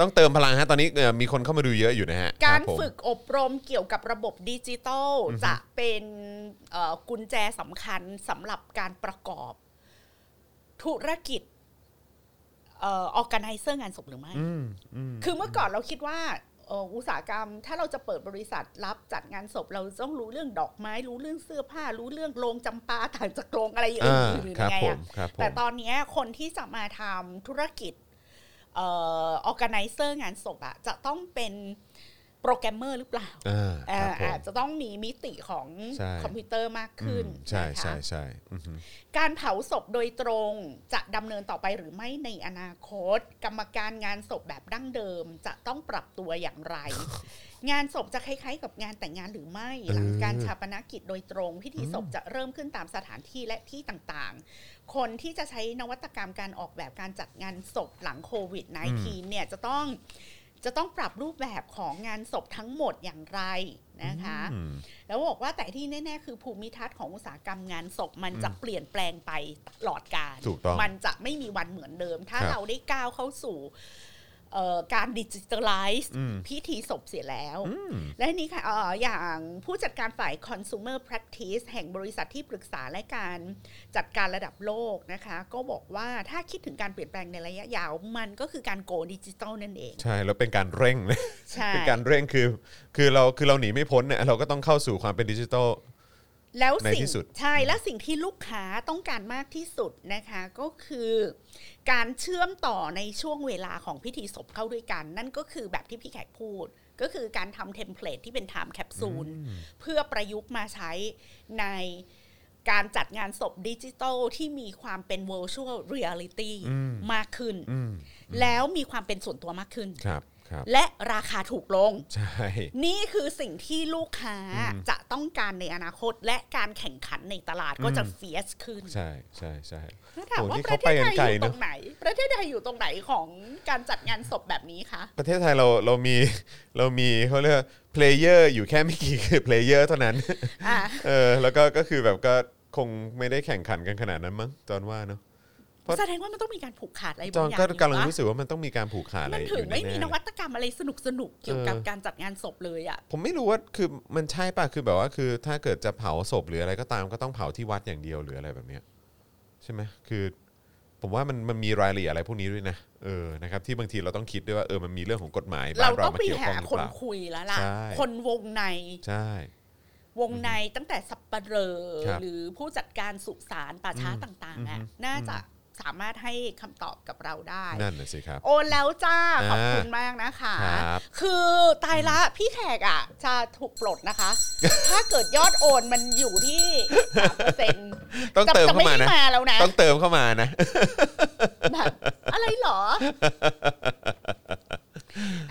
Speaker 2: ต้องเติมพลังฮะ ตอนนี้เอ่อมีคนเข้ามาดูเยอะอยู่นะฮะ
Speaker 3: การ
Speaker 2: คบผม
Speaker 3: ฝึกอบรมเกี่ยวกับระบบดิจิตอล
Speaker 2: อือฮึ
Speaker 3: จะเป็นเอ่อกุญแจสำคัญสำหรับการประกอบ ธุรกิจเออแกไนเซอร์งานศพหรือไม่
Speaker 2: อืมอืม
Speaker 3: คือเมื่อก่อนเราคิดว่าเอ่ออุตสาหกรรม ถ้าเราจะเปิดบริษัทรับจัดงานศพ เราต้องรู้เรื่องดอกไม้ รู้เรื่องเสื้อผ้า รู้เรื่องโรงจำปาต่างจากโรงอะไรอย่าง
Speaker 2: อ่า
Speaker 3: อื่นหรือ
Speaker 2: ครับ
Speaker 3: ไง
Speaker 2: ผม
Speaker 3: อะ
Speaker 2: ครับผม
Speaker 3: แต่ตอนเนี้ยคนที่จะมาทำธุรกิจเอ่อออแกไนเซอร์งานศพอะจะต้องเป็นโปรแกรมเมอร์หรือเปล่า
Speaker 2: อ่า
Speaker 3: เอ่
Speaker 2: ครั
Speaker 3: อบ
Speaker 2: ผม
Speaker 3: อาจจะต้องมีมิติของ
Speaker 2: ใช่
Speaker 3: คอมพิวเตอร์มาก
Speaker 2: อื
Speaker 3: ขึ้น
Speaker 2: มใช่
Speaker 3: นะคะ
Speaker 2: ใช่ใช่อือฮึ
Speaker 3: การเผาศพโดยตรงจะดำเนินต่อไปหรือไม่ในอนาคต กรรมการงานศพแบบดั้งเดิมจะต้องปรับตัวอย่าง <laughs> ไร งานศพจะคล้ายๆ กับงานแต่งงานหรือไม่หลังการชาปนกิจโดยตรง พิธีศพจะเริ่มขึ้นตามสถานที่และที่ต่างๆ คนที่จะใช้นวัตกรรมการออกแบบการจัดงานศพหลังโควิด -19 เนี่ยจะต้องจะต้องปรับรูปแบบของงานศพทั้งหมดอย่างไรนะคะ
Speaker 2: อืม
Speaker 3: แล้วบอกว่าแต่ที่แน่ ๆ คือภูมิทัศน์ของอุตสาหกรรมงานศพมันจะเปลี่ยนแปลงไปตลอดกาล
Speaker 2: ถูกต้อง
Speaker 3: มันจะไม่มีวันเหมือนเดิม ถ้า
Speaker 2: ครับ
Speaker 3: เราได้ก้าวเข้าสู่ เอ่อการดิจิทัลไลซ์
Speaker 2: อืม
Speaker 3: พิธีศพเสียแล้ว
Speaker 2: อืม
Speaker 3: และนี่ค่ะเอ่ออย่างผู้จัดการฝ่าย consumer practice แห่งบริษัทที่ปรึกษาและการจัดการระดับโลกนะคะ ก็บอกว่าถ้าคิดถึงการเปลี่ยนแปลงในระยะยาว มันก็คือการโกดิจิตอลนั่นเอง
Speaker 2: ใช่แล้วเป็นการเร่ง <laughs> เลย
Speaker 3: ใช่
Speaker 2: เป็นการเร่งคือ คือเราคือเราหนีไม่พ้นเนี่ยเราก็ต้องเข้าสู่ความเป็นดิจิทัล
Speaker 3: แล้ว
Speaker 2: ใน
Speaker 3: สิ่ง
Speaker 2: ที่สุด
Speaker 3: ใช่และสิ่งที่ลูกค้าต้องการมากที่สุดนะคะ ก็คือการเชื่อมต่อในช่วงเวลาของพิธีศพเข้าด้วยกัน นั่นก็คือแบบที่พี่แขกพูด ก็คือการทำเทมเพลตที่เป็น time capsule เพื่อประยุกต์มาใช้ในการจัดงานศพดิจิทัลที่มีความเป็น virtual reality
Speaker 2: อืม
Speaker 3: มากขึ้น
Speaker 2: อืม
Speaker 3: แล้วมีความเป็นส่วนตัวมากขึ้น
Speaker 2: ครับครับ
Speaker 3: และราคาถูกลง
Speaker 2: ใช่
Speaker 3: นี่คือสิ่งที่ลูกค้า
Speaker 2: อืม
Speaker 3: จะต้องการในอนาคต และการแข่งขันในตลาดก็จะ
Speaker 2: อืม
Speaker 3: เฟียสขึ้น
Speaker 2: ใช่ใช่ใช่
Speaker 3: แล้วถาม
Speaker 2: โอ้
Speaker 3: ว่า
Speaker 2: นี่
Speaker 3: ประ
Speaker 2: เขา
Speaker 3: เท
Speaker 2: ไป
Speaker 3: ศ
Speaker 2: กัน
Speaker 3: ไทย
Speaker 2: ไกล
Speaker 3: อยู่
Speaker 2: เน
Speaker 3: ต
Speaker 2: อะ
Speaker 3: รงไหน ประเทศไทยอยู่ตรงไหนของการจัดงานศพแบบนี้คะ
Speaker 2: ประเทศไทยเราเรามีเรามีเขาเรียกเพลเยอร์อยู่แค่ไม่กี่ <laughs> เพลเยอร์เท่านั้น
Speaker 3: อ่ะ
Speaker 2: เออแล้วก็ก็คือแบบก็คงไม่ได้แข่งขันกันขนาดนั้นมั้งจอนว่าเนาะ เพราะ
Speaker 3: แสดงว่ามันต้องมีการผูกขาดอะไร
Speaker 2: จ
Speaker 3: บา
Speaker 2: อง น
Speaker 3: อย่าง
Speaker 2: ก็
Speaker 3: อยู่
Speaker 2: กำลัง
Speaker 3: ปะ
Speaker 2: รู้สึกว่ามันต้องมีการผูกขาดอะไร
Speaker 3: มัน
Speaker 2: อ
Speaker 3: ถึง
Speaker 2: ยู่
Speaker 3: ไม่
Speaker 2: แน่
Speaker 3: มี
Speaker 2: ๆเล
Speaker 3: น
Speaker 2: ย
Speaker 3: วัตกรรมอะไรสนุกสนุกๆเกี่ยวกับ
Speaker 2: เออ
Speaker 3: การจัดงานศพเลยอ่ะ
Speaker 2: ผมไม่รู้ว่าคือมันใช่ป่ะคือแบบว่าคือถ้าเกิดจะเผาศพหรืออะไรก็ตามก็ต้องเผาที่วัดอย่างเดียวหรืออะไรแบบเนี้ยใช่ไหมคือ ผมว่ามันมันมีรายละเอียดอะไรพวกนี้ด้วยนะเออนะครับที่บางทีเราต้องคิดด้วยว่าเออมันมีเรื่องของกฎหมายบ้
Speaker 3: เรา
Speaker 2: น
Speaker 3: ต้อง
Speaker 2: ม
Speaker 3: ไป
Speaker 2: เกี่ยว
Speaker 3: หา
Speaker 2: ข้องหรือ
Speaker 3: ค
Speaker 2: เป
Speaker 3: น
Speaker 2: ล่า
Speaker 3: คุยแล้วล่ะ
Speaker 2: ใช่
Speaker 3: คนวงใน
Speaker 2: ใช่
Speaker 3: วงในตั้งแต่สับปะเหรอ
Speaker 2: ครับ
Speaker 3: หรือผู้จัดการสุสานป่าช้า
Speaker 2: อืม
Speaker 3: ต่างๆ
Speaker 2: อื
Speaker 3: อ่ะ
Speaker 2: ม
Speaker 3: น่าจะสามารถให้คำตอบกับเราได้
Speaker 2: นั่นน่ะสิครับ
Speaker 3: โอนแล้วจ้า ขอบคุณ
Speaker 2: อ่าม
Speaker 3: มากนะคะ
Speaker 2: ครับ
Speaker 3: คือตายละพี่แขกอ่ะ จะถูกปลด
Speaker 2: <laughs>
Speaker 3: นะคะ ถ้าเกิดยอดโอนมันอยู่ที่สามเปอร์เซ็นต์
Speaker 2: ต้องเติม
Speaker 3: จะไม่
Speaker 2: เข้ามา
Speaker 3: ได้
Speaker 2: นะ
Speaker 3: มาแล้วนะ
Speaker 2: ต้องเติมเข้ามานะ
Speaker 3: แบบอะไรหร
Speaker 2: <laughs>
Speaker 3: อ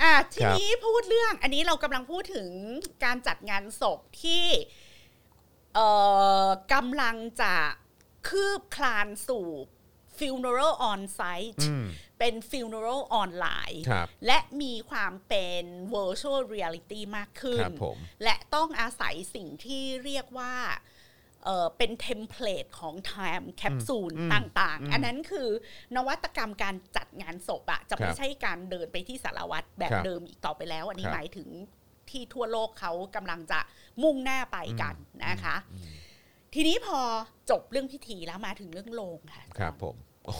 Speaker 3: อ่ะทีนี้พูดเรื่อง อันนี้เรากำลังพูดถึงการจัดงานศพที่เอ่อกำลังจะคืบคลานสู่ funeral on site
Speaker 2: อืม
Speaker 3: เป็น funeral online
Speaker 2: ครับ
Speaker 3: และมีความเป็น virtual reality มากขึ้น
Speaker 2: ครับผม
Speaker 3: และต้องอาศัยสิ่งที่เรียกว่าเอ่อเป็นเทมเพลตของ time capsule
Speaker 2: อืม
Speaker 3: ต่าง
Speaker 2: อืม
Speaker 3: ๆ อันนั้นคือนวัตกรรมการจัดงานศพอะจะ
Speaker 2: ค
Speaker 3: ไม่
Speaker 2: รับ
Speaker 3: ใช่การเดินไปที่สารวัตรแบบ
Speaker 2: ครับ
Speaker 3: เดิมอีกต่อไปแล้ว อันนี้
Speaker 2: ครับ
Speaker 3: หมายถึงที่ทั่วโลกเขากำลังจะมุ่งหน้าไปกันนะคะ ทีนี้พอจบเรื่องพิธีแล้วมาถึงเรื่องโลงค่ะจอห์น
Speaker 2: ครับผมโอ้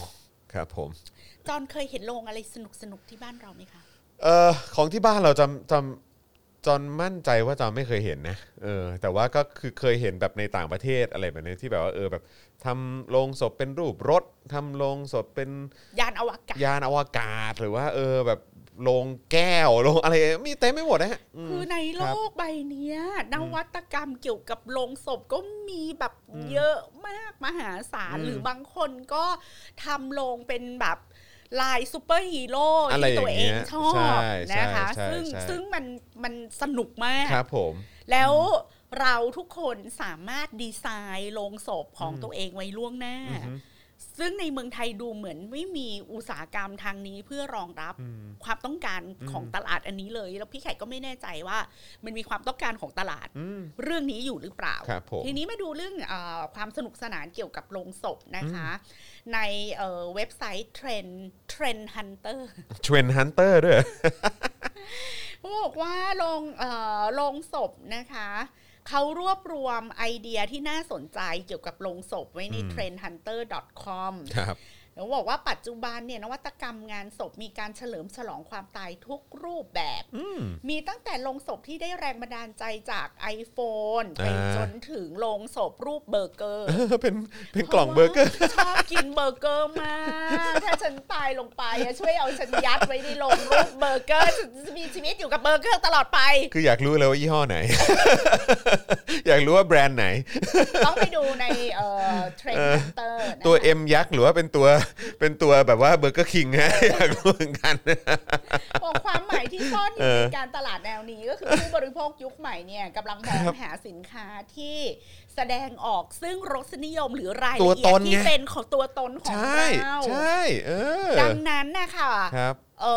Speaker 2: ครับผม
Speaker 3: จอห์นเคยเห็นโลงอะไรสนุกๆที่บ้านเราไหมคะ
Speaker 2: เอ่อของที่บ้านเราจำจำจอนมั่นใจว่าจอนไม่เคยเห็นนะเออแต่ว่าก็คือเคยเห็นแบบในต่างประเทศอะไรแบบนี้ที่แบบว่าเออแบบทำโลงศพเป็นรูปรถทำโลงศพเป็น
Speaker 3: ยานอวกาศ
Speaker 2: ยานอวกาศ หรือว่าเออแบบโลงแก้วโลงอะไรมีเต็มไม่หมดนะฮะม
Speaker 3: คือในโลกใบเนี้ยนวัตกรรมเกี่ยวกับโลงศพก็มีแบบเยอะมากมหาศาล
Speaker 2: อืม
Speaker 3: หรือบางคนก็ทำโลงเป็นแบบลายซูเปอร์ฮีโร่
Speaker 2: อะไร
Speaker 3: ที่ตัวเอง
Speaker 2: อย่างเงี้ย
Speaker 3: ชอบ
Speaker 2: ใช่
Speaker 3: นะคะ
Speaker 2: ใช่
Speaker 3: ซึ่ง
Speaker 2: ใช่
Speaker 3: ซึ่งมันมันสนุกมาก
Speaker 2: ครับผม
Speaker 3: แล้วเราทุกคนสามารถดีไซน์โลงศพของตัวเองไว้ล่วงหน้า
Speaker 2: อือฮึ
Speaker 3: ซึ่งในเมืองไทยดูเหมือนไม่มีอุตสาหกรรมทางนี้เพื่อรองรับ
Speaker 2: อืม
Speaker 3: ความต้องการของ
Speaker 2: อืม
Speaker 3: ตลาดอันนี้เลย แล้วพี่ไข่ก็ไม่แน่ใจว่า มันมีความต้องการของตลาด
Speaker 2: อืม
Speaker 3: เรื่องนี้อยู่หรือเปล่า
Speaker 2: ครับผม
Speaker 3: ทีนี้มาดูเรื่องเออความสนุกสนานเกี่ยวกับโลงศพนะคะ ในเอ่อเว็บไซต์ Trend Trend Hunter
Speaker 2: เทรนฮันเตอร์ด้วย <laughs>
Speaker 3: เขาบอกว่าโรงเอ่อโรงศพนะคะ เขารวบรวมไอเดียที่น่าสนใจเกี่ยวกับโรงศพไว้ใน
Speaker 2: อืม
Speaker 3: trendhunter.com
Speaker 2: ครับ
Speaker 3: แล้วบอกว่าปัจจุบันเนี่ยนวัตกรรมงานศพมีการเฉลิมฉลองความตายทุกรูปแบบ
Speaker 2: อืม
Speaker 3: มีตั้งแต่โรงศพที่ได้แรงบันดาลใจจาก iPhone ไป
Speaker 2: อ่า
Speaker 3: จนถึงโรงศพรูปเบอร์เกอร์
Speaker 2: เออเป็นเป็นกล่องเบอร์เกอร์
Speaker 3: ชอบกินเบอร์เกอร์มาก ถ้าฉันตายลงไปอะช่วยเอาฉันยัดไว้ในโรงรูปเบอร์เกอร์ฉันจะมีชีวิตอยู่กับเบอร์เกอร์ตลอดไป
Speaker 2: คืออยากรู้เลยว่ายี่ห้อไหน <laughs> อยากรู้ว่าแบรนด์ไหน
Speaker 3: ต้องไปดูในเอ่อเทรนด์เตอร์
Speaker 2: ตัว M ยักษ์หรือว่าเป็นตัวเป็นตัวแบบว่าเบอร์เกอร์คิงฮะ <laughs> อยากรู้เหมือนกัน
Speaker 3: ของความหมายที่ซ่อนอ
Speaker 2: เอยู่ อ
Speaker 3: ในการตลาดแนวนี้ก็คือผู้บริโภคยุคใหม่เนี่ยกำลังมองหาสินค้าที่ แสดงออกซึ่งรสนิยมหรือราย
Speaker 2: ตัว
Speaker 3: ละเอี
Speaker 2: ต
Speaker 3: ยด
Speaker 2: น
Speaker 3: ที่
Speaker 2: ไง
Speaker 3: เป็นของตัวตนของ
Speaker 2: ใช่
Speaker 3: เรา
Speaker 2: ใช่ เออ
Speaker 3: ดังนั้นนะคะ
Speaker 2: ครับ
Speaker 3: เอ่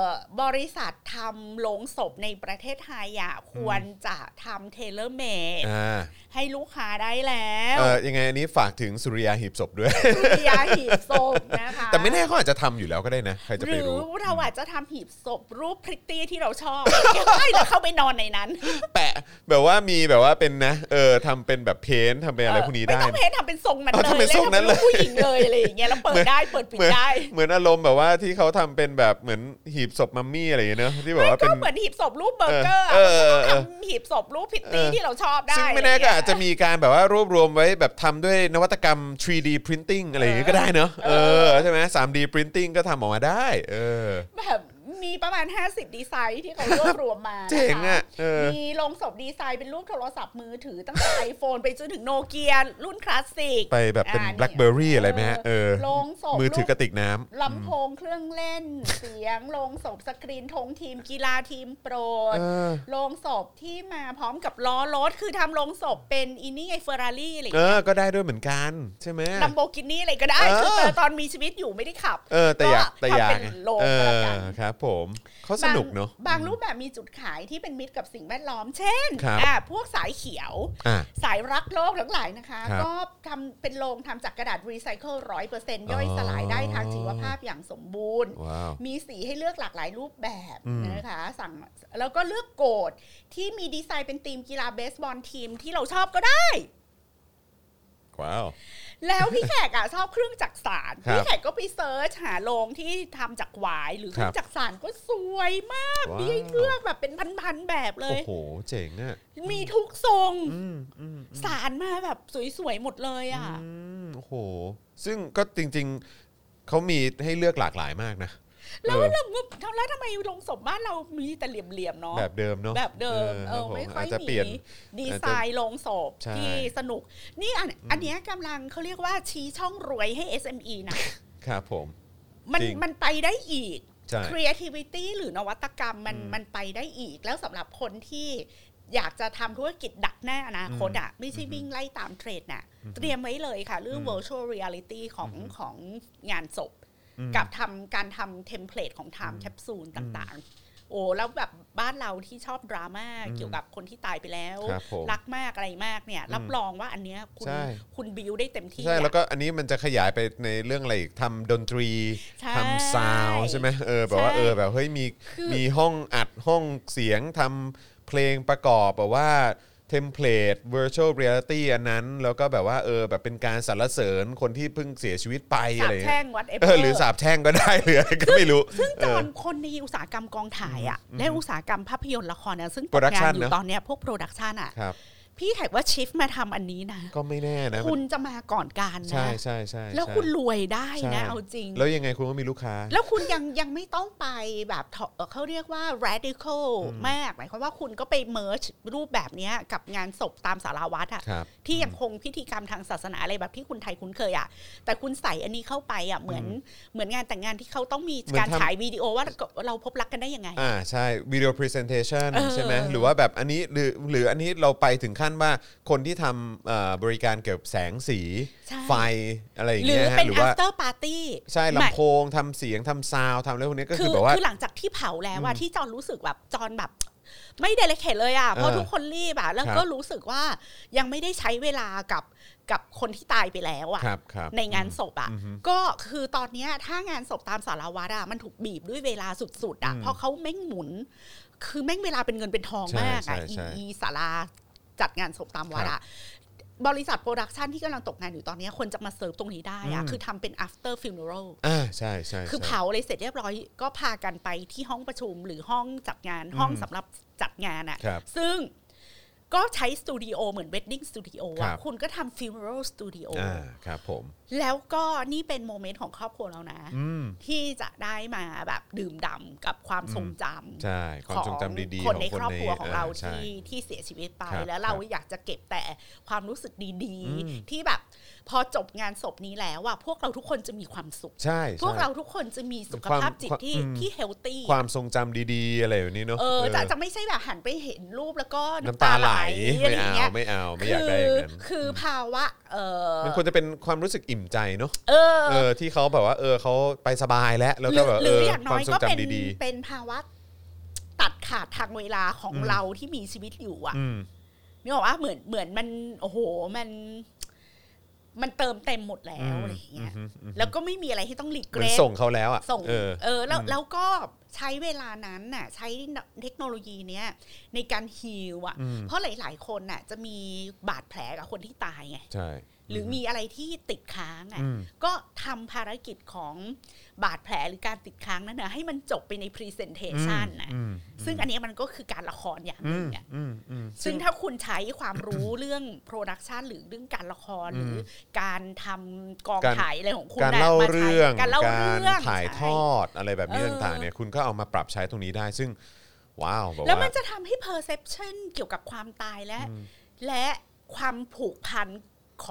Speaker 3: อบริษัททำโลงศพในประเทศไทยอ่ะควรจะทำเทเลเมด
Speaker 2: อ่า
Speaker 3: ให้ลูกค้าได้แล้ว
Speaker 2: เออยังไงอันนี้ฝากถึงสุริยาหีบศพด้วย
Speaker 3: สุริยาหีบศพนะคะ
Speaker 2: แต่ไม่แน่เขาอาจจะทำอยู่แล้วก็ได้นะ ใครจะ
Speaker 3: ห
Speaker 2: ไป
Speaker 3: รือ
Speaker 2: รู้
Speaker 3: เราอาจจะทำหีบศพรูปพริตตี้ที่เราชอบใช่แล้วเข้าไปนอนในนั้น
Speaker 2: แปะ แบบว่ามีแบบว่าเป็นนะ เออทำเป็นแบบเพ้นท์ทำเป็นอะไร
Speaker 3: เออ
Speaker 2: พวกนี้
Speaker 3: ไม่
Speaker 2: ได้
Speaker 3: ต้องเพจทำเป็นทรงมันเลย
Speaker 2: เอาทำเป็นทรงนั้นเลย
Speaker 3: แวทำป็รูปผู้หญิงเลยอะไรอย่างเงี้ยแล้วเปิดได้เปิดปิด
Speaker 2: เหมือน
Speaker 3: ได้
Speaker 2: เหมือนอารมณ์แบบว่าที่เขาทำเป็นแบบเหมือนหีบศพมัมมี่อะไรอย่างเงี้ยเนอะที่แบบว่า
Speaker 3: ก็
Speaker 2: เป็น
Speaker 3: เหมือนหีบศพรูปเบอร์เกอร์
Speaker 2: เออเออเออ
Speaker 3: ทำหีบศพรูปพริตตี้ที่เราชอบได้
Speaker 2: ซึ่งไม่แน่ก็อาจจะ
Speaker 3: ไรย่งเงี้ย
Speaker 2: มีการแบบว่ารวบรวมไว้แบบทำด้วยนวัตกรรม 3D printing อะไรอย่างเงี้ยก็ได้เนอะเอ
Speaker 3: เออ
Speaker 2: อใช่ไหม 3D printing ก็ทำออกมาได้ เออ
Speaker 3: แบบมีประมาณ 50 ดีไซน์ที่เขารวบรวมมา
Speaker 2: เจ๋งอะเออ
Speaker 3: มีลงศพดีไซน์เป็นรูปโทรศัพท์มือถือตั้งแต่ iPhone ไปจนถึงโนเกียรุ่นคลาสสิก
Speaker 2: ไปแบบเป็น
Speaker 3: อ่านี่
Speaker 2: blackberry อะไรไหมฮะเออ
Speaker 3: ลงศพ
Speaker 2: มือถือ
Speaker 3: รูป
Speaker 2: กระติกน้ำ
Speaker 3: ลำโพงเครื่องเล่น เสียงโลงศพสกรีนธงทีมกีฬาทีมโปรด
Speaker 2: เออ
Speaker 3: โลงศพที่มาพร้อมกับล้อรถคือทำโลงศพเป็นอินี่ไงเฟอร์รารี่อะไร
Speaker 2: เออ ก็ได้ด้วยเหมือนกันใช่ไหม
Speaker 3: ลัมโบกินี่อะไรก็ได้
Speaker 2: เออ
Speaker 3: คือเธอตอนมีชีวิตอยู่ไม่ได้ขับ
Speaker 2: เออแต่อยาก
Speaker 3: ก็
Speaker 2: แต่อยาก
Speaker 3: ทำเป็นโลก
Speaker 2: เอ
Speaker 3: ก็แล้ว
Speaker 2: อ
Speaker 3: กัน
Speaker 2: ครับ ผมเขาสนุกเนอะ
Speaker 3: บางรูปแบบมีจุดขายที่เป็นมิตรกับสิ่งแวดล้อม เช่น
Speaker 2: ครับ
Speaker 3: อ่าพวกสายเขียว
Speaker 2: อ่ะ
Speaker 3: สายรักโลกทั้งหลายนะคะ
Speaker 2: ครับ
Speaker 3: ก็ทำเป็นโลงทำจากกระดาษรีไซเคิลร้อยเปอร์เซ็นย่อยสลายได้ทางชีวภาพอย่างสมบูรณ์
Speaker 2: ว้าว
Speaker 3: มีสีให้เลือกหลากหลายรูปแบบ
Speaker 2: อืม
Speaker 3: นะคะ สั่งแล้วก็เลือกโกดที่มีดีไซน์เป็นทีมกีฬาเบสบอลทีมที่เราชอบก็ได้
Speaker 2: ว้าว
Speaker 3: แล้วพี่แขกอ่ะ ชอบเครื่องจักสาน
Speaker 2: ครับ
Speaker 3: พี่แขกก็ไปเซิร์ชหาโรงที่ทำจากหวายหรือเค
Speaker 2: ครับ
Speaker 3: รื่องจักสานก็สวยมาก
Speaker 2: ว้าว
Speaker 3: มีให้เลือกแบบเป็นพันๆแบบเล
Speaker 2: โอ้
Speaker 3: ย
Speaker 2: โหเจ๋งอ่ะ
Speaker 3: มีทุกทรง
Speaker 2: อืมอืม
Speaker 3: สารมาแบบสวยๆหมดเลยอ่ะ
Speaker 2: อืมโอ้โห ซึ่งก็จริงๆเขามีให้เลือกหลากหลายมากนะ
Speaker 3: แล้ว
Speaker 2: เออ
Speaker 3: เราแล้วทำไมโรงศพบ้านเรามีแต่เหลี่ยมๆเนาะ
Speaker 2: แบบเดิมเนาะ
Speaker 3: แบบเดิม
Speaker 2: ค
Speaker 3: เอ
Speaker 2: รับผ
Speaker 3: อไม่ค่อ
Speaker 2: อาจ
Speaker 3: ย
Speaker 2: จะเป
Speaker 3: มี
Speaker 2: ลี่ยน
Speaker 3: ดีไซน์ลงศพ
Speaker 2: ใช่
Speaker 3: ที่สนุก นี่อันอันเนี้ยกำลังเขาเรียกว่าชี้ช่องรวยให้ SME นะ
Speaker 2: ครับผม
Speaker 3: มัน
Speaker 2: จริง
Speaker 3: มันไปได้อีก
Speaker 2: ใช่
Speaker 3: creativity หรือนวัตกรรมมัน
Speaker 2: อืม
Speaker 3: มันไปได้อีก แล้วสำหรับคนที่อยากจะทำธุรกิจดักหน้าอนาคตอะไม่ใช่วิ่งไล่ตามเทรนด์นะเตรียมไว้เลยค่ะ เรื่อง
Speaker 2: อืม
Speaker 3: virtual reality ของของงานศพ
Speaker 2: อืม
Speaker 3: กับทำการทำเทมเพลตของ time capsule ต่างๆ โอ้แล้วแบบบ้านเราที่ชอบดราม่า
Speaker 2: อืม
Speaker 3: เกี่ยวกับคนที่ตายไปแล้ว
Speaker 2: ครับผม
Speaker 3: รักมากอะไรมากเนี่ย รับรองว่าอันเนี้ยคุณ
Speaker 2: ใช่
Speaker 3: คุณบิวได้เต็มที่
Speaker 2: ใช่
Speaker 3: อะ
Speaker 2: แล้วก็อันนี้มันจะขยายไปในเรื่องอะไรอีกทำดนตรี
Speaker 3: ใช่
Speaker 2: ทำซาวด์ใช่ไหมเออแบบว่า
Speaker 3: ใช่
Speaker 2: เออแบบเฮ้ยมี
Speaker 3: คือ
Speaker 2: มีห้องอัดห้องเสียงทำเพลงประกอบแบบว่าเทมเพลต virtual reality อันนั้น แล้วก็แบบว่าเออแบบเป็นการสรรเสริญคนที่เพิ่งเสียชีวิตไปอะไรอย่าเย
Speaker 3: สาบแช่ง whatever
Speaker 2: เออหรือสาบแช่งก็ได้ห <laughs> รืออะไรก็ไม่รู้
Speaker 3: ซึ่ง
Speaker 2: เอ
Speaker 3: ตอ
Speaker 2: อ
Speaker 3: นคนในอุตสาหกรรมกองถ่ายอะและอุตสาหกรรมภาพยนตร์ละครเนี่ยซึ่งตกงาน
Speaker 2: Production
Speaker 3: อ
Speaker 2: เนอะ
Speaker 3: ยู่ตอนเนี้ยพวกโปรดักชันอะ
Speaker 2: ครับ
Speaker 3: พี่แขกว่าชิฟมาทำอันนี้นะ
Speaker 2: ก็ไม่แน่นะมัน
Speaker 3: คุณจะมาก่อนการ
Speaker 2: ใช่
Speaker 3: นะ
Speaker 2: ใช่ใช่ใช่
Speaker 3: แล้วคุณรวยได้
Speaker 2: ใช่
Speaker 3: นะ เอาจริง
Speaker 2: แล้วยังไงคุณก็มีลูกค้า
Speaker 3: แล้วคุณยังยังไม่ต้องไปแบบถอเอ่อเขาเรียกว่า radical
Speaker 2: อืม
Speaker 3: มาก หมายความว่าคุณก็ไป merge รูปแบบเนี้ยกับงานศพตามสารวัตรอะ
Speaker 2: ครับ
Speaker 3: ที่ยังคงพิธีกรรมทางศาสนาอะไรแบบที่คุณไทยคุ้นเคยอะแต่คุณใส่อันนี้เข้าไปอะเหมือนเหมือนงานแต่งงานที่เขาต้องมี
Speaker 2: เหมือน
Speaker 3: การ
Speaker 2: ทำ
Speaker 3: ฉายวิดีโอว่าเราพบรักกันได้ยังไง
Speaker 2: อ่าใช่วิดีโอพรีเซนเทชัน
Speaker 3: เออ
Speaker 2: ใช่ไหมหรือว่าแบบอันนี้หรือหรืออันนี้เราไปถึงขั้นว่าคนที่ทำเอ่อบริการเกี่ยวกับแสงสี
Speaker 3: ใช่
Speaker 2: ไฟอะไรอย่าง
Speaker 3: หรื
Speaker 2: เงี้
Speaker 3: อย
Speaker 2: ฮะ
Speaker 3: เป็น
Speaker 2: หรือว่า
Speaker 3: after party
Speaker 2: ใช่
Speaker 3: หมาย
Speaker 2: ลำโพงทำเสียงทำซาวด์ทำอะไรพวกนี้ก็
Speaker 3: คื
Speaker 2: คือ
Speaker 3: อ
Speaker 2: แบบว่า
Speaker 3: คือหลังจากที่เผาแล้วอะที่จอนรู้สึกแบบจอนแบบ ไม่เดลเคทเลยอะเพราะ
Speaker 2: เออ
Speaker 3: ทุกคนรีบอะแล้ว
Speaker 2: ครับ
Speaker 3: ก็รู้สึกว่ายังไม่ได้ใช้เวลากับกับคนที่ตายไปแล้วอะ
Speaker 2: ครับครับ
Speaker 3: ในงานศพอ่ะ
Speaker 2: อืมอือฮึ
Speaker 3: ก็คือตอนเนี้ยถ้างานศพตามสารวัตรอ่ะมันถูกบีบด้วยเวลาสุดๆอ่ะ
Speaker 2: อืม
Speaker 3: เพราะเขาแม่งหมุน คือแม่งเวลาเป็นเงินเป็นทองมากอ่ะ
Speaker 2: ใช่ใช่
Speaker 3: อีอีสาราจัดงานศพตามวัดอ่ะบริษัทโปรดักชันที่กำลังตกงานอยู่ตอนเนี้ยคนจะมาเสิร์ฟตรงนี้ได้อ่ะ
Speaker 2: อืม
Speaker 3: คือทำเป็น after funeral
Speaker 2: อ่าใช่ใช่
Speaker 3: คือ
Speaker 2: ใช่
Speaker 3: เผาอะไรเสร็จเรียบร้อยก็พากันไปที่ห้องประชุมหรือห้องจัดงานห้อง
Speaker 2: อืม
Speaker 3: สำหรับจัดงาน
Speaker 2: ครั
Speaker 3: อะ่ะ
Speaker 2: บ
Speaker 3: ซึ่งก็ใช้สตูดิโอเหมือนเวดดิ้งสตูดิโอ
Speaker 2: ครั
Speaker 3: อ่ะ
Speaker 2: บ
Speaker 3: คุณก็ทำฟิวเรลสตูดิโอ
Speaker 2: อ่าครับผม
Speaker 3: แล้วก็นี่เป็นโมเมนต์ของครอบครัวเรานะ
Speaker 2: อืม
Speaker 3: ที่จะได้มาแบบดื่มด่ำกับความทรงจำ
Speaker 2: ใช่ ความทรงจำดีๆ
Speaker 3: คนในครอบครัวของเรา
Speaker 2: ใช่
Speaker 3: ที่ที่เสียชีวิตไป
Speaker 2: ครับ
Speaker 3: แล้วเรา
Speaker 2: ครับ
Speaker 3: อยากจะเก็บแต่ความรู้สึกดี
Speaker 2: อืม
Speaker 3: ๆ ที่แบบพอจบงานศพนี้แล้วอะพวกเราทุกคนจะมีความสุข
Speaker 2: ใช่
Speaker 3: พวก
Speaker 2: ใช่
Speaker 3: เราทุกคนจะมีสุขภาพจิต
Speaker 2: ความค
Speaker 3: ที่
Speaker 2: วามอืม
Speaker 3: ที่เฮลตี้
Speaker 2: ความทรงจำดีๆ อะไรแบบนี้เนอะ
Speaker 3: เออจะ
Speaker 2: เออ
Speaker 3: จะไม่ใช่แบบหันไปเห็นรูปแล้วก็
Speaker 2: น้ำตาไหล
Speaker 3: อะ
Speaker 2: ไม่
Speaker 3: ไรอย่า
Speaker 2: เอา
Speaker 3: งเงี้ย
Speaker 2: ไม่เอาไม่
Speaker 3: คื
Speaker 2: อยากได้อย่างนั้น
Speaker 3: คือภาวะเออ
Speaker 2: มันควรจะเป็นความรู้สึกอิ่มใจเนอะ
Speaker 3: เออ
Speaker 2: เออที่เขาแบบว่าเออเขาไปสบายแล้วแล้ว
Speaker 3: หรื
Speaker 2: ก็
Speaker 3: อ
Speaker 2: แบบ
Speaker 3: ห
Speaker 2: เอ
Speaker 3: รือ
Speaker 2: อ
Speaker 3: อย่าง
Speaker 2: ค
Speaker 3: น้
Speaker 2: วา
Speaker 3: อ
Speaker 2: ม
Speaker 3: ย
Speaker 2: ทรง
Speaker 3: ก็
Speaker 2: จำ
Speaker 3: เป็น
Speaker 2: ดี
Speaker 3: เป็นภาวะตัดขาดทางเวลาของเราที่มีชีวิตอยู่อ่ะ
Speaker 2: ๆอืม
Speaker 3: นี่บอกว่าเหมือนเหมือนมันโอ้โหมัน มันเติมเต็มหมดแล้วอะไรอย่างเงี้ย
Speaker 2: อืมอืมอืม
Speaker 3: แล้วก็ไม่มีอะไรที่ต้องรี
Speaker 2: เห
Speaker 3: เก
Speaker 2: มื
Speaker 3: ร
Speaker 2: อน
Speaker 3: ส
Speaker 2: ส่งเขาแล้วอ่ะ
Speaker 3: ส่ง
Speaker 2: เออ
Speaker 3: เออ แล้ว
Speaker 2: อืม
Speaker 3: แล้วก็ใช้เวลานั้นน่ะ ใช้เทคโนโลยีเนี้ยในการฮิวอ่ะ
Speaker 2: อืม
Speaker 3: เพราะหลาย ๆ คนน่ะ จะมีบาดแผลกับคนที่ตายไง
Speaker 2: ใช่
Speaker 3: หรือมีอะไรที่ติดค้างอ่ะ
Speaker 2: อืม
Speaker 3: ก็ทำภารกิจของบาดแผลหรือการติดค้างนั้นนะให้มันจบไปใน Presentation นะ
Speaker 2: อืม
Speaker 3: ซึ่งอันเนี้ยมันก็คือการละครอย่างห
Speaker 2: อื
Speaker 3: นึ่
Speaker 2: ม
Speaker 3: งอะ
Speaker 2: อืมอืม
Speaker 3: ซึ่งถ้าคุณใช้ความรู้ เรื่องโปรดักชันหรือเรื่องการละครหรืออการทำกอง
Speaker 2: การ
Speaker 3: ถ่ายอะไรของคุณ
Speaker 2: การ
Speaker 3: น่ะ
Speaker 2: เล่า
Speaker 3: มาใช้
Speaker 2: เรื่อง
Speaker 3: การเล่าเรื่อง
Speaker 2: ถ่ายทอ
Speaker 3: ใ
Speaker 2: ดอะไรแบบนี้
Speaker 3: เออ
Speaker 2: ต่างๆเนี่ยคุณก็เอามาปรับใช้ตรงนี้ได้ ซึ่งว้าวแบ
Speaker 3: ช่
Speaker 2: บ
Speaker 3: แล้วมั
Speaker 2: ว่า
Speaker 3: นจะทำให้ perception เกี่ยวกับความตายและ และความผูกพัน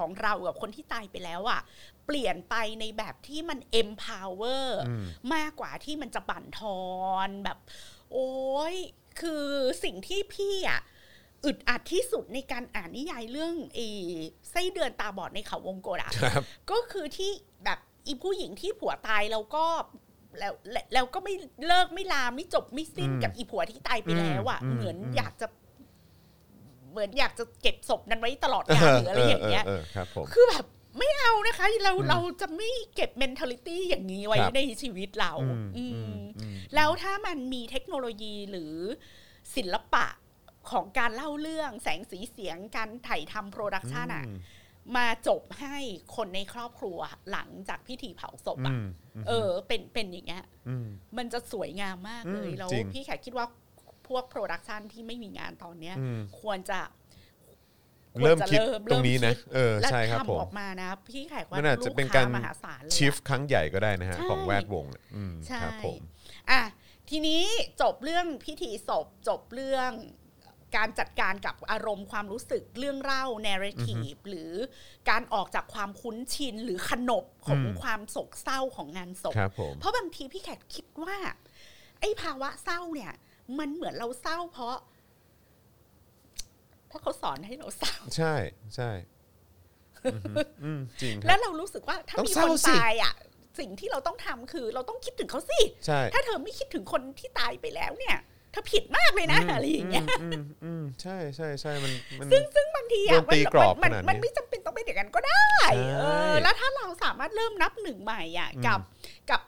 Speaker 3: ของเรากับคนที่ตายไปแล้วอะเปลี่ยนไปในแบบที่มัน empower
Speaker 2: อืม
Speaker 3: มากกว่าที่มันจะบั่นทอนแบบ โอ้ยคือสิ่งที่พี่อะอึดอัดที่สุดในการอ่านนิยายเรื่องไอ้ไส้เดือนตาบอดในเขาวงกฏอะ
Speaker 2: ครับ
Speaker 3: ก็คือที่แบบอีผู้หญิงที่ผัวตายแล้วก็แล้วแล้วแล้วก็ไม่เลิกไม่ลาไม่จบไม่สิ้น
Speaker 2: อืม
Speaker 3: กับอีผัวที่ตายไปแล้วอะ
Speaker 2: อืม
Speaker 3: เหมือน
Speaker 2: อืม
Speaker 3: อยากจะ เหมือนอยากจะเก็บศพนั้นไว้ตลอดกาลหรืออะไรอย่างเงี้ย
Speaker 2: เออเออเออครับผม
Speaker 3: คือแบบไม่เอานะคะ เรา
Speaker 2: อืม
Speaker 3: เราจะไม่เก็บ mentality อย่างนี้ไว้
Speaker 2: ครับ
Speaker 3: ในชีวิตเรา
Speaker 2: อืม
Speaker 3: อืม
Speaker 2: อืมอืม
Speaker 3: แล้วถ้ามันมีเทคโนโลยีหรือศิลปะของการเล่าเรื่องแสงสีเสียงการถ่ายทำโปรดักชันอะมาจบให้คนในครอบครัวหลังจากพิธีเผาศพอะเออ เป็นเป็นอย่างเงี้ย มันจะสวยงามมากเลย
Speaker 2: อืม
Speaker 3: แล้ว
Speaker 2: จริง
Speaker 3: พี่แขกคิดว่าพวกโปรดักชันที่ไม่มีงานตอนเนี้ย
Speaker 2: อืม
Speaker 3: ควรจะ
Speaker 2: เริ่ม
Speaker 3: วจะ
Speaker 2: คิดตรงนี้นะ
Speaker 3: เริ่มคิด
Speaker 2: เออ
Speaker 3: และ
Speaker 2: ใช่ครับผ
Speaker 3: ทำอ
Speaker 2: ม
Speaker 3: อกมานะ พี่แขกว่า
Speaker 2: มันอาจจะ
Speaker 3: ลูก
Speaker 2: เป็น
Speaker 3: ค้
Speaker 2: การ
Speaker 3: มหาศาลเลยอะ
Speaker 2: ชิฟครั้งใหญ่ก็ได้นะฮะ
Speaker 3: ใช่
Speaker 2: ของแวดวงเนี่ยอืม
Speaker 3: ใช่
Speaker 2: ครับผม
Speaker 3: อ่ะทีนี้จบเรื่องพิธีศพจบเรื่องการจัดการกับอารมณ์ความรู้สึกเรื่องเล่า narrative หรือการออกจากความคุ้นชินหรือขนบของความโศกเศร้าของงานศพ
Speaker 2: ครับผม
Speaker 3: เพราะบางทีพี่แขกคิดว่า ไอ้ภาวะเศร้าเนี่ย มันเหมือนเราเศร้าเพราะ เพราะเขาสอนให้เราเศร้า
Speaker 2: ใช่ใช่อือฮึอืมจริงค
Speaker 3: แล้
Speaker 2: รับ
Speaker 3: วเรารู้สึกว่าถ้า
Speaker 2: ต้อง
Speaker 3: มี
Speaker 2: เศ
Speaker 3: ค
Speaker 2: ร้าน สิ
Speaker 3: ตายอ่ะ สิ่งที่เราต้องทำคือ เราต้องคิดถึงเขาสิ
Speaker 2: ใช่
Speaker 3: ถ้าเธอไม่คิดถึงคนที่ตายไปแล้วเนี่ยเธอผิดมากเลยนะอะไรอย่างเงี้ย
Speaker 2: อืมอืมอืมใช่ใช่ใช่มันมัน
Speaker 3: ซึ่งซึ่งบางทีอ่ะ
Speaker 2: โดนตีกรอบ
Speaker 3: มั
Speaker 2: ขนาดนี้
Speaker 3: มันไม่จำเป็นต้องเป็นอย่างนั้นก็ได้เออ
Speaker 2: ใช่
Speaker 3: แล้วถ้าเราสามารถเริ่มนับหนึ่งใหม่อ่ะกับกับ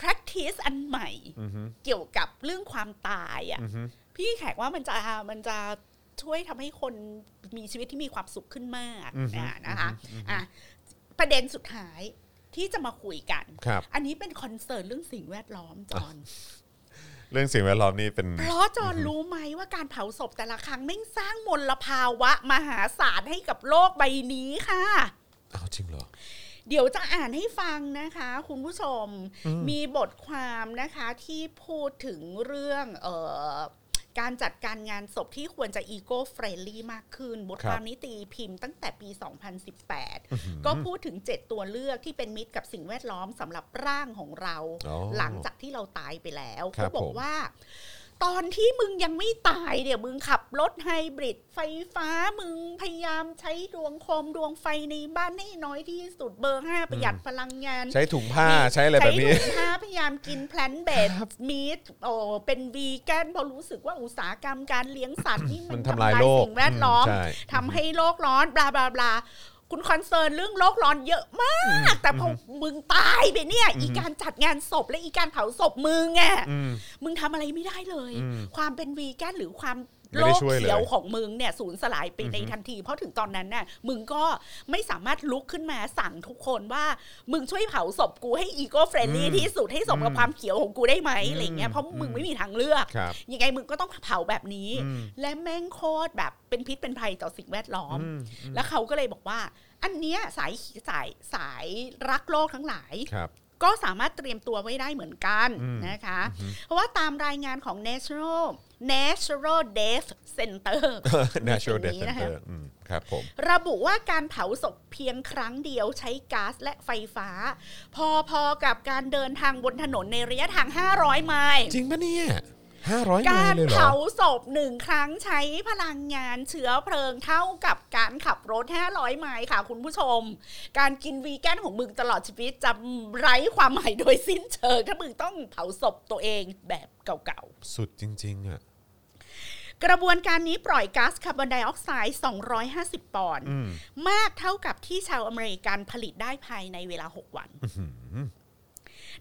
Speaker 3: practice อันใหม่
Speaker 2: อือฮึ
Speaker 3: เกี่ยวกับเรื่องความตายอ่ะ
Speaker 2: อือฮึ
Speaker 3: พี่แขกว่ามันจะมันจะช่วยทำให้คนมีชีวิตที่มีความสุขขึ้นมาก
Speaker 2: อือฮึ
Speaker 3: อ่ะนะคะอ่ะประเด็นสุดท้ายที่จะมาคุยกัน
Speaker 2: ครับ
Speaker 3: อันนี้เป็นคอนเซิร์นเรื่องสิ่งแวดล้อมจอน
Speaker 2: เรื่องสิ่งแวดล้อมนี่เป็น
Speaker 3: เพราะจอนรู้ไหมว่าการเผาศพแต่ละครั้งแม่งสร้างมลภาวะ มหาศาลให้กับโลกใบนี้ค่ะ
Speaker 2: เอาจริงเหรอ
Speaker 3: เดี๋ยวจะอ่านให้ฟังนะคะ คุณผู้ชมมีบทความนะคะที่พูดถึงเรื่องเออการจัดการงานศพที่ควรจะอีโก้เฟรนลี่มากขึ้น บทความนี้ตีพิมพ์ตั้งแต่ปี 2018 ก็พูดถึง 7 ตัวเลือกที่เป็นมิตรกับสิ่งแวดล้อมสำหรับร่างของเรา
Speaker 2: อ๋อ
Speaker 3: หลังจากที่เราตายไปแล้ว
Speaker 2: ครั
Speaker 3: เขา
Speaker 2: บ
Speaker 3: บอ
Speaker 2: ผ
Speaker 3: ก
Speaker 2: ม
Speaker 3: ว่า ตอนที่มึงยังไม่ตายเดี๋ยวมึงขับรถไฮบริดไฟฟ้ามึงพยายามใช้ดวงโคมดวงไฟในบ้านให้น้อยที่สุดเบอร์ห้าประหยัดพลังงาน
Speaker 2: ใช้ถุงผ้าใช้อะไรแบบนี้
Speaker 3: ใช้ถุงผ้าพยายามกินแพลนเบ
Speaker 2: <laughs>
Speaker 3: ดมีทโอ้เป็นวีแกนเพราะรู้สึกว่าอุตสาหกรรมการเลี้ยงสัตว์นี่
Speaker 2: มั
Speaker 3: มันน
Speaker 2: ทำลายโลก
Speaker 3: สิ่งแวดล้อม
Speaker 2: ใช่
Speaker 3: ทำให้โลกร้อนบลาบลาบลาคุณคอนเซิร์นเรื่องโลกร้อนเยอะมาก แต่พอมึงตายไปเนี่ย อีการจัดงานศพและอีการเผาศพมึงไง
Speaker 2: อืม
Speaker 3: มึงทำอะไรไม่ได้เลย
Speaker 2: อืม
Speaker 3: ความเป็นวีแกนหรือความ
Speaker 2: ไม่
Speaker 3: โล
Speaker 2: ได้
Speaker 3: ก
Speaker 2: ช่วยเลย
Speaker 3: เขียวของมึงเนี่ยสูญสลายไปในทันที เพราะถึงตอนนั้นน่ะมึงก็ไม่สามารถลุกขึ้นมาสั่งทุกคนว่า มึงช่วยเผาศพกูให้อีโก้เฟรนลี่
Speaker 2: อืม
Speaker 3: ที่สุดให้สมกับ
Speaker 2: อืม
Speaker 3: ความเขียวของกูได้ไหม
Speaker 2: อืม
Speaker 3: อะไรเงี้ยเพราะมึ
Speaker 2: อื
Speaker 3: ง
Speaker 2: ม
Speaker 3: ไม่มีทางเลือก
Speaker 2: ครับ
Speaker 3: ยังไงมึงก็ต้องเผาแบบนี้
Speaker 2: อืม
Speaker 3: และแม่งโคตรแบบเป็นพิษเป็นภัยต่อสิ่งแวดล้อม
Speaker 2: อืม
Speaker 3: แล้วเขาก็เลยบอกว่า อันเนี้ยสายสายสายรักโลกทั้งหลาย
Speaker 2: ครับ <laughs>
Speaker 3: ก็สามารถเตรียมตัวไว้ได้เหมือนกัน
Speaker 2: อืม
Speaker 3: นะคะ เพราะว่าตามรายงานของ National Natural Death Center <laughs>
Speaker 2: Natural Death
Speaker 3: นะคะ
Speaker 2: Center อืมครับผม
Speaker 3: ระบุว่าการเผาศพเพียงครั้งเดียวใช้ก๊าซและไฟฟ้า พอๆกับการเดินทางบนถนนในระยะทาง 500 ไมล์
Speaker 2: จริงปะเนี่ยห้าร้อยไม
Speaker 3: การ
Speaker 2: ล์เลยเหร
Speaker 3: เผา
Speaker 2: อ
Speaker 3: ศพหนึ่งครั้งใช้พลังงานเชื้อเพลิงเท่ากับการขับรถ 500 ไมล์ค่ะคุณผู้ชม การกินวีแกนของมึงตลอดชีวิตจะไร้ความหมายโดยสิ้นเชิง ถ้ามึงต้องเผาศพตัวเองแบบเก่าๆ
Speaker 2: สุดจริง ๆ อ่ะ
Speaker 3: กระบวนการนี้ปล่อยก๊าซคาร์บอนไดออกไซด์ 250 ปอนด์
Speaker 2: อืม
Speaker 3: มากเท่ากับที่ชาวอเมริกันผลิตได้ภายในเวลา 6 วัน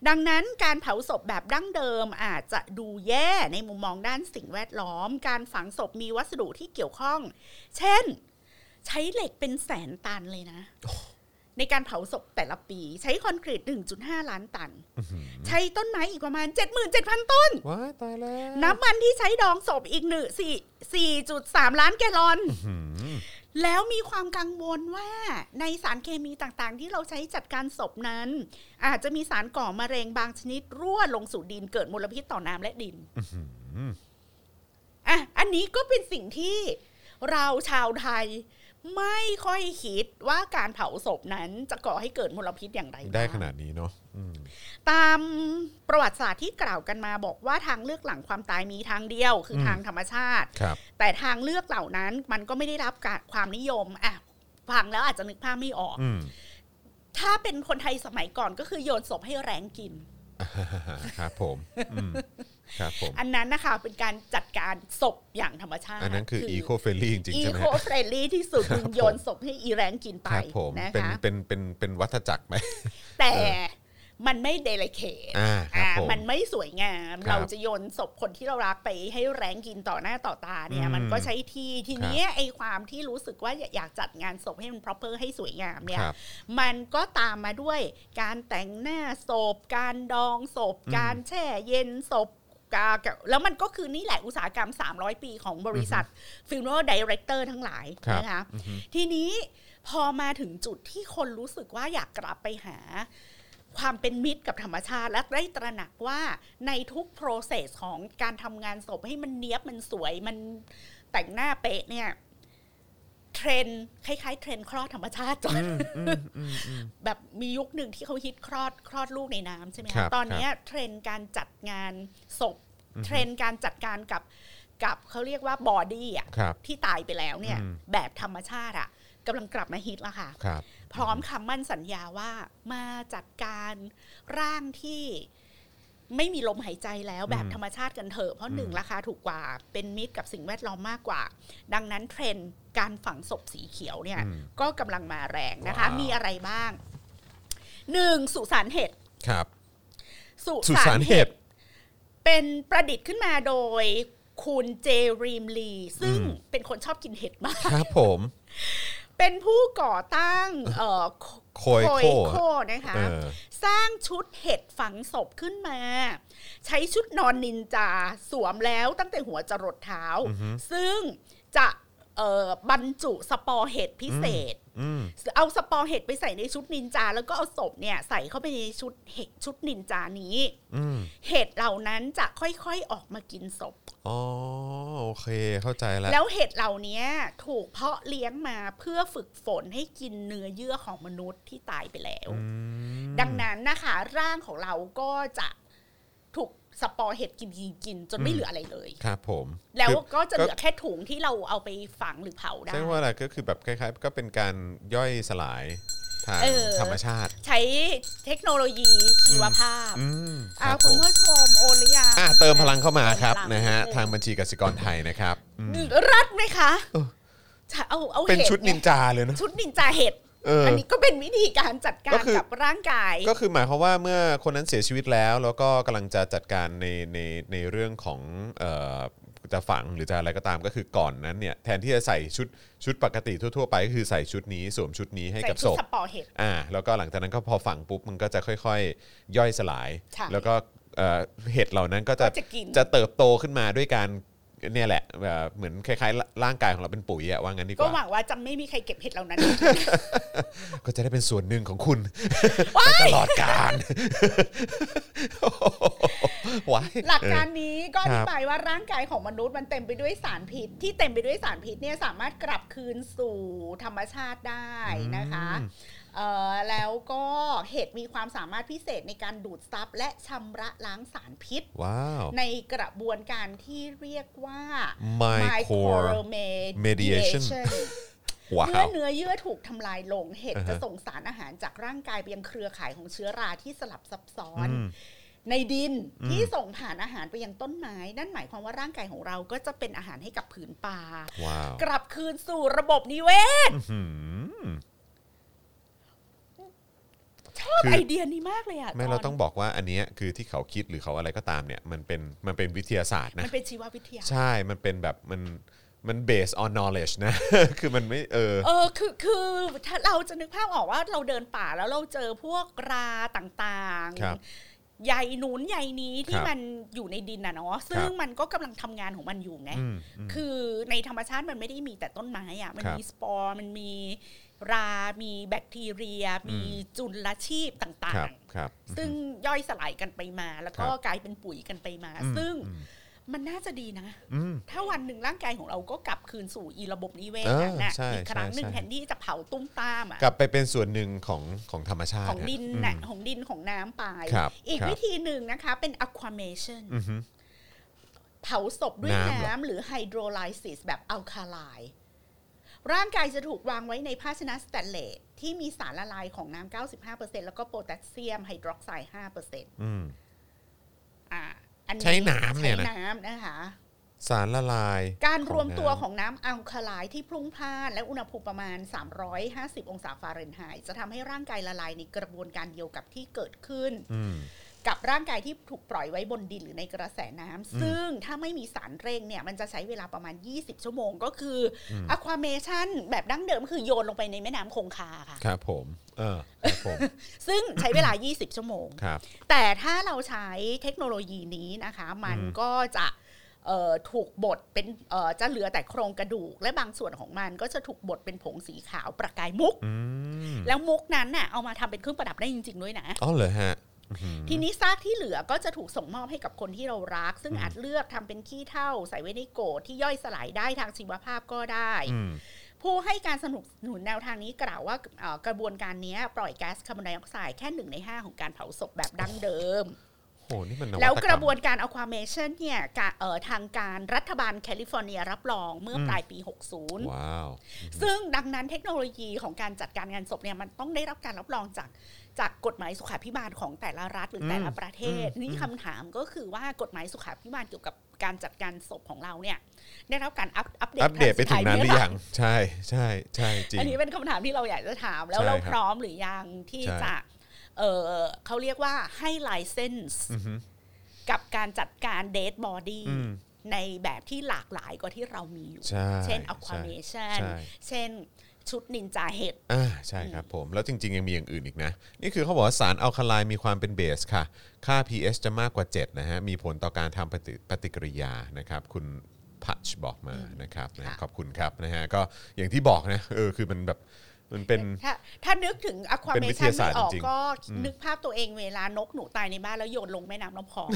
Speaker 3: ดังนั้นการเผาศพแบบดั้งเดิมอาจจะดูแย่ในมุมมองด้านสิ่งแวดล้อม การฝังศพมีวัสดุที่เกี่ยวข้อง เช่น ใช้เหล็กเป็นแสนตันเลยนะ ในการเผาศพแต่ละปี ใช้คอนกรีต 1.5 ล้านตัน ใช้ต้นไม้อีกประมาณ 77,000 ต้น
Speaker 2: ว้ายตายแล้ว
Speaker 3: น้ำมันที่ใช้ดองศพอีกหนึ่งสี่สี่จุดสามล้านแกลลอน
Speaker 2: หืม
Speaker 3: แล้วมีความกังวลว่าในสารเคมีต่างๆ ที่เราใช้จัดการศพนั้น อาจจะมีสารก่อมะเร็งบางชนิดรั่วลงสู่ดินเกิดมลพิษต่อน้ำและดินอ่ะอันนี้ก็เป็นสิ่งที่เราชาวไทยไม่ค่อยคิดว่าการเผาศพนั้นจะก่อให้เกิดมลพิษอย่างไรบ้ง
Speaker 2: ได้ขนาดนี้เนาะอืม
Speaker 3: ตามประวัติศาสตร์ที่กล่าวกันมาบอกว่าทางเลือกหลังความตายมีทางเดียว คืออ
Speaker 2: ม
Speaker 3: ทางธรรมชาติ
Speaker 2: ครับ <laughs>
Speaker 3: แต่ทางเลือกเหล่านั้นมันก็ไม่ได้รับการความนิยมอ่ะฟังแล้วอาจจะนึกภาพไม่ออก
Speaker 2: อืม
Speaker 3: ถ้าเป็นคนไทยสมัยก่อนก็คือโยนศพให้แรงกิน
Speaker 2: ครับผมอืมครับผม
Speaker 3: อันนั้นนะคะ เป็นการจัดการศพอย่างธรรมชาติ
Speaker 2: อันนั้นคืออีโคเฟรนลี่จริง ๆ
Speaker 3: อี
Speaker 2: ใช่ไหม
Speaker 3: โค
Speaker 2: ฮะ
Speaker 3: เฟรนลี่ที่สุด
Speaker 2: ครับ
Speaker 3: มึงโยนศพให้อีแรงกินไป
Speaker 2: ครับผม
Speaker 3: นะ
Speaker 2: เป็น
Speaker 3: คะ
Speaker 2: เป็นเป็นเป็นวัฏจักรไหม
Speaker 3: แต่
Speaker 2: เออ
Speaker 3: มันไม่เดลิเคท
Speaker 2: อ่าครับ
Speaker 3: อ่า
Speaker 2: ผม
Speaker 3: มันไม่สวยงาม
Speaker 2: ครับ
Speaker 3: เราจะโยนศพคนที่เรารักไปให้แรงกินต่อหน้าต่อตาเนี่ย
Speaker 2: อืม
Speaker 3: มันก็ใช้ที่ทีเนี้ยไอ้ความที่รู้สึกว่าอยากจัดงานศพให้มัน proper ให้สวยงามเนี่ย
Speaker 2: ครับ
Speaker 3: มันก็ตามมาด้วยการแต่งหน้าศพ การดองศพ
Speaker 2: อืม
Speaker 3: การแช่เย็นศพกาแล้วมันก็คือนี่แหละอุตสาหกรรม 300 ปีของบริษัท funeral director ทั้งหลาย
Speaker 2: ครับ
Speaker 3: นะคะ
Speaker 2: อือฮึ
Speaker 3: ทีนี้พอมาถึงจุดที่คนรู้สึกว่าอยากกลับไปหา ความเป็นมิตรกับธรรมชาติ และได้ตระหนักว่าในทุก process ของการทำงานศพให้มันเนี้ยบมันสวยมันแต่งหน้าเป๊ะเนี่ยเทรนด์คล้ายๆ เทรนด์คลอดธรรมชาติจอนแบบมียุคหนึ่งที่เขาฮิตคลอดคลอดลูกในน้ำใช่ไหม
Speaker 2: ครั
Speaker 3: คะ
Speaker 2: บ
Speaker 3: ตอนเนี้ยเทรนด์การจัดงานศพ
Speaker 2: อือฮึ
Speaker 3: เทรนด์การจัดการกับกับเขาเรียกว่าบอดี้อ่ะ
Speaker 2: ครับ
Speaker 3: ที่ตายไปแล้วเนี่ย
Speaker 2: อืม
Speaker 3: แบบธรรมชาติอะกำลังกลับมาฮิตแล้วค่ะ
Speaker 2: ครับ
Speaker 3: พร้อมคำมั่นสัญญาว่ามาจัดการร่างที่ไม่มีลมหายใจแล้วแบบ
Speaker 2: อืม
Speaker 3: ธรรมชาติกันเถอะ เพราะหนึ่ง
Speaker 2: อืม
Speaker 3: ราคาถูกกว่า เป็นมิตรกับสิ่งแวดล้อมมากกว่า ดังนั้นเทรนด์การฝังศพสีเขียวเนี่ย
Speaker 2: อืม
Speaker 3: ก็กำลังมาแรงนะคะ
Speaker 2: ว้าว
Speaker 3: มีอะไรบ้างหนึ่งสุสานเห็ด
Speaker 2: ครับ
Speaker 3: สุ
Speaker 2: สุสานเห็ด
Speaker 3: เป็นประดิษฐ์ขึ้นมาโดยคุณเจรีมลีซึ่ง
Speaker 2: อืม
Speaker 3: เป็นคนชอบกินเห็ดมาก
Speaker 2: ครับผม
Speaker 3: เป็นผู้ก่อตั้งเอ่อโค
Speaker 2: โค
Speaker 3: โค
Speaker 2: ย
Speaker 3: ย
Speaker 2: โค
Speaker 3: โคนะคะ
Speaker 2: เออ
Speaker 3: สร้างชุดเห็ดฝังศพขึ้นมา ใช้ชุดนอนนินจาสวมแล้วตั้งแต่หัวจรดเท้า
Speaker 2: อือฮึ
Speaker 3: ซึ่งจะเอ่อบรรจุสปอร์เห็ดพิเศษ
Speaker 2: อืม
Speaker 3: เอาสปอร์เห็ดไปใส่ในชุดนินจา แล้วก็เอาศพเนี่ยใส่เข้าไปในชุดเห็ดชุดนินจานี้
Speaker 2: อืม
Speaker 3: เห็ดเหล่านั้นจะค่อยๆออกมากินศพ
Speaker 2: อ๋อโอเคเข้าใจแล้ว
Speaker 3: แล้วเห็ดเหล่านี้ถูกเพาะเลี้ยงมาเพื่อฝึกฝนให้กินเนื้อเยื่อของมนุษย์ที่ตายไปแล้ว
Speaker 2: อืม
Speaker 3: ดังนั้นนะคะ ร่างของเราก็จะถูกสปอร์เห็ดกินกินกินจนไม่เหลืออะไรเลย
Speaker 2: ครับผม
Speaker 3: แล้ว
Speaker 2: คือ
Speaker 3: ก็จะ
Speaker 2: ก็
Speaker 3: เหลือแค่ถุงที่เราเอาไปฝังหรือเผาได้
Speaker 2: ใช่ว่าอะไรก็คือแบบคล้ายๆ ก็เป็นการย่อยสลายทาง
Speaker 3: เออ
Speaker 2: ธรรมชาติ
Speaker 3: ใช้เทคโนโลยีชีวภาพ
Speaker 2: อืม
Speaker 3: อ่า
Speaker 2: รับ
Speaker 3: คุ
Speaker 2: ผ
Speaker 3: ณ
Speaker 2: ม
Speaker 3: ผู้ชมโอนหรือยัง
Speaker 2: อ่ะเติมพลังเข้ามาครับ
Speaker 3: เติมพลัง
Speaker 2: นะฮะ
Speaker 3: เติม
Speaker 2: ทางบัญชีกสิกรไทยนะครับอืม
Speaker 3: รัดไหมคะจะเอาเอา
Speaker 2: เป็น
Speaker 3: เห็ด
Speaker 2: ชุดนิน
Speaker 3: ไง
Speaker 2: จาเลยนะ
Speaker 3: ชุดนินจาเห็ด
Speaker 2: เออ
Speaker 3: อันนี้ก็เป็นวิธีการจัดกา
Speaker 2: ก็
Speaker 3: ร
Speaker 2: คือ
Speaker 3: กับร่างกาย
Speaker 2: ก็คือหมายความว่าเมื่อคนนั้นเสียชีวิตแล้ว แล้วก็กำลังจะจัดการในในในเรื่องของเอ่อ จะฝังหรือจะอะไรก็ตามก็คือก่อนนั้นเนี่ยแทนที่จะใส่ชุดชุดปกติทั่วๆไปก็คือใส่ชุดนี้สวมชุดนี้ให้
Speaker 3: ใส่
Speaker 2: กับ
Speaker 3: ชุ
Speaker 2: ศ
Speaker 3: ด
Speaker 2: พ
Speaker 3: สปอร์เห็ด
Speaker 2: อ่าแล้วก็หลังจากนั้นก็พอฝังปุ๊บมันก็จะค่อยๆ ย่อยสลาย
Speaker 3: ใช่
Speaker 2: แล้วก็เอ่อเห็ดเหล่านั้นก็จะ
Speaker 3: ก็จะกิน
Speaker 2: เติบโตขึ้นมาด้วยการเนี่ยแหละเอ่อเหมือนคล้ายๆ ร่างกายของเราเป็นปุ๋ยอะว่างั้นดีก
Speaker 3: ก็ห
Speaker 2: ว่า
Speaker 3: วังว่าจะไม่มีใครเก็บเห็ดเหล่านั้น
Speaker 2: ก็จะได้เป็นส่วนหนึ่งของคุณ
Speaker 3: ว้าย
Speaker 2: <laughs> ตลอดการ ว้าย
Speaker 3: หลักการนี้ก็อ
Speaker 2: ครับ
Speaker 3: ธิบายว่าร่างกายของมนุษย์มันเต็มไปด้วยสารพิษ ที่เต็มไปด้วยสารพิษเนี่ยสามารถกลับคืนสู่ธรรมชาติได้นะคะเอ่อแล้วก็เห็ดมีความสามารถพิเศษในการดูดซับและชำระล้างสารพิษ
Speaker 2: ว้าว
Speaker 3: ในกระบวนการที่เรียกว่า
Speaker 2: ไมโคร Mediation
Speaker 3: micromediation
Speaker 2: ว้า
Speaker 3: เมื่อ
Speaker 2: ว
Speaker 3: เนื้อเยื่อถูกทำลายลงเห็ด
Speaker 2: อ่าฮะ
Speaker 3: จะส่งสารอาหารจากร่างกายไปยังเครือข่ายของเชื้อราที่สลับซับซ้อน
Speaker 2: อืม
Speaker 3: ในดิน
Speaker 2: อืม
Speaker 3: ที่ส่งผ่านอาหารไปยังต้นไม้ นั่นหมายความว่าร่างกายของเราก็จะเป็นอาหารให้กับผืนป่า
Speaker 2: ว้าว
Speaker 3: กลับคืนสู่ระบบนิเวศ
Speaker 2: อื้อหือ
Speaker 3: ชอบ
Speaker 2: คือ
Speaker 3: ไอเดียนี้มากเลยอ่ะ
Speaker 2: แม่
Speaker 3: จ
Speaker 2: เราต้องบอกว่าอันเนี้ยคือที่เขาคิดหรือเขาอะไรก็ตามเนี่ยมันเป็นมันเป็นวิทยาศาสตร์นะ
Speaker 3: มันเป็นชีววิทยา
Speaker 2: ใช่ มันเป็นแบบมันมัน based on knowledge นะ <laughs> คือมันไม่เออ
Speaker 3: เออคือคือถ้าเราจะนึกภาพออกว่าเราเดินป่าแล้วเราเจอพวกราต่าง
Speaker 2: ครับ
Speaker 3: ๆใยหนุนใยนี้
Speaker 2: ค
Speaker 3: ที่
Speaker 2: รับ
Speaker 3: มันอยู่ในดินนะเนาะซึ่งมันก็กำลังทำงานของมันอยู่ไง
Speaker 2: มม
Speaker 3: คือในธรรมชาติมันไม่ได้มีแต่ต้นไม้อะมัน
Speaker 2: ครับ
Speaker 3: มีสปอร์มันมีรา มีแบคทีเรีย มี
Speaker 2: อืม
Speaker 3: จุลชีพต
Speaker 2: ค
Speaker 3: ่า
Speaker 2: รับ
Speaker 3: ง
Speaker 2: ครับ
Speaker 3: ๆ ซึ่งย่อยสลายกันไปมา แล้วก็
Speaker 2: ครับ
Speaker 3: กลายเป็นปุ๋ยกันไปมา
Speaker 2: อืม
Speaker 3: ซึ่ง
Speaker 2: อืม
Speaker 3: มันน่าจะดีนะ
Speaker 2: อืม
Speaker 3: ถ้าวันหนึ่งร่างกายของเราก็กลับคืนสู่อีระบบนิเวศ
Speaker 2: เออ
Speaker 3: นั้นน่ะ
Speaker 2: ใช่
Speaker 3: อีกครั้ง
Speaker 2: ใช่
Speaker 3: หนึ่ง
Speaker 2: ใช่
Speaker 3: แทนที่จะเผาตุ้มตามอ่ะ
Speaker 2: กลับไปเป็นส่วนหนึ่งของของธรรมชาติ
Speaker 3: ของดินน่ะ
Speaker 2: อืม
Speaker 3: ของดินของน้ำไป
Speaker 2: ครับ
Speaker 3: อีก
Speaker 2: ครับ
Speaker 3: วิธีหนึ่งนะคะเป็น aquamation
Speaker 2: อือฮึ
Speaker 3: เผาศพด้วย
Speaker 2: น้ำเหรอ
Speaker 3: น้ำหรือ hydrolysis แบบ alkaline ร่างกายจะถูกวางไว้ในภาชนะสแตนเลสที่มีสารละลายของน้ำ 95%แล้วก็โพแทสเซียมไฮดรอกไซด์5%
Speaker 2: อืม
Speaker 3: อ่าอันนี้
Speaker 2: ใช้น้ำเนี่ยนะ
Speaker 3: ใช้น้ำนะคะ
Speaker 2: สารละลาย
Speaker 3: การรวมตัว
Speaker 2: ของน้ำ
Speaker 3: ของน้ำอัลคาไลน์ที่พลุ่งพล่าน และอุณหภูมิประมาณ 350 องศาฟาเรนไฮต์จะทำให้ร่างกายละลายในกระบวนการเดียวกับที่เกิดขึ้น
Speaker 2: อืม
Speaker 3: กับร่างกายที่ถูกปล่อยไว้บนดินหรือในกระแสน้ำ
Speaker 2: อืม
Speaker 3: ซึ่งถ้าไม่มีสารเร่งเนี่ย มันจะใช้เวลาประมาณ 20 ชั่วโมง ก็คืออ
Speaker 2: ม
Speaker 3: อะควาเมชันแบบดั้งเดิมคือโยนลงไปในแม่น้ำคงคาค่ะ
Speaker 2: ครับผม เออครับผม
Speaker 3: ซึ่งใช้เวลา 20 ชั่วโมง
Speaker 2: ครับ
Speaker 3: แต่ถ้าเราใช้เทคโนโลยีนี้นะคะ มัน
Speaker 2: อืม
Speaker 3: ก็จะเอ่อถูกบดเป็นเอ่อจะเหลือแต่โครงกระดูก และบางส่วนของมันก็จะถูกบดเป็นผงสีขาวประกายมุก
Speaker 2: อืม
Speaker 3: แล้วมุกนั้นน่ะเอามาทำเป็นเครื่องประดับได้จริง ๆ ด้วยนะ
Speaker 2: อ๋อเหรอฮะอื้อหือ
Speaker 3: ทีนี้ซากที่เหลือก็จะถูกส่งมอบให้กับคนที่เรารัก ซึ่ง
Speaker 2: อืม
Speaker 3: อาจเลือกทำเป็นขี้เท่า ใส่ไว้ในโกรธที่ย่อยสลายได้ทางชีวภาพก็ได้
Speaker 2: อืม
Speaker 3: ผู้ให้การสนับสนุนแนวทางนี้กล่าวว่าเอ่อกระบวนการเนี้ยปล่อยแก๊สคาร์บอนไดออกไซด์แค่หนึ่งในห้าของการเผาศพแบบดั้งเดิม
Speaker 2: โห นี่มันน
Speaker 3: แล้ว
Speaker 2: ต
Speaker 3: กระบวนการ Aquamation เนี่ยกะเอ่อทางการรัฐบาลแคลิฟอร์เนียรับรองเมื่อปลายปี 60
Speaker 2: ว้าว
Speaker 3: ซึ่งดังนั้นเทคโนโลยีของการจัดการงานศพเนี่ยมันต้องได้รับการรับรองจากจากกฎหมายสุขาพิบาลของแต่ละรัฐหรืออ
Speaker 2: ม
Speaker 3: แต่ละประเทศ
Speaker 2: อืม
Speaker 3: นี่คำถามก็คือว่ากฎหมายสุขาพิบาลเกี่ยวกับการจัดการศพของเราเนี่ยได้รับการอัปอัปเดต
Speaker 2: อัปเดตไปถึงนานหรือยัง ใช่ใช่ใช่จริง
Speaker 3: อันนี้เป็นคำถามที่เราอยากจะถามแล้ว
Speaker 2: ใช่
Speaker 3: เรา
Speaker 2: ครับ
Speaker 3: พร้อมหรือยังที่
Speaker 2: ใช่
Speaker 3: จะเออเขาเรียกว่าให้ไลเซนส์
Speaker 2: อือหือ
Speaker 3: กับการจัดการเด a บอดี้
Speaker 2: อืม
Speaker 3: ในแบบที่หลากหลายกว่าที่เรามีอยู่
Speaker 2: ใช่
Speaker 3: เช่น
Speaker 2: ใช่
Speaker 3: Aquamation
Speaker 2: ใช่
Speaker 3: เช่นชุดนินจาเห็ด
Speaker 2: อ่าใช่ครับผม แล้วจริง ๆ ยังมีอย่างอื่นอีกนะ นี่คือเขาบอกว่าสารอัลคาไลน์มีความเป็นเบสค่ะ ค่า pH จะมากกว่า 7 นะฮะ มีผลต่อการทำปฏิปฏิกิริยานะครับ คุณพัชบอกมานะครับนะ
Speaker 3: ค่ะ
Speaker 2: ขอบคุณครับนะฮะก็อย่างที่บอกนะเออคือมันแบบมันเป็น
Speaker 3: ถ้าถ้านึกถึง
Speaker 2: เป็นวิท
Speaker 3: Aquamation
Speaker 2: ยาศาสตร์
Speaker 3: ไม่ออก
Speaker 2: จริงๆ
Speaker 3: ก็
Speaker 2: อืม
Speaker 3: นึกภาพตัวเองเวลานกหนูตายในบ้านแล้วโยนลงแม่น้ำลำคลอง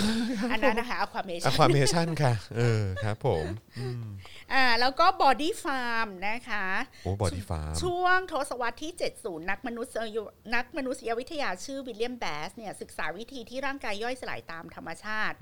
Speaker 3: อันนั้นนะคะ
Speaker 2: อะ <laughs>
Speaker 3: Aquamation
Speaker 2: ความเมชั่นค่ะ เออครับผม
Speaker 3: อ่าแล้วก็ Body Farm นะคะ
Speaker 2: โอ้บอดี้ฟาร์ม
Speaker 3: ช่วงทศวรรษที่ 70 นักมนุษยนักมนุษยวิทยาชื่อวิลเลียมแบสเนี่ยศึกษาวิธีที่ร่างกายย่อยสลายตามธรรมชาติ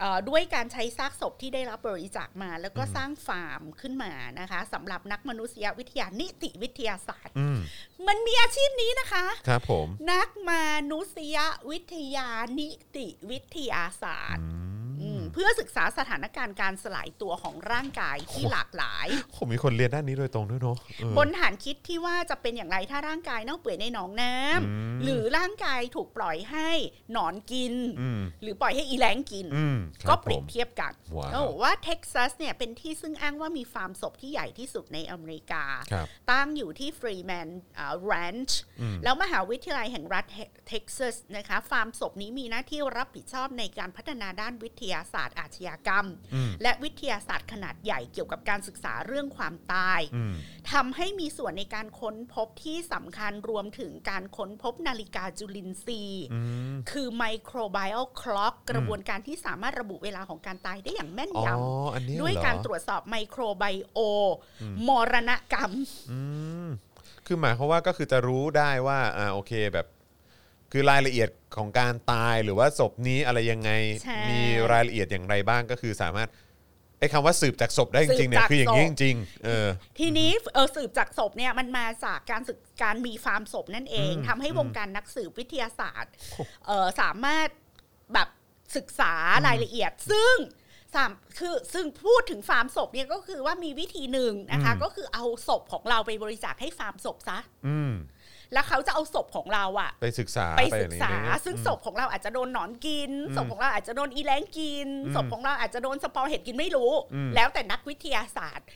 Speaker 3: เอ่อด้วยการใช้ซากศพที่ได้รับบริจาคมา แล้วก็สร้างฟาร์มขึ้นมานะคะสำหรับนักมนุษยวิทยานิติวิทยาศาสตร์
Speaker 2: อืม
Speaker 3: มันมีอาชีพนี้นะคะ
Speaker 2: ครับผม
Speaker 3: นักมนุษยวิทยานิติวิทยาศาสตร์
Speaker 2: อืม
Speaker 3: อืม เพื่อศึกษาสถานการณ์การสลายตัวของร่างกายที่หลากหลาย
Speaker 2: ผมมีคนเรียนด้านนี้โดยตรงด้วยเนาะเออ
Speaker 3: บนฐานคิดที่ว่าจะเป็นอย่างไรถ้าร่างกายเน่าเปื่อยในหนองน้ำ
Speaker 2: อืม
Speaker 3: หรือร่างกายถูกปล่อยให้หนอนกิน
Speaker 2: อืม
Speaker 3: หรือปล่อยให้อีแรงกิน
Speaker 2: อืมค
Speaker 3: ก็
Speaker 2: บ
Speaker 3: เปรียบ
Speaker 2: ผม
Speaker 3: เทียบกัน
Speaker 2: ว้าว
Speaker 3: เขาบอกว่าเท็กซัสเนี่ยเป็นที่ซึ่งอ้างว่ามีฟาร์มศพที่ใหญ่ที่สุดในอเมริกา
Speaker 2: ครับ
Speaker 3: ตั้งอยู่ที่ฟรีแมนรันช์
Speaker 2: อืม
Speaker 3: แล้วมหาวิทยาลัยแห่งรัฐเท็กซัสนะคะ ฟาร์มศพนี้มีหน้าที่รับผิดชอบในการพัฒนาด้านวิทยาศาสตร์อาชญากรรม
Speaker 2: อืม
Speaker 3: และวิทยาศาสตร์ขนาดใหญ่เกี่ยวกับการศึกษาเรื่องความตาย
Speaker 2: อืม
Speaker 3: ทำให้มีส่วนในการค้นพบที่สำคัญรวมถึงการค้นพบนาฬิกาจุลินทรีย์
Speaker 2: อืม
Speaker 3: คือไมโครไบโอคล็อกกระบวนการที่สามารถระบุเวลาของการตายได้อย่างแม่น
Speaker 2: อ๋อย อันนี้
Speaker 3: ำด้วย
Speaker 2: เหอ
Speaker 3: การตรวจสอบไมโครไบโออมรณกรรม
Speaker 2: อืมคือหมายความว่าก็คือจะรู้ได้ว่าอ่าโอเคแบบ คือรายละเอียดของการตายหรือว่าศพนี้อะไรยังไง
Speaker 3: ใช่
Speaker 2: มีรายละเอียดอย่างไรบ้างก็คือสามารถไอ้คำว่าสืบจากศพได้จริงๆเนี่ย
Speaker 3: สืบจาก
Speaker 2: คืออย่างนี้
Speaker 3: ศ
Speaker 2: จ
Speaker 3: พ
Speaker 2: ริงๆเออ
Speaker 3: ทีนี้เออสืบจากศพเนี่ยมันมาจากการศึกการมีฟาร์มศพนั่นเอง
Speaker 2: อืม
Speaker 3: ทำให้วงการนักสืบวิทยาศาสตร์เออสามารถแบบศึกษารายละเอียด ซึ่งสามคือซึ่งพูดถึงฟาร์มศพเนี่ยก็คือว่ามีวิธีหนึ่งนะคะ
Speaker 2: อืม
Speaker 3: ก็คือเอาศพของเราไปบริจาคให้ฟาร์มศพซะ
Speaker 2: อืม
Speaker 3: แล้วเขาจะเอาศพของเราอะ
Speaker 2: ไปศึกษา
Speaker 3: ไปศึกษา
Speaker 2: อะไรอย่เย
Speaker 3: ซึ่ง
Speaker 2: อืม
Speaker 3: ศพของเราอาจจะโดนหนอนกิน
Speaker 2: อืม
Speaker 3: ศพของเราอาจจะโดนอีแรงกิน
Speaker 2: อืม
Speaker 3: ศพของเราอาจจะโดนสปอร์เห็ดกินไม่รู้
Speaker 2: อืม
Speaker 3: แล้วแต่นักวิทยาศาสตร์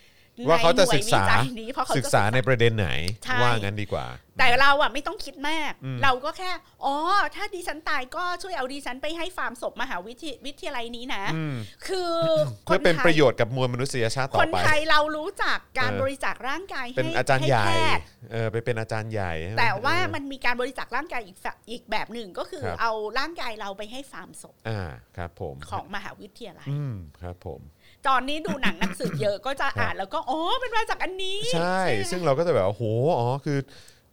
Speaker 2: ว่าเขาจะศึกษา
Speaker 3: ในหน่วยวิจัยนี้เพราะเขาจะ
Speaker 2: ศึกษาในประเด็นไหน
Speaker 3: ใช่
Speaker 2: ว่างั้นดีกว่า
Speaker 3: แต่เราอะไม่ต้องคิดมาก
Speaker 2: อืม
Speaker 3: เราก็แค่ อ๋อ ถ้าดิฉันตายก็ช่วยเอาดิฉันไปให้ฟาร์มศพมหาวิทวิทยาลัยนี้นะ
Speaker 2: อืม
Speaker 3: คือค
Speaker 2: เพื่อน เป็น
Speaker 3: ไท
Speaker 2: ประ
Speaker 3: ย
Speaker 2: โยชน์กับมวลมนุษยชาติต่
Speaker 3: ค
Speaker 2: อน ไป
Speaker 3: ไทยเรารู้จักการ
Speaker 2: เออ
Speaker 3: บริจาคร่างกาย
Speaker 2: เป็น
Speaker 3: ให้
Speaker 2: อาจารย์ใหญ่
Speaker 3: แพทย์
Speaker 2: เออไปเป็นอาจารย์ใหญ่ใช่ไหม
Speaker 3: แต่ว่า
Speaker 2: เออ
Speaker 3: มันมีการบริจาคร่างกายอีกแบบอีกแบบหนึ่งก็คือ
Speaker 2: ครับ
Speaker 3: เอาร่างกายเราไปให้ฟาร์มศพ
Speaker 2: อ่าครับผม
Speaker 3: ของมหาวิทยาลัย
Speaker 2: อืมครับผม
Speaker 3: ตอนนี้ดูหนังหนังสือเยอะก็จะอ่านแล้วก็อ๋อมันมาจากอันนี้
Speaker 2: ใช่ ซึ่งเราก็จะแบบว่าโห อ๋อ คือ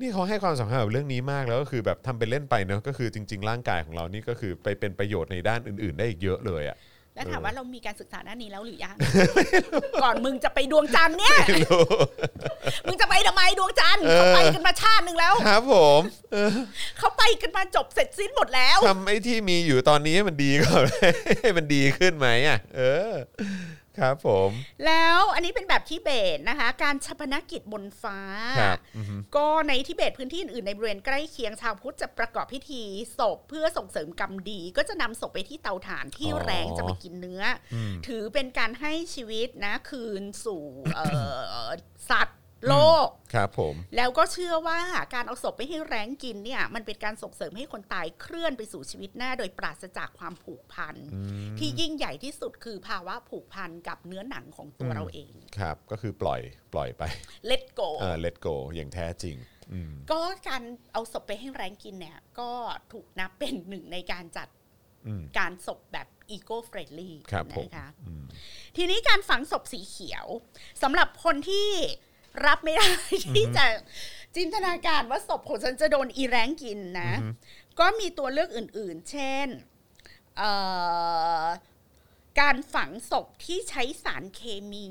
Speaker 2: นี่เขาให้ความสำคัญกับเรื่องนี้มาก แล้วก็คือแบบทำเป็นเล่นไปเนอะก็คือจริง ๆ ร่างกายของเรานี่ก็คือไปเป็นประโยชน์ในด้านอื่น ๆ ได้อีกเยอะเลยอะ
Speaker 3: แล้วถาม
Speaker 2: เออ
Speaker 3: ว่าเรามีการศึกษาด้านนี้แล้วหรือยัง ก่อนมึงจะไปดวงจันทร์เนี่ย มึงจะไปทำไมดวงจันทร์เขาไปกันมาชาติหนึ่งแล้ว
Speaker 2: ครับผมเออ
Speaker 3: เขาไปกันมาจบเสร็จสิ้นหมดแล้ว
Speaker 2: <laughs> ทำไอ้ที่มีอยู่ตอนนี้ให้มันดีก่อน <laughs> ให้มันดีขึ้นไหมอ่ะ เออ ครับผม
Speaker 3: แล้วอันนี้เป็นแบบทิเบตนะคะ การชปนกิจบนฟ้า
Speaker 2: ครับอือฮึ
Speaker 3: ก็ในทิเบตพื้นที่อื่นๆในบริเวณใกล้เคียงชาวพุทธจะประกอบพิธีศพเพื่อส่งเสริมกรรมดี ก็จะนำศพไปที่เตาถ่านที่
Speaker 2: อ๋อ
Speaker 3: แรงจะไปกินเนื้ออ
Speaker 2: อืม
Speaker 3: ถือเป็นการให้ชีวิตนะคืนสู่เอ่อ <coughs> สัตว์โลก
Speaker 2: ครับผม
Speaker 3: แล้วก็เชื่อว่าการเอาศพไปให้แร้งกินเนี่ย มันเป็นการส่งเสริมให้คนตายเคลื่อนไปสู่ชีวิตหน้า โดยปราศจากความผูกพัน
Speaker 2: อืม
Speaker 3: ที่ยิ่งใหญ่ที่สุดคือภาวะผูกพันกับเนื้อหนังของตัวเราเอง
Speaker 2: ครับ ก็คือปล่อย ปล่อยไป
Speaker 3: เลตโก
Speaker 2: เออ let go อย่างแท้จริง อืม
Speaker 3: ก็การเอาศพไปให้แร้งกินเนี่ย ก็ถูกนับเป็นหนึ่งในการจัด
Speaker 2: อืม
Speaker 3: การศพแบบอีโก้เฟรนลี่
Speaker 2: ครับผม
Speaker 3: นะคะ
Speaker 2: อืม
Speaker 3: ทีนี้การฝังศพสีเขียวสำหรับคนที่รับไม่ได้ <laughs> ที่จะจินตนาการว่าศพของฉันจะโดนอีแรงกินนะ ก็มีตัวเลือกอื่นๆ เช่นเอ่อการฝังศพที่ใช้สารเคมี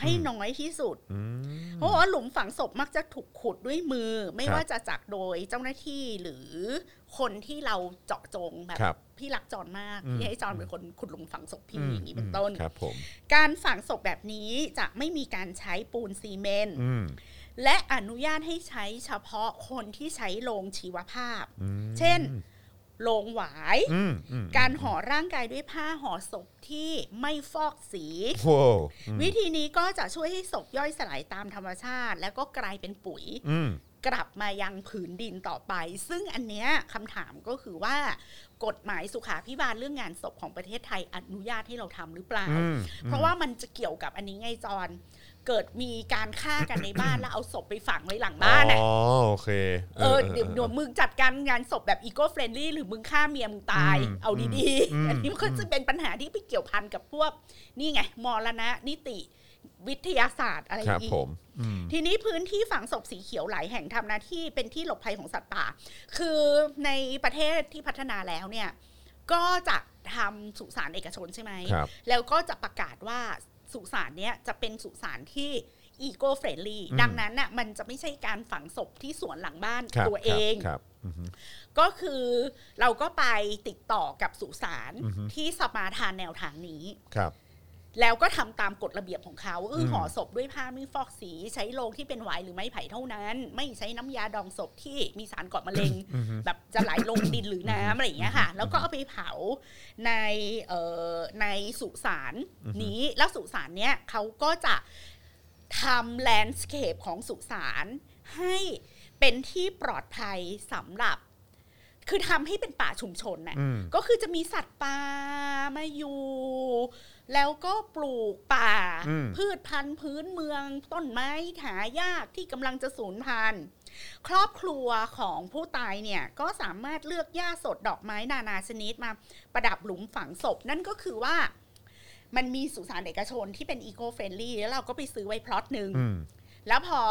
Speaker 3: ให้น้อยที่สุด
Speaker 2: อืม
Speaker 3: เพราะว่าหลุมฝังศพมักจะถูกขุดด้วยมือ ไม่
Speaker 2: ครับ
Speaker 3: ว่าจะจากโดยเจ้าหน้าที่หรือคนที่เราเจาะจงแบ
Speaker 2: ครับ
Speaker 3: พี่รักจอนมาก
Speaker 2: อืม
Speaker 3: พี่ให้จอนเป็นคนขุดหลุมฝังศพพี่อย่างนี้เป็นต้น
Speaker 2: ครับผม
Speaker 3: การฝังศพแบบนี้จะไม่มีการใช้ปูนซีเมนต์
Speaker 2: อืม
Speaker 3: และอนุญาตให้ใช้เฉพาะคนที่ใช้โลงชีวภาพ
Speaker 2: อืม
Speaker 3: เช่น โลงหวาย
Speaker 2: อืมอืม
Speaker 3: การห่อร่างกายด้วยผ้าห่อศพที่ไม่ฟอกสี
Speaker 2: โว้วอืม
Speaker 3: วิธีนี้ก็จะช่วยให้ศพย่อยสลายตามธรรมชาติ แล้วก็กลายเป็นปุ๋ย
Speaker 2: อืม
Speaker 3: กลับมายังผืนดินต่อไป ซึ่งอันเนี้ยคำถามก็คือว่ากฎหมายสุขาพิบาลเรื่องงานศพของประเทศไทยอนุญาตให้เราทำหรือเปล่า
Speaker 2: อืม
Speaker 3: เพราะว่ามันจะเกี่ยวกับอันนี้ไงจอนเกิดมีการฆ่ากันในบ้าน แล้วเอาศพไปฝังไว้หลังบ้าน
Speaker 2: อ่ะ
Speaker 3: อ่ะ
Speaker 2: อ๋อโอเค
Speaker 3: เออเดี๋ยวเดี๋ยวมึงจัดการงานศพแบบอีโก้เฟรนลี่หรือมึงฆ่าเมียมึงตาย เอาดีๆ อันนี้มันก็จะเป็นปัญหาที่ไปเกี่ยวพันกับพวก นี่ไงมรณะนิติวิทยาศาสตร์อะไร
Speaker 2: ครับ
Speaker 3: อีก
Speaker 2: ผมอืม
Speaker 3: ทีนี้พื้นที่ฝังศพสีเขียวหลายแห่งทำหน้าที่เป็นที่หลบภัยของสัตว์ป่า คือในประเทศที่พัฒนาแล้วเนี่ย ก็จะทำสุสานเอกชนใช่ไหม
Speaker 2: ครับ
Speaker 3: แล้วก็จะประกาศว่าสุสานเนี้ยจะเป็นสุสานที่ อีโก้เฟรนลี่ดังนั้นน่ะมันจะไม่ใช่การฝังศพที่สวนหลังบ้าน
Speaker 2: ครับ
Speaker 3: ตัวเอง
Speaker 2: ครับครับอือฮึ
Speaker 3: ก็คือเราก็ไปติดต่อกับสุสาน
Speaker 2: อือฮึ
Speaker 3: ที่สมาทานแนวทางนี้
Speaker 2: ครับ
Speaker 3: แล้วก็ทำตามกฎระเบียบของเขาเออ
Speaker 2: ม
Speaker 3: ห่อศพด้วยผ้าไม่ฟอกสีใช้โลงที่เป็นไวน์หรือไม้ไผ่เท่านั้น ไม่ใช้น้ำยาดองศพที่มีสารก่อมะเร็ง
Speaker 2: อือฮึ
Speaker 3: แบบจะไหลลงดินหรือน้ำอะไรอย่างเงี้ยค่ะ แล้วก็เอาไปเผาในเอ่อในสุสานนี้แล้วสุสานเนี้ยเขาก็จะทำแลนด์สเคปของสุสานให้เป็นที่ปลอดภัยสำหรับ คือทำให้เป็นป่าชุมชนน่ะ
Speaker 2: อืม
Speaker 3: ก็คือจะมีสัตว์ป่ามาอยู่ แล้วก็ปลูกป่า
Speaker 2: อืม
Speaker 3: พืชพันธุ์พื้นเมือง ต้นไม้หายากที่กำลังจะสูญพันธุ์ ครอบครัวของผู้ตายเนี่ยก็สามารถเลือกหญ้าสดดอกไม้นานาชนิดมาประดับหลุมฝังศพ นั่นก็คือว่ามันมีสุสานเอกชนที่เป็นอีโคเฟรนลี่แล้วเราก็ไปซื้อไว้พลอตหนึ่ง
Speaker 2: อืม
Speaker 3: แล้วพอ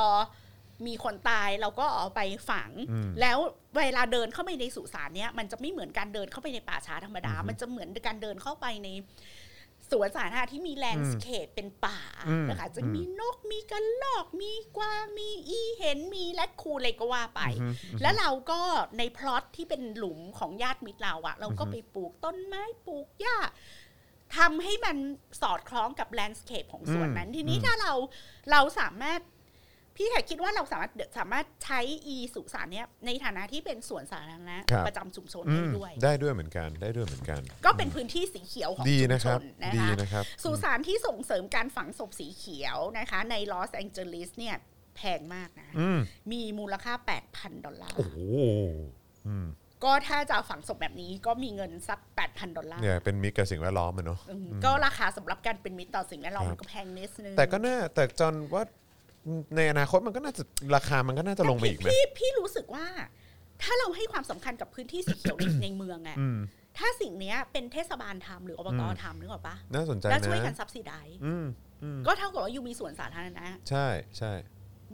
Speaker 3: มีคนตายเราก็เอาไปฝัง
Speaker 2: อืม
Speaker 3: แล้วเวลาเดินเข้าไปในสุสานเนี่ยมันจะไม่เหมือนการเดินเข้าไปในป่าช้าธรรมดา มันจะเหมือนการเดินเข้าไปในสวนสาธารณะที่มีแลนด์สเคปเป็นป่า
Speaker 2: อืม
Speaker 3: นะคะจะ
Speaker 2: อืม
Speaker 3: มีนกมีกระรอกมีกวางมีอีเห็นมีและคูอะไรก็ว่าไป แล้วเราก็ในพล็อตที่เป็นหลุมของญาติมิตรเราอะเราก็ไปปลูกต้นไม้ปลูกหญ้าทำให้มันสอดคล้องกับแลนด์สเคปของสวนนั้น
Speaker 2: อืม
Speaker 3: ทีนี้
Speaker 2: อืม
Speaker 3: ถ้าเราเราสามารถ พี่แขกคิดว่าเราสามารถสามารถใช้อีสุสานเนี้ยในฐานะที่เป็นสวนสาธารณะ
Speaker 2: ครับ
Speaker 3: ประจำชุมชน
Speaker 2: อื
Speaker 3: ได้
Speaker 2: ม
Speaker 3: ด้วย
Speaker 2: ได้ด้วยเหมือนกันได้ด้วยเหมือนกัน
Speaker 3: ก็เป็นพื้นที่สีเขียวของ
Speaker 2: ดี
Speaker 3: ชุม
Speaker 2: นะค
Speaker 3: ช
Speaker 2: รับ
Speaker 3: นนะ
Speaker 2: ดี
Speaker 3: คะ
Speaker 2: นะครับ
Speaker 3: สุสานที่ส่งเสริมการฝังศพสีเขียวนะคะ ในลอสแองเจลิสเนี่ยแพงมากนะ
Speaker 2: อืม
Speaker 3: มีมูลค่า 8,000 ดอลลาร์
Speaker 2: โอ้โหอืม
Speaker 3: ก็ถ้าจะฝังศพแบบนี้ก็มีเงินสัก 8,000 ดอลลาร์
Speaker 2: เนี่ยเป็นมิตรกับสิ่งแวดล้อมอะเนาะ
Speaker 3: อืมก็ราคาสำหรับการเป็นมิตรต่อสิ่งแวดล้อม
Speaker 2: ครับ
Speaker 3: มันก็แพงนิดนึง
Speaker 2: แต่ก็น่าแต่จอนว่าในอนาคตมันก็น่าจะราคามันก็น่าจะลงมาอีกไหม
Speaker 3: พี่พี่รู้สึกว่า ถ้าเราให้ความสำคัญกับพื้นที่สีเขียวใน ในเมืองอะ
Speaker 2: อืม
Speaker 3: ถ้าสิ่งเนี้ยเป็นเทศบาลทำหรืออบต
Speaker 2: อืม
Speaker 3: ทำนึกออกปะ
Speaker 2: น่าสนใจ
Speaker 3: แล้ว
Speaker 2: นะ
Speaker 3: ช่วยกันซับซิได้
Speaker 2: อืมอืม
Speaker 3: ก็เท่ากับว่าอยู่มีสวนสาธารณะ
Speaker 2: ใช่ใช่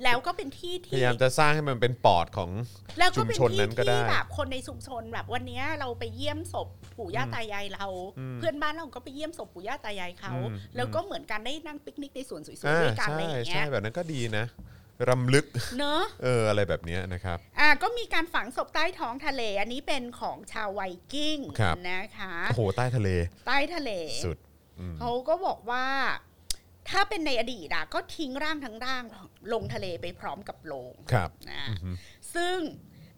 Speaker 3: แล้วก็เป็นที่
Speaker 2: พยา
Speaker 3: ที่
Speaker 2: ยามจะสร้างให้มันเป็นปอดของ
Speaker 3: แล้วก็เป็น
Speaker 2: ชุมชนนั้
Speaker 3: ที่
Speaker 2: นก็ได้
Speaker 3: ที่แบบคนในชุมชนแบบวันเนี้ยเราไปเยี่ยมศพปู่ย่าตายายเรา
Speaker 2: อืม
Speaker 3: เพื่อนบ้านเราก็ไปเยี่ยมศพปู่ย่าตายายเขา
Speaker 2: อืม
Speaker 3: แล้วก็เหมือนกันได้นั่งปิกนิกในสวนสวย
Speaker 2: อ่า
Speaker 3: ๆด้วยกันอะ
Speaker 2: ใช่
Speaker 3: ไรอย่างเงี้
Speaker 2: ใช่
Speaker 3: ย
Speaker 2: แบบนั้นก็ดีนะรำลึก
Speaker 3: เนอะ
Speaker 2: เอออะไรแบบเนี้ยนะครับ
Speaker 3: อ่ะก็มีการฝังศพใต้ท้องทะเล อันนี้เป็นของชาวไวกิ้ง
Speaker 2: ครับ
Speaker 3: นะคะ
Speaker 2: โอ้โหใต้ทะเล
Speaker 3: ใต้ทะเล
Speaker 2: สุดอืม
Speaker 3: เขาก็บอกว่า ถ้าเป็นในอดีตอะก็ทิ้งร่างทั้งร่างลงทะเลไปพร้อมกับโลง
Speaker 2: ครับ
Speaker 3: นะ
Speaker 2: อือฮึ
Speaker 3: ซึ่ง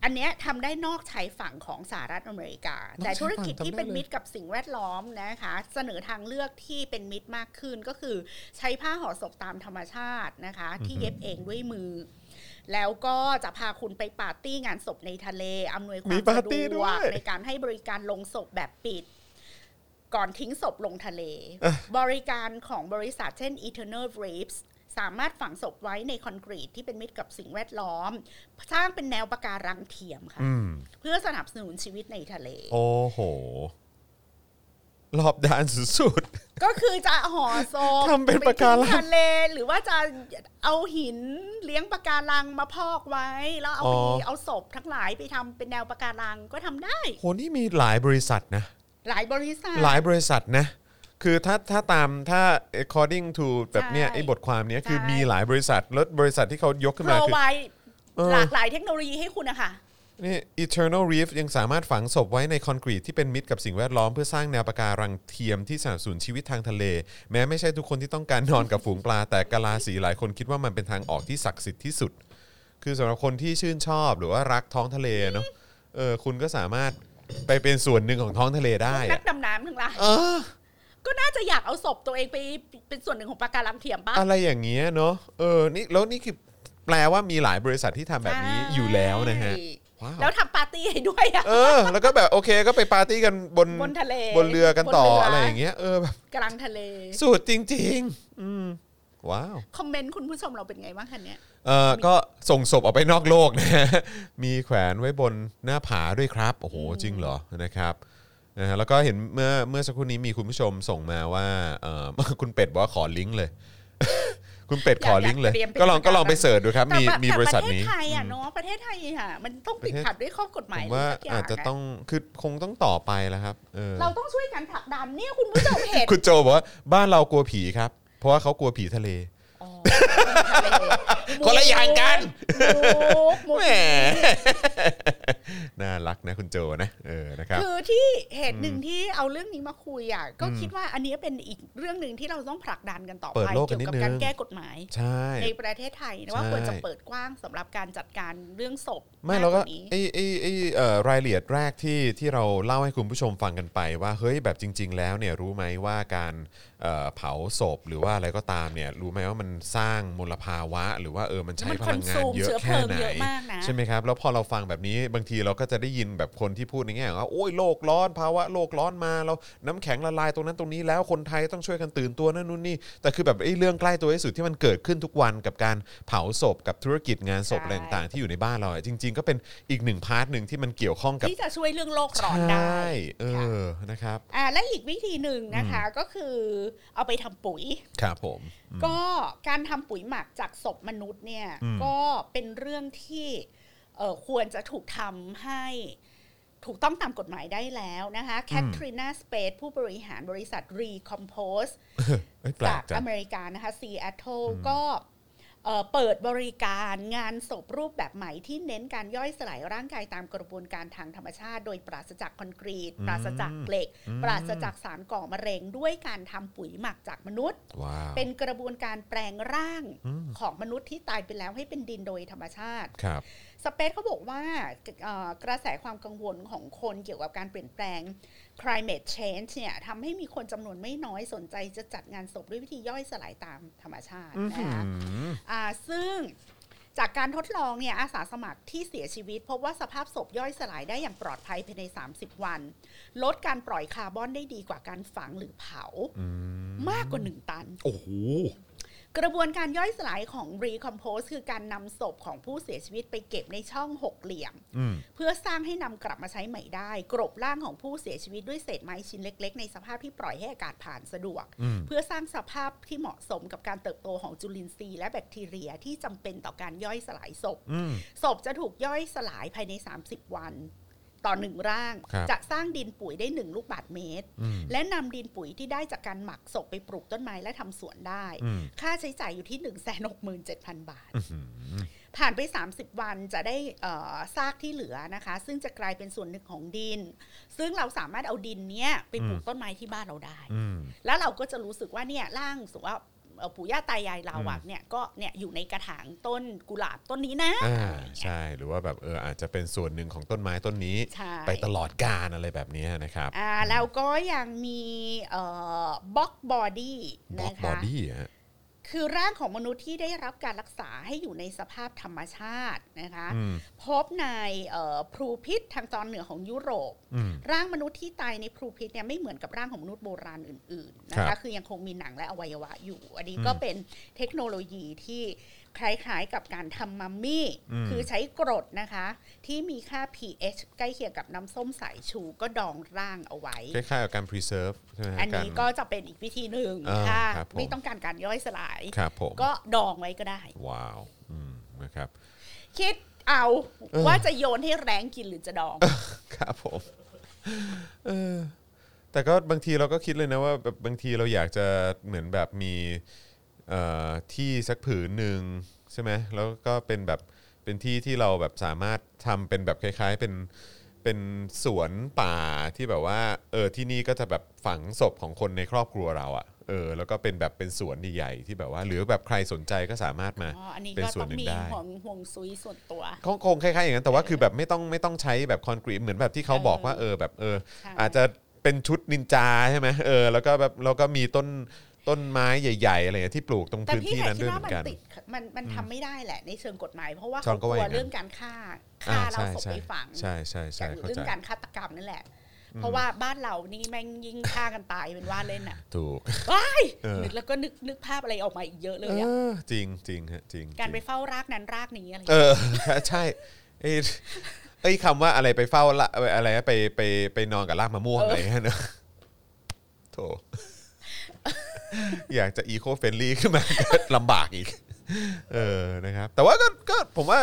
Speaker 3: อันเนี้ยทำได้นอกชายฝั่งของสหรัฐอเมริกา
Speaker 2: นอกชายฝั่ง
Speaker 3: แต่ธุรกิจ
Speaker 2: ทำได้
Speaker 3: ที่เป็น
Speaker 2: เลย
Speaker 3: มิตรกับสิ่งแวดล้อมนะคะ เสนอทางเลือกที่เป็นมิตรมากขึ้นก็คือใช้ผ้าห่อศพตามธรรมชาตินะคะ ที่เย็บเองด้วยมือ แล้วก็จะพาคุณไปปาร์ตี้งานศพในทะเลอำนวยความสะดวกในการให้บริการลงศพแบบปิด ก่อนทิ้งศพลงทะเล บริการของบริษัทเช่น Eternal Reefs สามารถฝังศพไว้ในคอนกรีตที่เป็นมิตรกับสิ่งแวดล้อม สร้างเป็นแนวปะการังเทียมค่ะ
Speaker 2: อืม
Speaker 3: เพื่อสนับสนุนชีวิตในทะเล
Speaker 2: โอ้โห รอบด้านสุด
Speaker 3: ก็คือจะห่อศพ
Speaker 2: ทำเป็นปะการัง
Speaker 3: ไทิ้ทะเล หรือว่าจะเอาหินเลี้ยงปะการังมาพอกไว้ แล้วเอาไปเอาศพทั้งหลายไปทำเป็นแนวปะการังก็ทำได้
Speaker 2: ๆโหนี่มีหลายบริษัทนะ
Speaker 3: หลายบริษัท
Speaker 2: หลายบริษัทนะ คือถ้าถ้าตามถ้า according to แบบเนี้ย
Speaker 3: ใช่
Speaker 2: ไอ้บทความเนี้ยคือ
Speaker 3: ใช่
Speaker 2: มีหลายบริษัทแล้วบริษัทที่เขายกขึ้น
Speaker 3: โปร
Speaker 2: มาคือ
Speaker 3: ไว
Speaker 2: เออ
Speaker 3: หลากหลายเทคโนโลยีให้คุณนะคะ
Speaker 2: นี่ Eternal Reef ยังสามารถฝังศพไว้ในคอนกรีตที่เป็นมิตรกับสิ่งแวดล้อมเพื่อสร้างแนวปะการังเทียมที่สนับสนุนชีวิตทางทะเล แม้ไม่ใช่ทุกคนที่ต้องการนอนกับฝูงปลา แต่กะลาสีหลายคนคิดว่ามันเป็นทางออกที่ศักดิ์สิทธิ์ที่สุด คือสำหรับคนที่ชื่นชอบหรือว่ารักท้องทะเลเนาะเออคุณก็สามารถไปเป็นส่วนหนึ่งของท้องทะเลได้
Speaker 3: นั
Speaker 2: อะ
Speaker 3: <laughs> กดำน้ำทั้งหลาย
Speaker 2: เออ
Speaker 3: ก็น่าจะอยากเอาศพตัวเองไปเป็นส่วนหนึ่งของปะการังเทียมป่ะ
Speaker 2: อะไรอย่างเงี้ยเนาะเออนี่แล้วนี่คือแปลว่ามีหลายบริษัทที่ทำแบบนี้
Speaker 3: ใช่
Speaker 2: อยู่แล้วนะฮะว้า
Speaker 3: แล้ว วทำปาร์ตี้ให้ด้วยอะ
Speaker 2: เออ แล้วก็แบบโอเคก็ไปปาร์ตี้กันบน
Speaker 3: บนทะเล
Speaker 2: บนเรือกันต่อบ อะไรอย่างเงี้ยเออ
Speaker 3: <laughs>
Speaker 2: แบบ
Speaker 3: กลางทะเล
Speaker 2: สุดจริง ๆ อืมว้าว
Speaker 3: คอมเมนต์คุณผู้ชมเราเป็นไงบ้างคะเนี่ย
Speaker 2: เออก็ส่งศพออกไปนอกโลกนะฮ <laughs> ะมีแขวนไว้บนหน้าผาด้วยครับโอ้โหจริงเหรอนะครับนะฮะแล้วก็เห็นเมื่อเมื่อสักครู่นี้มีคุณผู้ชมส่งมาว่าเออ <laughs> คุณเป็ดบอกว่าขอลิงก์เลย <laughs> คุณเป็ดขอลิงก์เลย
Speaker 3: อยากเตรียมเป็น
Speaker 2: ก็ลองก็ลองไป
Speaker 3: ประจำ
Speaker 2: เสิร์ชดูครับ มี
Speaker 3: แต่แบบ
Speaker 2: มี
Speaker 3: แต่
Speaker 2: บริษัท
Speaker 3: ประเท
Speaker 2: นี้
Speaker 3: ศไทยอะเนาะประเทศไทยอะมันต้องติดขัดด้วยข้อกฎ
Speaker 2: ผม
Speaker 3: หาย
Speaker 2: มว่า
Speaker 3: หรืสักย่ง
Speaker 2: อาจจะต้องคือคงต้องต่อไปแล้วครับเออ
Speaker 3: เราต้องช่วยกัน
Speaker 2: <laughs>
Speaker 3: ผลักดันเนี่ยคุณผู้ชมเห็น
Speaker 2: คุณโจบอกว่าบ้านเรากลัวผีครับ เพราะว่าเขากลัวผีทะเล
Speaker 3: อ๋อ
Speaker 2: คนละอย่างกัน
Speaker 3: มุกมุก
Speaker 2: แหม <laughs> น่ารักนะคุณโจนะ เออนะครับ
Speaker 3: คือที่เหตุหนึ่งที่เอาเรื่องนี้มาคุยอ่ะก็คิดว่าอันนี้เป็นอีกเรื่องหนึ่งที่เราต้องผลักดันกันต่อ
Speaker 2: เปิด
Speaker 3: ไป
Speaker 2: โลกกัน
Speaker 3: เกี่ยว
Speaker 2: นิ
Speaker 3: กับ
Speaker 2: ดนึง
Speaker 3: การแก้กฎหมาย
Speaker 2: ใช่
Speaker 3: ในประเทศไทยนะว่า
Speaker 2: ใช่
Speaker 3: ควรจะเปิดกว้างสำหรับการจัดการเรื่องศพ
Speaker 2: ไม่เราก็
Speaker 3: ากว่านี้
Speaker 2: ไอ้ไอ้ไอ้เอ่อรายละเอียดแรกที่ที่เราเล่าให้คุณผู้ชมฟังกันไป ว่าเฮ้ยแบบจริง ๆ แล้วเนี่ยรู้ไหมว่าการเอ่อเผาศพหรือว่าอะไรก็ตามเนี่ยรู้ไหมว่ามันสร้างมลภาวะ หรือว่าเออมัน
Speaker 3: แล้ว
Speaker 2: ใช้
Speaker 3: มัน
Speaker 2: พ
Speaker 3: คอ
Speaker 2: ลั
Speaker 3: น
Speaker 2: งงาน
Speaker 3: ซูม
Speaker 2: เยอะ
Speaker 3: เชื้อเพ
Speaker 2: แค่
Speaker 3: ลิง
Speaker 2: ไหน
Speaker 3: เยอะมากนะ
Speaker 2: ใช่ไหมครับแล้วพอเราฟังแบบนี้บางทีเราก็จะได้ยินแบบคนที่พูดในแง่ของว่าโอ้ยโลกร้อนภาวะโลกร้อนมาเราน้ำแข็งละลายตรงนั้นตรงนี้แล้วคนไทยต้องช่วยกันตื่นตัวนั่นนู่นนี่แต่คือแบบไอ้เรื่องใกล้ตัวที่สุดที่มันเกิดขึ้นทุกวันกับการเผาศพกับธุรกิจงานศพ
Speaker 3: ใช่
Speaker 2: อะไรต่างๆที่อยู่ในบ้านเราอะจริง ๆ ก็เป็นอีกหนึ่งพาร์ทหนึ่งที่มันเกี่ยวข้องกับ
Speaker 3: ที่จะช่วยเรื่องโลก
Speaker 2: ใช
Speaker 3: ร้อนได้
Speaker 2: ่เออนะครับ
Speaker 3: อ่าและอีกวิธีหนึ่งนะคะก็คือเอาไปทำปุ๋ย
Speaker 2: ครับผมอืม
Speaker 3: ก็การทำปุ๋ยหมักจากศพมนุษย์เนี่ย
Speaker 2: อืม
Speaker 3: ก็เป็นเรื่องที่เอ่อควรจะถูกทำให้ถูกต้องตามกฎหมายได้แล้วนะคะแคทรีนาสเปดผู้บริหารบริษัท Recompose
Speaker 2: เอ้ยแปล
Speaker 3: จาก ก
Speaker 2: จัง
Speaker 3: อเมริกานะคะซีแอตเทิลก็เอ่อเปิดบริการงานศพรูปแบบใหม่ที่เน้นการย่อยสลายร่างกายตามกระบวนการทางธรรมชาติ โดยปราศจากคอนกรีต
Speaker 2: อืม
Speaker 3: ปราศจากเหล็ก ปราศจากสารก่อมะเร็ง ด้วยการทำปุ๋ยหมักจากมนุษย์
Speaker 2: ว้าว
Speaker 3: เป็นกระบวนการแปลงร่างของมนุษย์ที่ตายไปแล้วให้เป็นดินโดยธรรมชาติ
Speaker 2: ครับ
Speaker 3: สเปซเขาบอกว่าเอ่อกระแสความกังวลของคนเกี่ยวกับการเปลี่ยนแปลง climate change เนี่ยทำให้มีคนจำนวนไม่น้อยสนใจจะจัดงานศพด้วยวิธีย่อยสลายตามธรรมชาตินะคะอ่าซึ่งจากการทดลองเนี่ยอาสาสมัครที่เสียชีวิต พบว่าสภาพศพย่อยสลายได้อย่างปลอดภัยภายใน 30 วัน ลดการปล่อยคาร์บอนได้ดีกว่าการฝังหรือเผามากกว่า 1 ตัน
Speaker 2: โอ้โห
Speaker 3: กระบวนการย่อยสลายของ recompose คือการนำศพของผู้เสียชีวิตไปเก็บในช่องหกเหลี่ยม
Speaker 2: อืม
Speaker 3: เพื่อสร้างให้นำกลับมาใช้ใหม่ได้ กรบร่างของผู้เสียชีวิตด้วยเศษไม้ชิ้นเล็ก ๆ ในสภาพที่ปล่อยให้อากาศผ่านสะดวก
Speaker 2: อืม
Speaker 3: เพื่อสร้างสภาพที่เหมาะสมกับการเติบโตของจุลินทรีย์และแบคทีเรียที่จำเป็นต่อการย่อยสลายศพ
Speaker 2: อืม
Speaker 3: ศพจะถูกย่อยสลายภายใน 30 วัน ต่อหนึ่งร่าง
Speaker 2: ครับ
Speaker 3: จะสร้างดินปุ๋ยได้หนึ่งลูกบาทเมตร
Speaker 2: อืม
Speaker 3: และนำดินปุ๋ยที่ได้จากการหมักศพไปปลูกต้นไม้และทำสวนได้
Speaker 2: อืม
Speaker 3: ค่าใช้จ่ายอยู่ที่ 1 6 7 0 0 0 บาท
Speaker 2: อื้อหือ
Speaker 3: ผ่านไป 30 วันจะได้เอ่อซากที่เหลือนะคะ ซึ่งจะกลายเป็นส่วนหนึ่งของดิน ซึ่งเราสามารถเอาดินเนี้ยไปปลูกต้นไม้ที่บ้านเราได้
Speaker 2: อืม
Speaker 3: แล้วเราก็จะรู้สึกว่าเนี่ยร่างสมมติว่าเอ่อปู่ย่าตายายเราอะเนี่ยก็เนี่ยอยู่ในกระถางต้นกุหลาบต้นนี้นะ
Speaker 2: อ่าใช่หรือว่าแบบเอออาจจะเป็นส่วนหนึ่งของต้นไม้ต้นนี้
Speaker 3: ใช่
Speaker 2: ไปตลอดกาลอะไรแบบนี้นะครับ
Speaker 3: อ่าแล้วก็ยังมีบ็อกบอดี้
Speaker 2: บล็อ
Speaker 3: นะ
Speaker 2: กบอ
Speaker 3: คะ
Speaker 2: ดี้ฮะ
Speaker 3: คือร่างของมนุษย์ที่ได้รับการรักษาให้อยู่ในสภาพธรรมชาตินะคะ
Speaker 2: อืม
Speaker 3: พบในเอ่อพรูพิษทางตอนเหนือของยุโรป
Speaker 2: อืม
Speaker 3: ร่างมนุษย์ที่ตายในพรูพิษเนี่ยไม่เหมือนกับร่างของมนุษย์โบราณอื่นๆนะ
Speaker 2: ครั
Speaker 3: คะ
Speaker 2: บ
Speaker 3: คือยังคงมีหนังและอวัยวะอยู่ อันนี้ก็
Speaker 2: อืม
Speaker 3: เป็นเทคโนโลยีที่คล้ายๆกับการทำมัมมี่
Speaker 2: อืม
Speaker 3: คือใช้กรดนะคะ ที่มีค่า pH ใกล้เคียงกับน้ำส้มสายชูก็ดองร่างเอาไว้
Speaker 2: คล้ายๆกับการ preserve ใช่ไหมฮะ
Speaker 3: อันนี้ก็
Speaker 2: าร
Speaker 3: จะเป็นอีกวิธีหนึ่ง
Speaker 2: อ่า
Speaker 3: ถ้า
Speaker 2: ครับผม
Speaker 3: ไม่ต้องการการย่อยสลาย
Speaker 2: ครับผม
Speaker 3: ก็ดองไว้ก็ได้
Speaker 2: ว้าวอืมนะครับ
Speaker 3: คิดเอา
Speaker 2: เออ
Speaker 3: ว่าจะโยนให้แรงกินหรือจะดอง
Speaker 2: ครับผมเออแต่ก็บางทีเราก็คิดเลยนะว่าแบบบางทีเราอยากจะเหมือนแบบมีเอ่อที่สักผืนหนึ่งใช่ไหมแล้วก็เป็นแบบเป็นที่ที่เราแบบสามารถทำเป็นแบบคล้ายๆเป็นเป็นสวนป่าที่แบบว่าเออที่นี่ก็จะแบบฝังศพของคนในครอบครัวเราอะ่ะเออแล้วก็เป็นแบบเป็นสวนใหญ่ๆที่แบบว่า หรือแบบใครสนใจก็สามารถมา
Speaker 3: อ๋อ อันนี้
Speaker 2: เป็น
Speaker 3: ก็
Speaker 2: ส่ว
Speaker 3: ต้
Speaker 2: น
Speaker 3: อง
Speaker 2: หนึ่ง
Speaker 3: มี
Speaker 2: ได้
Speaker 3: ห่วงห่วงซุยส่วนตัว
Speaker 2: คงคงคล้ายๆอย่างนั้นแต่ว่าคือแบบไม่ต้องไม่ต้องใช้แบบคอนกรีตเหมือนแบบที่เขาบอกว่าเออแบบเออ
Speaker 3: ใช่
Speaker 2: อาจจะเป็นชุดนินจาใช่ไหมเออ แล้วก็แบบแล้วก็มีต้นต้นไม้ใหญ่ ๆ อะไรอย่างเงี้ยที่ปลูกตรง
Speaker 3: แต่
Speaker 2: พื้น
Speaker 3: พี่
Speaker 2: ที่
Speaker 3: แต่
Speaker 2: นั้น
Speaker 3: คิ
Speaker 2: ด้
Speaker 3: ด
Speaker 2: วยเหมือ
Speaker 3: ว่ามัน
Speaker 2: นกัน
Speaker 3: ติดมันมันทำไม่ได้แหละ ในเชิงกฎหมาย เพราะว่า
Speaker 2: จอ
Speaker 3: เขา
Speaker 2: นก็
Speaker 3: กลั
Speaker 2: ว่าอ
Speaker 3: ว
Speaker 2: ย่างนั้น
Speaker 3: เรื่องการฆ่า
Speaker 2: อ่า
Speaker 3: ฆ่าเรา
Speaker 2: ใช่
Speaker 3: ศพ
Speaker 2: ใช่
Speaker 3: ไปฝัง
Speaker 2: ใช่ใช่ใช่
Speaker 3: จาก
Speaker 2: เข้า
Speaker 3: เรื่อ
Speaker 2: ใจ
Speaker 3: งการฆาตกรรมนั่นแหละ เพราะว่าบ้านเรานี่แม่งยิ่งฆ่ากันตายเป็นว่าเล่นอ่ะ
Speaker 2: ถูก
Speaker 3: ว้าย
Speaker 2: เออ
Speaker 3: นึกแล้วก็นึกนึกภาพอะไรออกมาอีกเยอะเล
Speaker 2: เอย
Speaker 3: อะ
Speaker 2: อจริงจริงฮะจริง
Speaker 3: การไป
Speaker 2: จง
Speaker 3: เฝ้ารากนั้นรากนี้อะไรอย่าง
Speaker 2: เอ
Speaker 3: เงี้ย
Speaker 2: อ <laughs> ใช่เอ้ยเอ้ยคำว่าอะไรไปเฝ้าละอะไรนะไปไปไปนอนกับรากมะม่วงอะไรอย่างเงี้ยเนอะโถ <laughs> อยากจะอีโคเฟนลี่ขึ้นมาก็ลำบากอีก เออ นะครับ แต่ว่าก็ ก็ ผมว่า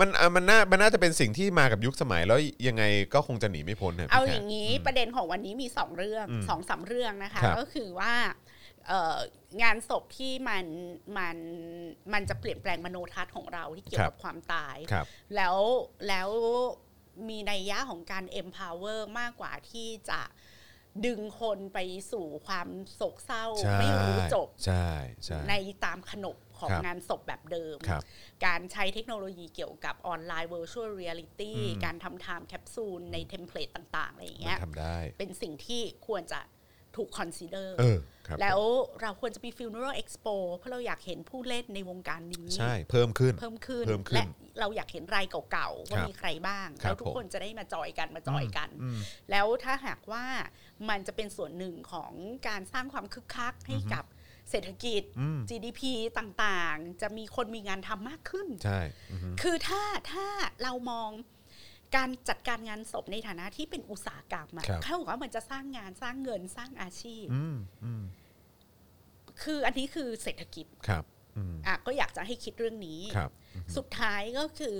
Speaker 2: มันอ่ะมัน น่า มัน น่าจะเป็นสิ่งที่มากับยุคสมัย แล้วยังไงก็คงจะหนีไม่พ้นนะ
Speaker 3: เอา
Speaker 2: พี่แขก
Speaker 3: อย่างนี้ประเด็นของวันนี้มีสองเรื่องสองสามเรื่องนะคะ
Speaker 2: ครับ
Speaker 3: ก็คือว่า เอ่องานศพที่มันมันมันจะเปลี่ยนแปลงมโนทัศน์ของเราที่เกี่ยวกับความตาย
Speaker 2: ครับ
Speaker 3: แล้วแล้วมีนัยยะของการ empower มากกว่าที่จะดึงคนไปสู่ความโศกเศร้า
Speaker 2: ใช่
Speaker 3: ไม่รู้จบ
Speaker 2: ใช่ใช่
Speaker 3: ในตามขนบของ
Speaker 2: ครับ
Speaker 3: งานศพแบบเดิม
Speaker 2: ครับ
Speaker 3: การใช้เทคโนโลยีเกี่ยวกับออนไลน์ virtual reality
Speaker 2: อืม
Speaker 3: การทำ time capsule ในเทมเพลตต่าง ๆ อะไรอย่าง
Speaker 2: มั
Speaker 3: เงี้ย
Speaker 2: นทำได้
Speaker 3: เป็นสิ่งที่ควรจะถูก consider
Speaker 2: เออครับ
Speaker 3: แล้วเราควรจะมี funeral expo เพราะเราอยากเห็นผู้เล่นในวงการนี้
Speaker 2: ใช่เพิ่มขึ้น
Speaker 3: เพิ่มขึ้น
Speaker 2: เพิ่มขึ้น
Speaker 3: และเราอยากเห็นรายเก่าๆ ว่า
Speaker 2: ครับ
Speaker 3: มีใครบ้าง
Speaker 2: ครั
Speaker 3: แล้
Speaker 2: บ
Speaker 3: วทุกคนจะได้มาจอยกันมาจอยกัน
Speaker 2: อืมอืม
Speaker 3: แล้วถ้าหากว่ามันจะเป็นส่วนหนึ่งของการสร้างความคึกคักให้กับเศรษฐกิจ
Speaker 2: อืม
Speaker 3: GDP ต่างๆ จะมีคนมีงานทำมากขึ้น
Speaker 2: ใช่อือฮึ
Speaker 3: คือถ้าถ้าเรามองการจัดการงานศพในฐานะที่เป็นอุตสาหกรรมอะ
Speaker 2: ครับ
Speaker 3: เขาบอกว่ามันจะสร้างงานสร้างเงินสร้างอาชีพ
Speaker 2: อืมอืม
Speaker 3: คืออันนี้คือเศรษฐกิจ
Speaker 2: ครับอืม
Speaker 3: อ่ะก็อยากจะให้คิดเรื่องนี้
Speaker 2: ครับ
Speaker 3: สุดท้ายก็คือ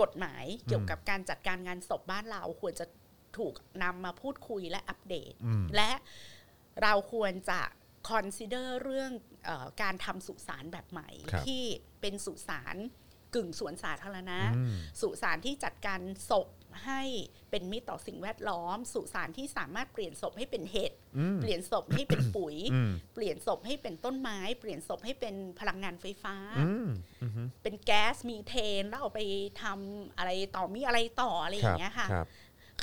Speaker 3: กฎหมายเกี่ยวกับการจัดการงานศพบ้านเราควรจะถูกนำมาพูดคุยและอัปเดต
Speaker 2: อืม
Speaker 3: และเราควรจะ consider เรื่องเออการทำสุสานแบบใหม่
Speaker 2: ครับ
Speaker 3: ที่เป็นสุสานกึ่งสวนสาธารณะ
Speaker 2: อืม
Speaker 3: สุสานที่จัดการศพให้เป็นมิตรต่อสิ่งแวดล้อม สุสานที่สามารถเปลี่ยนศพให้เป็นเห็ด
Speaker 2: อืม
Speaker 3: เปลี่ยนศพให้เป็นปุ๋ย
Speaker 2: อืม
Speaker 3: เปลี่ยนศพให้เป็นต้นไม้ เปลี่ยนศพให้เป็นพลังงานไฟฟ้า
Speaker 2: อืมอือฮึ
Speaker 3: เป็นแก๊สมีเทน แล้วเอาไปทำอะไรต่อมีอะไรต่ออะไรอ
Speaker 2: ครั
Speaker 3: ย่า
Speaker 2: บ
Speaker 3: งเงี้ยค่ะ
Speaker 2: ครับ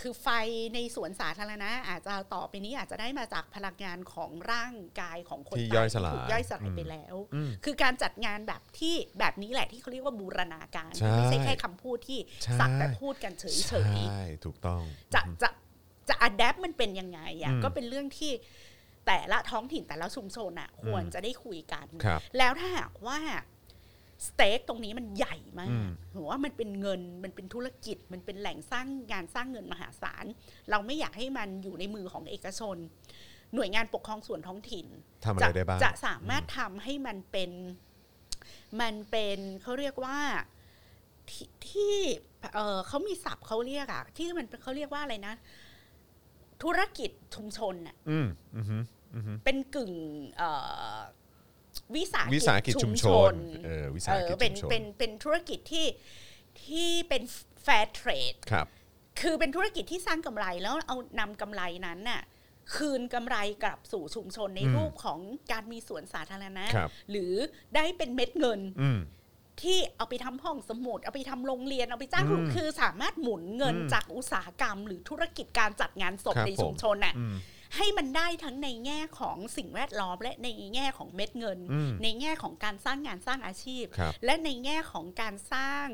Speaker 3: คือไฟในสวนสาธารณะอาจจะต่อไปนี้อาจจะได้มาจากพลังงานของร่างกายของคน
Speaker 2: ที่
Speaker 3: ตา
Speaker 2: ย่อยสลาย
Speaker 3: ที่ถูกย่อยสลา
Speaker 2: อื
Speaker 3: ย
Speaker 2: ม
Speaker 3: ไปแล้ว
Speaker 2: อืม
Speaker 3: คือการจัดงานแบบที่แบบนี้แหละที่เขาเรียกว่าบูรณาการ
Speaker 2: ใช่
Speaker 3: ไม่ใช่แค่คำพูดที่
Speaker 2: ใช่
Speaker 3: สักแต่พูดกันเฉ
Speaker 2: ใช
Speaker 3: ย่
Speaker 2: ถูกต้อง
Speaker 3: ๆจะจะจะอัดแอปมันเป็นยังไงอ่ะ
Speaker 2: อืม
Speaker 3: ก็เป็นเรื่องที่แต่ละท้องถิ่นแต่ละชุมชนอ่ะ ควร
Speaker 2: อืม
Speaker 3: จะได้คุยกัน
Speaker 2: ครับ
Speaker 3: แล้วถ้าหากว่าสเต็กตรงนี้มันใหญ่มา
Speaker 2: อื
Speaker 3: ก
Speaker 2: ม
Speaker 3: หรือว่ามันเป็นเงินมันเป็นธุรกิจ มันเป็นแหล่งสร้างงานสร้างเงินมหาศาล เราไม่อยากให้มันอยู่ในมือของเอกชน หน่วยงานปกครองส่วนท้องถิ่น
Speaker 2: ทำอะไร
Speaker 3: จะ
Speaker 2: ได้บ้าง
Speaker 3: จะสามารถทำให้มันเป็น มันเป็นเขาเรียกว่าที่ที่เอ่อเขามีศัพท์เขาเรียกอะที่มันเขาเรียกว่าอะไรนะ ธุรกิจชุมชนอะ
Speaker 2: ืมอือฮึอือฮึ
Speaker 3: เป็นกึ่งเอ่อวิสาห
Speaker 2: วิสาหกิจชุมชนเออวิสา
Speaker 3: เอ
Speaker 2: ห
Speaker 3: อ
Speaker 2: กิจ
Speaker 3: เป็น
Speaker 2: ชุมชน
Speaker 3: เป็นเป็นธุรกิจที่ที่เป็นแฟร์เทรด
Speaker 2: ครับ
Speaker 3: คือเป็นธุรกิจที่สร้างกำไรแล้วเอานำกำไรนั้นน่ะคืนกำไรกลับสู่ชุมชนใน
Speaker 2: อืม
Speaker 3: รูปของการมีสวนสาธารณะ
Speaker 2: ครับ
Speaker 3: หรือได้เป็นเม็ดเงิน
Speaker 2: อืม
Speaker 3: ที่เอาไปทำห้องสมุด เอาไปทำโรงเรียนเอาไปจ้าง
Speaker 2: อืม
Speaker 3: ครูคือสามารถหมุนเงิน
Speaker 2: อืม
Speaker 3: จากอุตสาหกรรม หรือธุรกิจการจัดงานศพ
Speaker 2: ครับ
Speaker 3: ใน
Speaker 2: ผม
Speaker 3: ชุมชนน่ะ
Speaker 2: อืม
Speaker 3: ให้มันได้ทั้งในแง่ของสิ่งแวดล้อม และในแง่ของเม็ดเงิน
Speaker 2: อืม
Speaker 3: ในแง่ของการสร้างงานสร้างอาชีพ
Speaker 2: ครับ
Speaker 3: และในแง่ของการสร้าง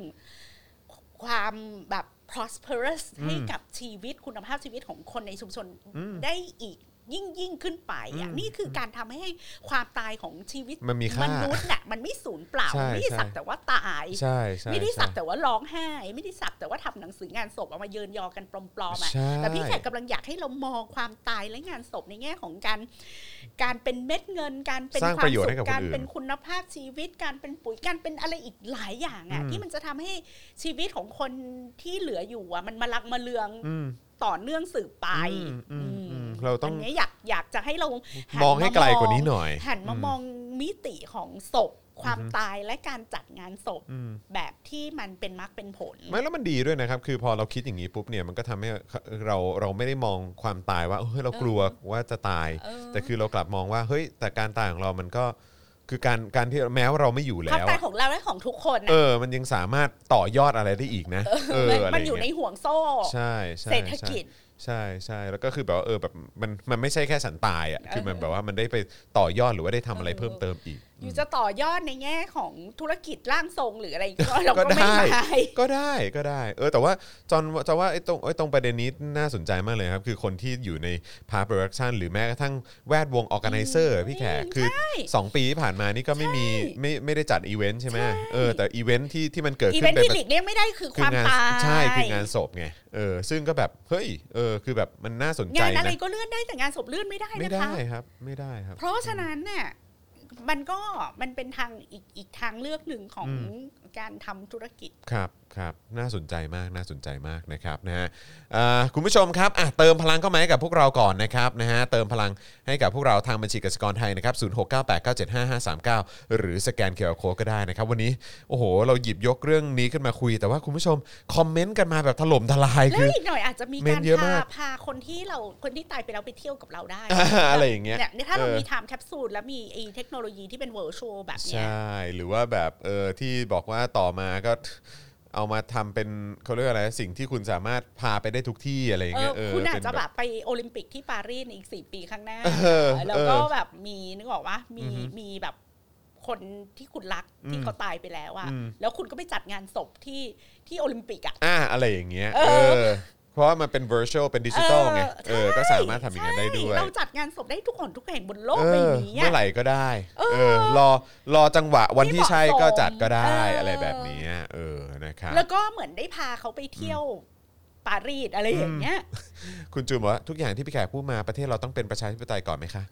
Speaker 3: ความแบบ prosperous
Speaker 2: อืม
Speaker 3: ให้กับชีวิตคุณภาพชีวิตของคนในชุมชน
Speaker 2: อืม
Speaker 3: ได้อีกยิ่งยิ่งขึ้นไปอ่ะ
Speaker 2: อืม
Speaker 3: นี่คือการทำให้ความตายของชีวิต
Speaker 2: มันมีค่าม
Speaker 3: นุษย์น่ะมันไม่สูญเปล่า
Speaker 2: ใช่
Speaker 3: ไม่ได้
Speaker 2: ใช่
Speaker 3: สักแต่ว่าตาย
Speaker 2: ใช่ใช่
Speaker 3: ไม่ได้สัก
Speaker 2: ใช่
Speaker 3: แต่ว่าร้องไห้ ไม่ได้สักแต่ว่าทำหนังสืองานศพออกมาเยินยอกันปลอมๆอ่ะ
Speaker 2: ใช่
Speaker 3: แต่พี่แขกกำลังอยากให้เรามองความตายและงานศพในแง่ของการการเป็นเม็ดเงิน การเป็น
Speaker 2: สร้าง
Speaker 3: ควา
Speaker 2: ประ
Speaker 3: ม
Speaker 2: โยชน์
Speaker 3: สุ
Speaker 2: ให้กับ
Speaker 3: ข
Speaker 2: คนอื่น
Speaker 3: การเป็นคุณภาพชีวิต การเป็นปุ๋ยการเป็นอะไรอีกหลายอย่างอ่ะ
Speaker 2: อืม
Speaker 3: ที่มันจะทำให้ชีวิตของคนที่เหลืออยู่อ่ะมันมาลักมาเลือง
Speaker 2: อืม
Speaker 3: ต่อเนื่องสืบไป
Speaker 2: อืมอืม
Speaker 3: อืม
Speaker 2: อืมเราต้อง
Speaker 3: นนี้ยอยากอยากจะให้เราหัน
Speaker 2: มองให้ไกล
Speaker 3: มม
Speaker 2: กว่านี้หน่อย
Speaker 3: หันมามองมิติของศพ ความ
Speaker 2: อือฮึ
Speaker 3: ตายและการจัดงานศพ
Speaker 2: อืม
Speaker 3: แบบที่มันเป็นมรรคเป็นผล
Speaker 2: ไม่แล้วมันดีด้วยนะครับ คือพอเราคิดอย่างนี้ปุ๊บเนี่ยมันก็ทำให้เราเราไม่ได้มองความตายว่าเฮ้ยเรากลัวว่าจะตาย
Speaker 3: เออ
Speaker 2: แต่คือเรากลับมองว่าเฮ้ยแต่การตายของเรามันก็คือการการที่แม้ว่าเราไม่อยู่
Speaker 3: ความ
Speaker 2: แล้ว
Speaker 3: ตาย
Speaker 2: อะ
Speaker 3: ของเราและของทุกคน
Speaker 2: เอ
Speaker 3: น่ะ
Speaker 2: อ มันยังสามารถต่อยอดอะไรได้อีกนะเอออะไร
Speaker 3: มัน
Speaker 2: อ
Speaker 3: อยู่
Speaker 2: ย่าง
Speaker 3: ใน
Speaker 2: เงี้ย
Speaker 3: ห่วงโซ่
Speaker 2: ใช่ใช่
Speaker 3: เศรษฐ
Speaker 2: ใช่
Speaker 3: กิจ
Speaker 2: ใช่ใช่แล้วก็คือแบบว่าเออแบบมันมันไม่ใช่แค่สันตายอ่ะคือมันแบบว่ามันได้ไปต่อยอดหรือว่าได้ทำอะไรเพิ่มเติมอีก
Speaker 3: อยู่จะต่อยอดในแง่ของธุรกิจร่างทรงหรืออะไรก็เรา
Speaker 2: ก็
Speaker 3: ก็ไม่
Speaker 2: ได้
Speaker 3: ได้
Speaker 2: ก็ได้ก็ได้ เออแต่ว่าจอนจะว่าไอ้ตรงไอ้ตรงประเด็นนี้น่าสนใจมากเลยครับ คือคนที่อยู่ในพาร์ทโปรดักชันหรือแม้กระทั่งแวดวงออแกไนเซอร์พี่แขกคือ 2 ปีที่ผ่านมานี่ก็ไม่มีไม่ไม่ได้จัดอีเวนต์ใช่ไหมเออแต่อีเวนต์ที่ที่มันเกิด
Speaker 3: อี
Speaker 2: ขึ้
Speaker 3: เวน นต์
Speaker 2: เป็น
Speaker 3: ที่หลีกเลี่ยงไม่ได้คือ
Speaker 2: คื
Speaker 3: ความ
Speaker 2: งาน
Speaker 3: ตาย
Speaker 2: ใช่คืองานศพไงเออซึ่งก็แบบเฮ้ยเออคือแบบมันน่าสนใจ
Speaker 3: งานอะไร
Speaker 2: นะ
Speaker 3: ก็เลื่อนได้แต่งานศพเลื่อนไม่ได้
Speaker 2: ไม่
Speaker 3: นะ
Speaker 2: ได้
Speaker 3: คะ
Speaker 2: ครับไม่ได้ครับ
Speaker 3: เพราะฉะนั้นเนี่ยมันก็มันเป็นทางอีกอีกทางเลือกหนึ่งของ การทำธุรกิจ
Speaker 2: ครับครับน่าสนใจมากน่าสนใจมากนะครับนะฮะอ่าคุณผู้ชมครับอ่ะเติมพลังเข้ามาให้กับพวกเราก่อนนะครับนะฮะเติมพลังให้กับพวกเราทางบัญชีกสิกรไทยนะครับศูนย์หกเหรือสแกนเคอร์โคก็ได้นะครับ วันนี้โอ้โห เราหยิบยกเรื่องนี้ขึ้นมาคุย แต่ว่าคุณผู้ชมคอมเมนต์กันมาแบบถล่มทลาย
Speaker 3: แล้ว
Speaker 2: คือ
Speaker 3: อีกหน่อยอาจจะมี
Speaker 2: เมน
Speaker 3: การ
Speaker 2: เย
Speaker 3: พาม
Speaker 2: อะาก
Speaker 3: พาคนที่เราคนที่ตายไปแล้วไปเที่ยวกับเราได้
Speaker 2: อ่าอะไรอย่างเงี้ย
Speaker 3: นี่ถ้าเรา
Speaker 2: เออ
Speaker 3: มีไทม์แคปซูลแล้วมีไอ้เทคโนโลยีที่เป็นเวอร์ชวลแบบ
Speaker 2: ใช
Speaker 3: เนี้ย่
Speaker 2: หรือว่าแบบเออที่บอกว่าต่อมาก็เอามาทำเป็นเขาเรียกอะไรสิ่งที่คุณสามารถพาไปได้ทุกที่อะไรอย่าง
Speaker 3: เอ
Speaker 2: เงี้
Speaker 3: อย
Speaker 2: เออ
Speaker 3: คุณอาจ
Speaker 2: เป็น
Speaker 3: จะ
Speaker 2: แบ
Speaker 3: แบบ บไปโอลิมปิกที่ปารีสในอีกสี่ปีข้างหน้า
Speaker 2: เออ
Speaker 3: แล้วก็
Speaker 2: เออ
Speaker 3: แบบมีนึกออกว่ามี
Speaker 2: อือฮึ
Speaker 3: มีแบบคนที่คุณรัก
Speaker 2: อื
Speaker 3: ที่
Speaker 2: ม
Speaker 3: เขาตายไปแล้วอะ
Speaker 2: อืม
Speaker 3: แล้วคุณก็ไปจัดงานศพที่ที่โอลิมปิกอะ
Speaker 2: อ่าอะไรอย่างเงี้ย
Speaker 3: เอ
Speaker 2: เอ
Speaker 3: อ
Speaker 2: อ เพราะว่ามันเป็น virtual เป็นดิจิตอลไงเออ
Speaker 3: ใช่
Speaker 2: ก็สามารถทำอย่างนั้นได้ด้วย
Speaker 3: ใช่เราจัดงานศพได้ทุกคนทุกแห่งบนโลก
Speaker 2: เอ
Speaker 3: ใบ
Speaker 2: อ
Speaker 3: นี้
Speaker 2: เมื่อ
Speaker 3: อะ
Speaker 2: ไหร่ก็ได้
Speaker 3: เออ
Speaker 2: เออรอรอจังหวะวันที่ใช่
Speaker 3: ที่เหมาะสม
Speaker 2: ก็จัดก็ได้
Speaker 3: เอออ
Speaker 2: อะไรแบบเนี้ยเออนะครับ
Speaker 3: แล้วก็เหมือนได้พาเขาไปเที่ยวปารีสอะไรอย่างเงี้ย
Speaker 2: คุณจูนบอกว่าทุกอย่างที่พี่แขกพูดมาประเทศเราต้องเป็นประชาธิปไตยก่อนไหมคะ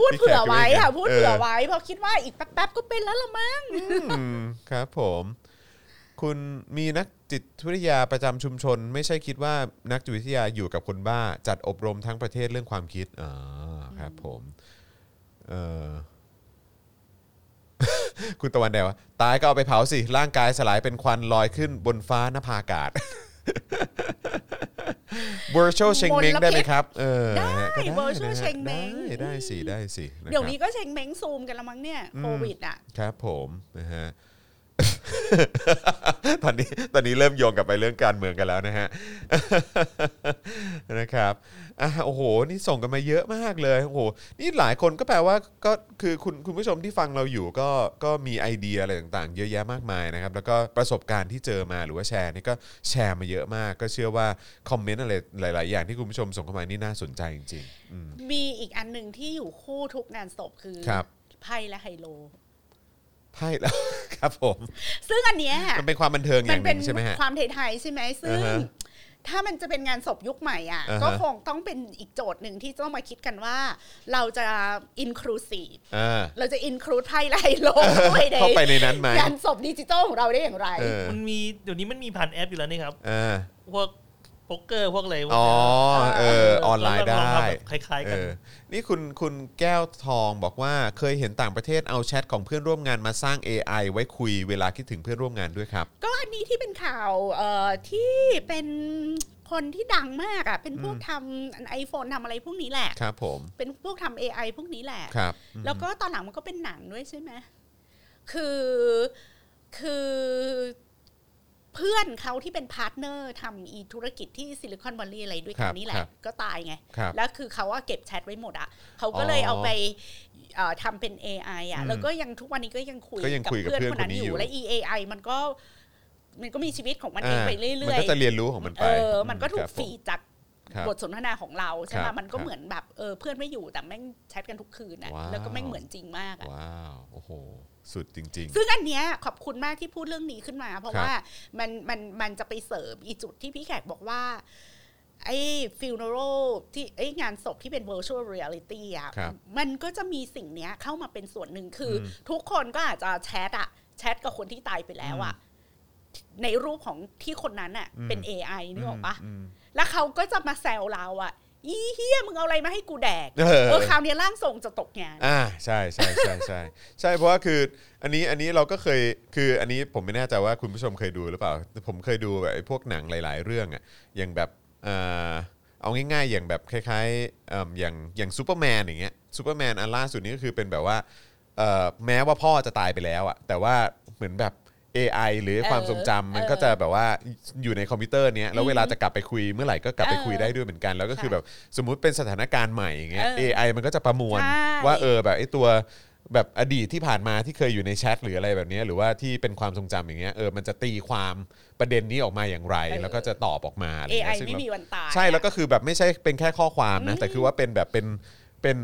Speaker 3: พูดเผื่อไว้ค่ะ
Speaker 2: พี่แขก
Speaker 3: พูดเผื่อ
Speaker 2: เออ
Speaker 3: ไว้เพราะคิดว่าอีกแป๊บๆก็เป็นแล้วละมั้ง
Speaker 2: อืมครับผม คุณมีนักจิตวิทยาประจำชุมชน ไม่ใช่คิดว่านักจิตวิทยาอยู่กับคนบ้า จัดอบรมทั้งประเทศเรื่องความคิดอ๋อครับผมเออ <laughs> คุณตะวันแดงวาตายก็เอาไปเผาสิ ร่างกายสลายเป็นควันลอยขึ้นบนฟ้านภาอากาศ <laughs> virtual เชงเม้งได้ไหมครับ เออ
Speaker 3: ได้
Speaker 2: ฮะก็
Speaker 3: เวอร์ชวล
Speaker 2: นะฮะ
Speaker 3: เชงเม้ง
Speaker 2: ได้ได้สิได้สิะครับ
Speaker 3: เดี๋ยวนี้ก็เชงเม้งซูมกันละมั้งเนี่ยโควิดอ่ะ
Speaker 2: ครับผมนะฮะ <laughs> ตอนนี้ตอนนี้เริ่มโยงกลับไปเรื่องการเมืองกันแล้วนะฮ <laughs> ะ นะครับอ่ะโอ้โห นี่ส่งกันมาเยอะมากเลยโอ้โหนี่หลายคนก็แปลว่าก็คือคุณคุณผู้ชมที่ฟังเราอยู่ก็ก็มีไอเดียอะไรต่างๆ เยอะแยะมากมายนะครับ แล้วก็ประสบการณ์ที่เจอมาหรือว่าแชร์นี่ก็แชร์มาเยอะมาก ก็เชื่อว่าคอมเมนต์อะไรหลาย ๆ อย่างที่คุณผู้ชมส่งเข้ามานี่น่าสนใจจริงๆอืม
Speaker 3: มีอีกอันหนึ่งที่อยู่คู่ทุกงานศพคือ
Speaker 2: ครับ
Speaker 3: ไพ่และไฮโล
Speaker 2: ไพ่แล้ว <laughs> ครับผม
Speaker 3: ซึ่งอันเนี้ย
Speaker 2: มันเป็นความบันเทิงอ
Speaker 3: มั
Speaker 2: ย่างห
Speaker 3: เป็น
Speaker 2: นึ่งใช่ไหมฮะ
Speaker 3: ความไทยๆใช่ไหมซึ่ง
Speaker 2: อ่าฮะ
Speaker 3: ถ้ามันจะเป็นงานศพยุคใหม่อ่ะ
Speaker 2: อ่าฮะ
Speaker 3: ก็คงต้องเป็นอีกโจทย์หนึ่งที่ต้องมาคิดกันว่า เราจะ inclusive
Speaker 2: อ่า
Speaker 3: เราจะ include ไพ่และไฮโลเข้าไปใน
Speaker 2: เข้าไปในนั้นไหม
Speaker 3: งานศพดิจิตอลของเราได้อย่างไร
Speaker 2: เออ
Speaker 4: มันมีเดี๋ยวนี้มันมีผ่านแอปอยู่แล้วนี่ครับ
Speaker 2: เออ
Speaker 4: พวกโป๊กเกอร์พวกอะไรพวก
Speaker 2: อ๋อ
Speaker 4: เนี้ย
Speaker 2: เออ ออนไลน์
Speaker 4: เา
Speaker 2: ได้
Speaker 4: ทำแบบคล้าย ๆ
Speaker 2: เอ
Speaker 4: กัน
Speaker 2: อนี่คุณคุณแก้วทองบอกว่าเคยเห็นต่างประเทศเอาแชทของเพื่อนร่วมงานมาสร้าง AI ไว้คุยเวลาคิดถึงเพื่อนร่วมงานด้วยครับ
Speaker 3: ก็อันนี้ที่เป็นข่าวเอ่อที่เป็นคนที่ดังมากอ่ะเป็นพวกทำไอโฟนทำอะไรพวกนี้แหละ
Speaker 2: ครับผม
Speaker 3: เป็นพวกทำ AI พวกนี้แหละ
Speaker 2: ครับอืม
Speaker 3: แล้วก็ตอนหลังมันก็เป็นหนังด้วยใช่ไหม คือคือเพื่อนเขาที่เป็นพาร์ทเนอร์ทำอีธุรกิจที่ซิลิคอนวัลลีย์อะไรด้วยกันนี่แหละ ก็ตายไง
Speaker 2: ครับ
Speaker 3: แล้วคือเขาว่าเก็บแชทไว้หมดอ่ะเขาก็เลยเอาไปเอ่อทำเป็น AI อ่ะ
Speaker 2: อืม
Speaker 3: แล้วก็ยังทุกวันนี้ก็ยังคุย
Speaker 2: ก็ยังคุยกับเพื่อนคนนี้อยู่
Speaker 3: และ EAI มันก็มันก็มีชีวิตของมันเอ
Speaker 2: อ่าง
Speaker 3: ไปเรื่
Speaker 2: มัน
Speaker 3: อย
Speaker 2: ก็จะเรียนรู้ของมัน
Speaker 3: ๆ
Speaker 2: ไป
Speaker 3: เออมันก็ถู
Speaker 2: ครั
Speaker 3: ก
Speaker 2: บผม
Speaker 3: ฝีดจาก
Speaker 2: ครับ
Speaker 3: บทสนทนาของเราใช่ไหม
Speaker 2: ครับ
Speaker 3: มันก็
Speaker 2: ครับ
Speaker 3: เหมือนแบบเออเพื่อนไม่อยู่แต่แม่งแชทกันทุกคืนอ่ะ
Speaker 2: ว้าว
Speaker 3: แล้วก็แม่งเหมือนจริงมากอ่ะ
Speaker 2: ว้าว โอ้โห สุดจริง
Speaker 3: ซึ่งอันเนี้ยขอบคุณมากที่พูดเรื่องนี้ขึ้นมา เพราะ
Speaker 2: ครับ
Speaker 3: ว่ามันมันมันจะไปเสริมอีจุดที่พี่แขกบอกว่า ไอ้ฟิวเนอโรที่ไอ้งานศพที่เป็น virtual reality อ่ะ
Speaker 2: ครับ
Speaker 3: มันก็จะมีสิ่งเนี้ยเข้ามาเป็นส่วนหนึ่งคืออ
Speaker 2: ม
Speaker 3: ทุกคนก็อาจจะแชทอะแชทกับคนที่ตายไปแล้วอะในรูปของที่คนนั้นอะ
Speaker 2: อืม
Speaker 3: เป็น AI นึกออกปะ
Speaker 2: ม
Speaker 3: แล้วเขาก็จะมาแซวเราอะอีเฮียมึงเอาอะไรมาให้กูแดก
Speaker 2: เออ
Speaker 3: เออคราวเนี้ยร่างทรงจะตกงาน
Speaker 2: อ่าใช่ใช่ใช่ใช่ ใช่เพราะว่าคืออันนี้อันนี้เราก็เคยคืออันนี้ผมไม่แน่ใจว่าคุณผู้ชมเคยดูหรือเปล่า ผมเคยดูแบบไอ้พวกหนังหลาย ๆ เรื่องอ่ะอย่างแบบเอ่อเอาง่าย ๆ อย่างแบบคล้ายๆเอิ่มอย่างอย่างซูเปอร์แมนอย่างเงี้ยซูเปอร์แมนอันล่าสุดนี้ก็คือเป็นแบบว่าเอ่อแม้ว่าพ่อจะตายไปแล้วอ่ะแต่ว่าเหมือนแบบ AI หรือความทรงจำมัน
Speaker 3: เออ
Speaker 2: ก็จะแบบว่าอยู่ในคอมพิวเตอร์เนี้ยแล้วเวลาจะกลับไปคุยเมื่อไหร่ก็กลับไปคุย
Speaker 3: เออ
Speaker 2: ได้ด้วยเหมือนกัน แล้วก็คือ
Speaker 3: ค่ะ
Speaker 2: แบบสมมุติเป็นสถานการณ์ใหม่อย่างเงี้ย
Speaker 3: เออ
Speaker 2: AI มันก็จะประมวล
Speaker 3: ใช่
Speaker 2: ว่าเออ เออแบบไอ้ตัวแบบอดีตที่ผ่านมาที่เคยอยู่ในแชทหรืออะไรแบบเนี้ยหรือว่าที่เป็นความทรงจำอย่างเงี้ยเออมันจะตีความประเด็นนี้ออกมาอย่างไร
Speaker 3: เออ
Speaker 2: แล้วก็จะตอบออกมาอะไรเงี้
Speaker 3: AI
Speaker 2: ยซึ่ง
Speaker 3: ไม่
Speaker 2: เรา
Speaker 3: มีวันตาย
Speaker 2: ใช่แล้วก็คือแบบไม่ใช่เป็นแค่ข้อความนะ
Speaker 3: อืม
Speaker 2: แต่คือว่าเป็นแบบเป็นเป็น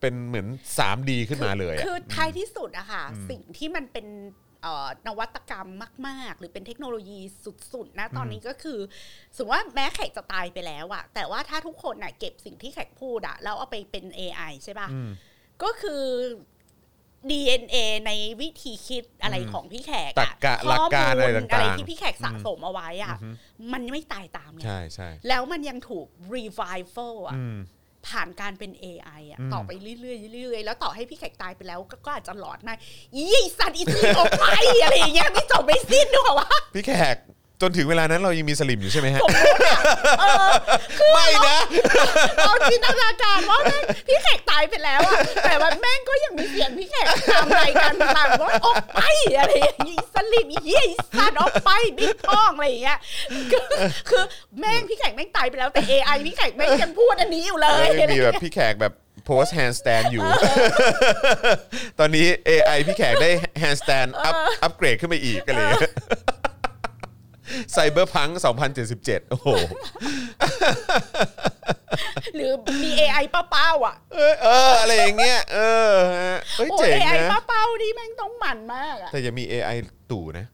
Speaker 2: เป็นเหมือน 3D ขึ้นมาเลยอะ
Speaker 3: คือท้ายที่สุดอะค่ะ สิ่งที่มันเป็นเอ่อนวัตกรรมมาก ๆ หรือเป็นเทคโนโลยีสุด ๆ นะตอนนี้ก็คือ สมมติว่าแม้แขกจะตายไปแล้วอะแต่ว่าถ้าทุกคนน่ะเก็บสิ่งที่แขกพูดอะแล้วเอาไปเป็น AI ใช่ป่ะ
Speaker 2: อืม
Speaker 3: ก็คือ DNA ในวิธีคิดอะไรของพี่แขกอ
Speaker 2: ตรรกะหลักการอะไร
Speaker 3: ข้มูล
Speaker 2: ต่างๆ
Speaker 3: อะไรที่พี่แขกสะสมเอาไว้อะมันไม่ตายตามไง
Speaker 2: ใช่ใช่
Speaker 3: แล้วมันยังถูก revival อะ
Speaker 2: อืม
Speaker 3: ผ่านการเป็น AI อะ
Speaker 2: อืม
Speaker 3: ต่อไปเรื่อยๆเรื่อยๆแล้วต่อให้พี่แขกตายไปแล้วก็ก็อาจจะหลอดนะยี่สัตว์อีซีออกไป <laughs> อะไรอย่างเงี้ยไม่จบไม่สิ้นนึกออกปะ
Speaker 2: พี่แขกจนถึงเวลานั้นเรายังมีสลิมอยู่ใช่ไหมฮะ
Speaker 3: ไม่นะเราจินตนาการว่าแม่งพี่แขกตายไปแล้วอะแต่ว่าแม่งก็ยังมีเสียงพี่แขกตามรายการต่างๆว่าออกไปอะไรอย่างงี้สลิมยี่สัตว์ออกไปบิ๊กป้องอะไรอย่างเงี้ย <laughs> คือคือแม่งพี่แขกแม่งตายไปแล้วแต่ AI พี่แขกแม่งยังพูดอันนี้อยู่เล
Speaker 2: เออย ยังมีแบบพี่แขกแบบโพสแฮนด์สแตนอยู่ ตอนนี้ AI พี่แขกได้แฮนด์สแตนอัพอัพเกรดขึ้นไปอีกกันเลยไซเบอร์พัง2077 โอ้โห
Speaker 3: หรือมี AI ป้าเป้าอ่ะ
Speaker 2: เออเอออะไรอย่างเงี้ย เออฮะเอ้ย
Speaker 3: โอ้
Speaker 2: เจ๋ง
Speaker 3: AI ป้า
Speaker 2: นะ
Speaker 3: เป้านี่แม่งต้องหมั่นมากอ่ะ
Speaker 2: แต่อย่ามี AI ตู่นะ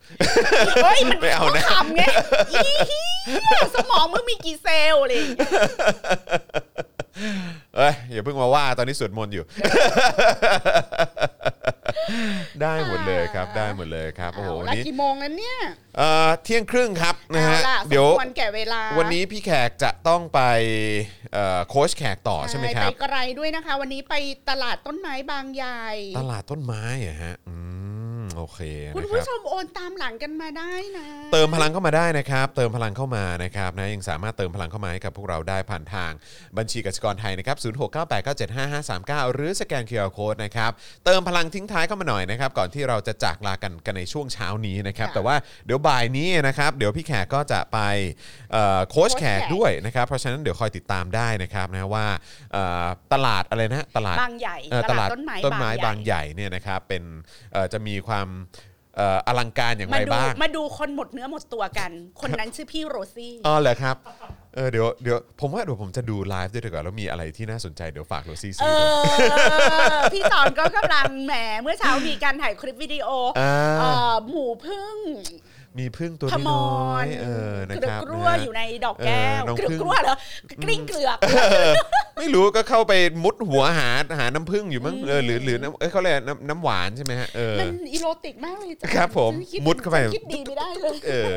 Speaker 3: เฮ้ยมัน
Speaker 2: ไม่เอานะ
Speaker 3: ขำไงอีเหี้ยสมองมึงมีกี่เซลล์อะไรอย่างเงี้ย
Speaker 2: เอ้ยอย่าเพิ่งมาว่าตอนนี้สวดมนต์อยู่ ได้หมดเลยครับ ได้หมดเลยครับ โอ้โหวัน
Speaker 3: แล้ว
Speaker 2: นี้
Speaker 3: กี่โมงนั้นเนี่ย
Speaker 2: เอ่อเที่ยงครึ่งครับนะฮะ
Speaker 3: เอาล่
Speaker 2: เดี๋ยว
Speaker 3: สมควรแก่เวลา
Speaker 2: วันนี้พี่แขกจะต้องไปเอ่อโค้ชแขกต่อใช่ไหมครับ
Speaker 3: ไปไกลด้วยนะคะ วันนี้ไปตลาดต้นไม้บางใหญ่
Speaker 2: ตลาดต้นไม้เหรอะฮะ อืม โอเค
Speaker 3: คุณ
Speaker 2: นะค
Speaker 3: ผู้
Speaker 2: รับ
Speaker 3: ชมโอนตามหลังกันมาได้นะ
Speaker 2: เติมพลังเข้ามาได้นะครับ เติมพลังเข้ามานะครับนะยังสามารถเติมพลังเข้ามาให้กับพวกเราได้ผ่านทางบัญชีกสิกรไทยนะครับ 0698975539 หรือสแกน QR Code นะครับ เติมพลังทิ้งท้ายเข้ามาหน่อยนะครับ ก่อนที่เราจะจากลากันกันในช่วงเช้านี้นะครับ
Speaker 3: ค่ะ
Speaker 2: แต่ว่าเดี๋ยวบ่ายนี้นะครับ เดี๋ยวพี่แขกก็จะไปเอ่อโค้ชแขก
Speaker 3: โค้ชแขก
Speaker 2: ด้วยนะครับ เพราะฉะนั้นเดี๋ยวคอยติดตามได้นะครับนะว่าเอ่อตลาดอะไรนะตลาด
Speaker 3: บางใหญ่
Speaker 2: เอ่อ
Speaker 3: ต
Speaker 2: ต
Speaker 3: ลา
Speaker 2: ลา
Speaker 3: ด
Speaker 2: ด
Speaker 3: ต้นไม้
Speaker 2: ต้นไม้
Speaker 3: บา
Speaker 2: บาง ง
Speaker 3: ใหญ่
Speaker 2: ใหญ่เนี่ยนะครับเป็นเอ่อจะมีความเอ่ออลังการอย่างไร
Speaker 3: มาดู
Speaker 2: บ้าง
Speaker 3: มาดูคนหมดเนื้อหมดตัวกัน คนนั้นชื่อพี่โรซี่
Speaker 2: อ๋อเหรอครับเออเดี๋ยวเดี๋ยวผมว่าเดี๋ยวผมจะดูไลฟ์ด้วยดีกว่าแล้วมีอะไรที่น่าสนใจเดี๋ยวฝากโรซี่
Speaker 3: เอ
Speaker 2: ซื้อด้วย
Speaker 3: อ พี่จอนก็กำลังแหมเมื่อเช้ามีการถ่ายคลิปวิดีโอ
Speaker 2: อ่า
Speaker 3: เอ่อหมูพึ่ง
Speaker 2: มีพึ่งตัว
Speaker 3: พ
Speaker 2: นี้
Speaker 3: ม
Speaker 2: น้
Speaker 3: อ
Speaker 2: อย
Speaker 3: น
Speaker 2: เออนะ
Speaker 3: เกลื
Speaker 2: ค
Speaker 3: อ
Speaker 2: รับ
Speaker 3: กลัว
Speaker 2: นะฮะ
Speaker 3: อยู่ในดอกแก้ว
Speaker 2: เออน้อง
Speaker 3: เกลือ
Speaker 2: พึ่ง
Speaker 3: กลัวเหรอ กลิ้งเกลือก
Speaker 2: เออไม่รู้ก็เข้าไปมุดหัวหาหาน้ำพึ่งอยู่มั้งเออหรือหรือน้ำเอ้ยเขาเรียกน้ำน้ำหวานใช่ไหมฮะเออ
Speaker 3: มันอีโรติกมากเลยจ้ะ
Speaker 2: ครับผม
Speaker 3: ฉันคิ
Speaker 2: มุดเข้าไป
Speaker 3: ฉันคิดดีไม่ได้เลย
Speaker 2: เออ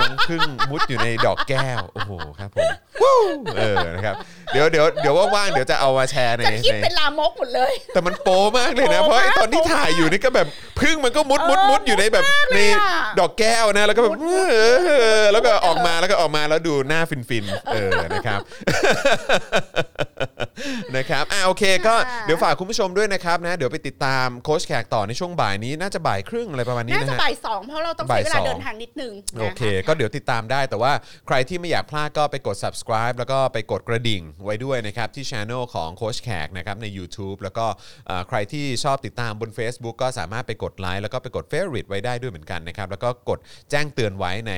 Speaker 2: น้องพึ่งมุดอยู่ในดอกแก้ว โอ้โหครับผมวู้เออนะครับเดี๋ยวเดี๋ยวเดี๋ยวว่างๆเดี๋ยวจะเอามาแชร์ใน
Speaker 3: จะคิด
Speaker 2: ใน
Speaker 3: เป็นลามกหมดเลย
Speaker 2: แต่มันโป๊มากเลยนะ
Speaker 3: โป๊มา
Speaker 2: เพราะ
Speaker 3: ก
Speaker 2: ไอ้ตอนที่
Speaker 3: โป๊มาก
Speaker 2: ถ่ายอยู่นี่ก็แบบพึ่งมันก็มุดมุด
Speaker 3: เออ
Speaker 2: มุดอยู่ในแบบใน
Speaker 3: เลยอะ
Speaker 2: ดอกแก้วนะ แล้วก็แบบเออแล้วก็ออกมาแล้วก็ออกมาแล้วดูหน้าฟินฟินๆเออนะครับ <laughs> นะครับอ่าโอเคก็เดี๋ยวฝากคุณผู้ชมด้วยนะครับนะ เดี๋ยวไปติดตามโค้ชแขกต่อในช่วงบ่ายนี้น่าจะบ่ายครึ่งอะไรประมาณนี้
Speaker 3: น่า
Speaker 2: นะฮะ
Speaker 3: จะบ่ายสองเพราะเราต้องใช้
Speaker 2: บ่าย
Speaker 3: เว
Speaker 2: ส
Speaker 3: ลา
Speaker 2: อง
Speaker 3: เดินทางนิดนึงนะคะ
Speaker 2: โอเค ก็เดี๋ยวติดตามได้ แต่ว่าใครที่ไม่อยากพลาดก็ไปกด subscribe แล้วก็ไปกดกระดิ่งไว้ด้วยนะครับ ที่ช anel ของโคชแขกนะครับใน YouTube แล้วก็เอ่อใครที่ชอบติดตามบน Facebook ก็สามารถไปกดไลค์แล้วก็ไปกด favorite ไว้ได้ด้วยเหมือนกันนะครับ แล้วก็กดแจ้งเตือนไว้ใน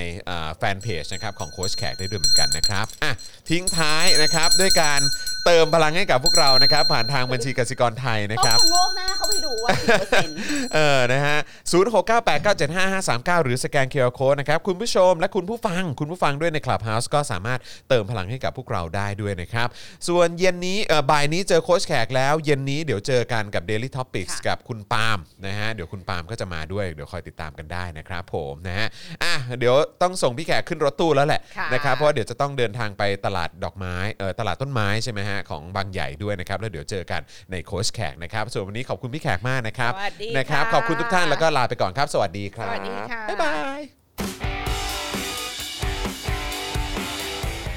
Speaker 2: แฟนเพจนะครับของโคชแขกได้ด้วยเหมือนกันนะครับอ่ะทิ้งท้ายนะครับด้วยการเติมพลังให้กับพวกเรานะครับ ผ่านทางบัญชีกสิกรไทยนะค
Speaker 3: ต้อง
Speaker 2: รับ
Speaker 3: ชะโงกหน้าเขาไปดูว่ากี่เปอร์เซ็นต์
Speaker 2: <laughs> เออ นะฮะ 0698975539 หรือสแกน QR Code นะครับ คุณผู้ชมและคุณผู้ฟัง คุณผู้ฟังด้วยใน Clubhouse ก็สามารถเติมพลังให้กับพวกเราได้ด้วยนะครับ ส่วนเย็นนี้เอ่อบ่ายนี้เจอโค้ชแขกแล้ว เย็นนี้เดี๋ยวเจอกันกับ Daily Topics
Speaker 3: ค่ะ
Speaker 2: กับคุณปาล์มนะฮะ เดี๋ยวคุณปาล์มก็จะมาด้วย เดี๋ยวคอยติดตามกันได้นะครับผมนะฮะ อ่ะ เดี๋ยวต้องส่งพี่แขกขึ้นรถตู้แล้วแหละ
Speaker 3: ค่ะ
Speaker 2: นะครับ เพราะว่าเดี๋ยวจะต้องเดินทางไปตลาดดอกไม้ เอ่อ ตลาดต้นไม้ใช่ไหมฮะของบางใหญ่ด้วยนะครับ แล้วเดี๋ยวเจอกันในโค้ชแขกนะครับ ส่วนวันนี้ขอบคุณพี่แขกมากนะครับ
Speaker 3: สวัสดี
Speaker 2: นะครับ
Speaker 3: ค่ะ
Speaker 2: ขอบคุณทุกท่านแล้วก็ลาไปก่อนครับ สวัสดีครับ
Speaker 3: สวัสดีค่ะ
Speaker 2: บ๊ายบาย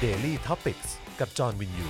Speaker 1: Daily t o p i c กกับจอห์นวินยู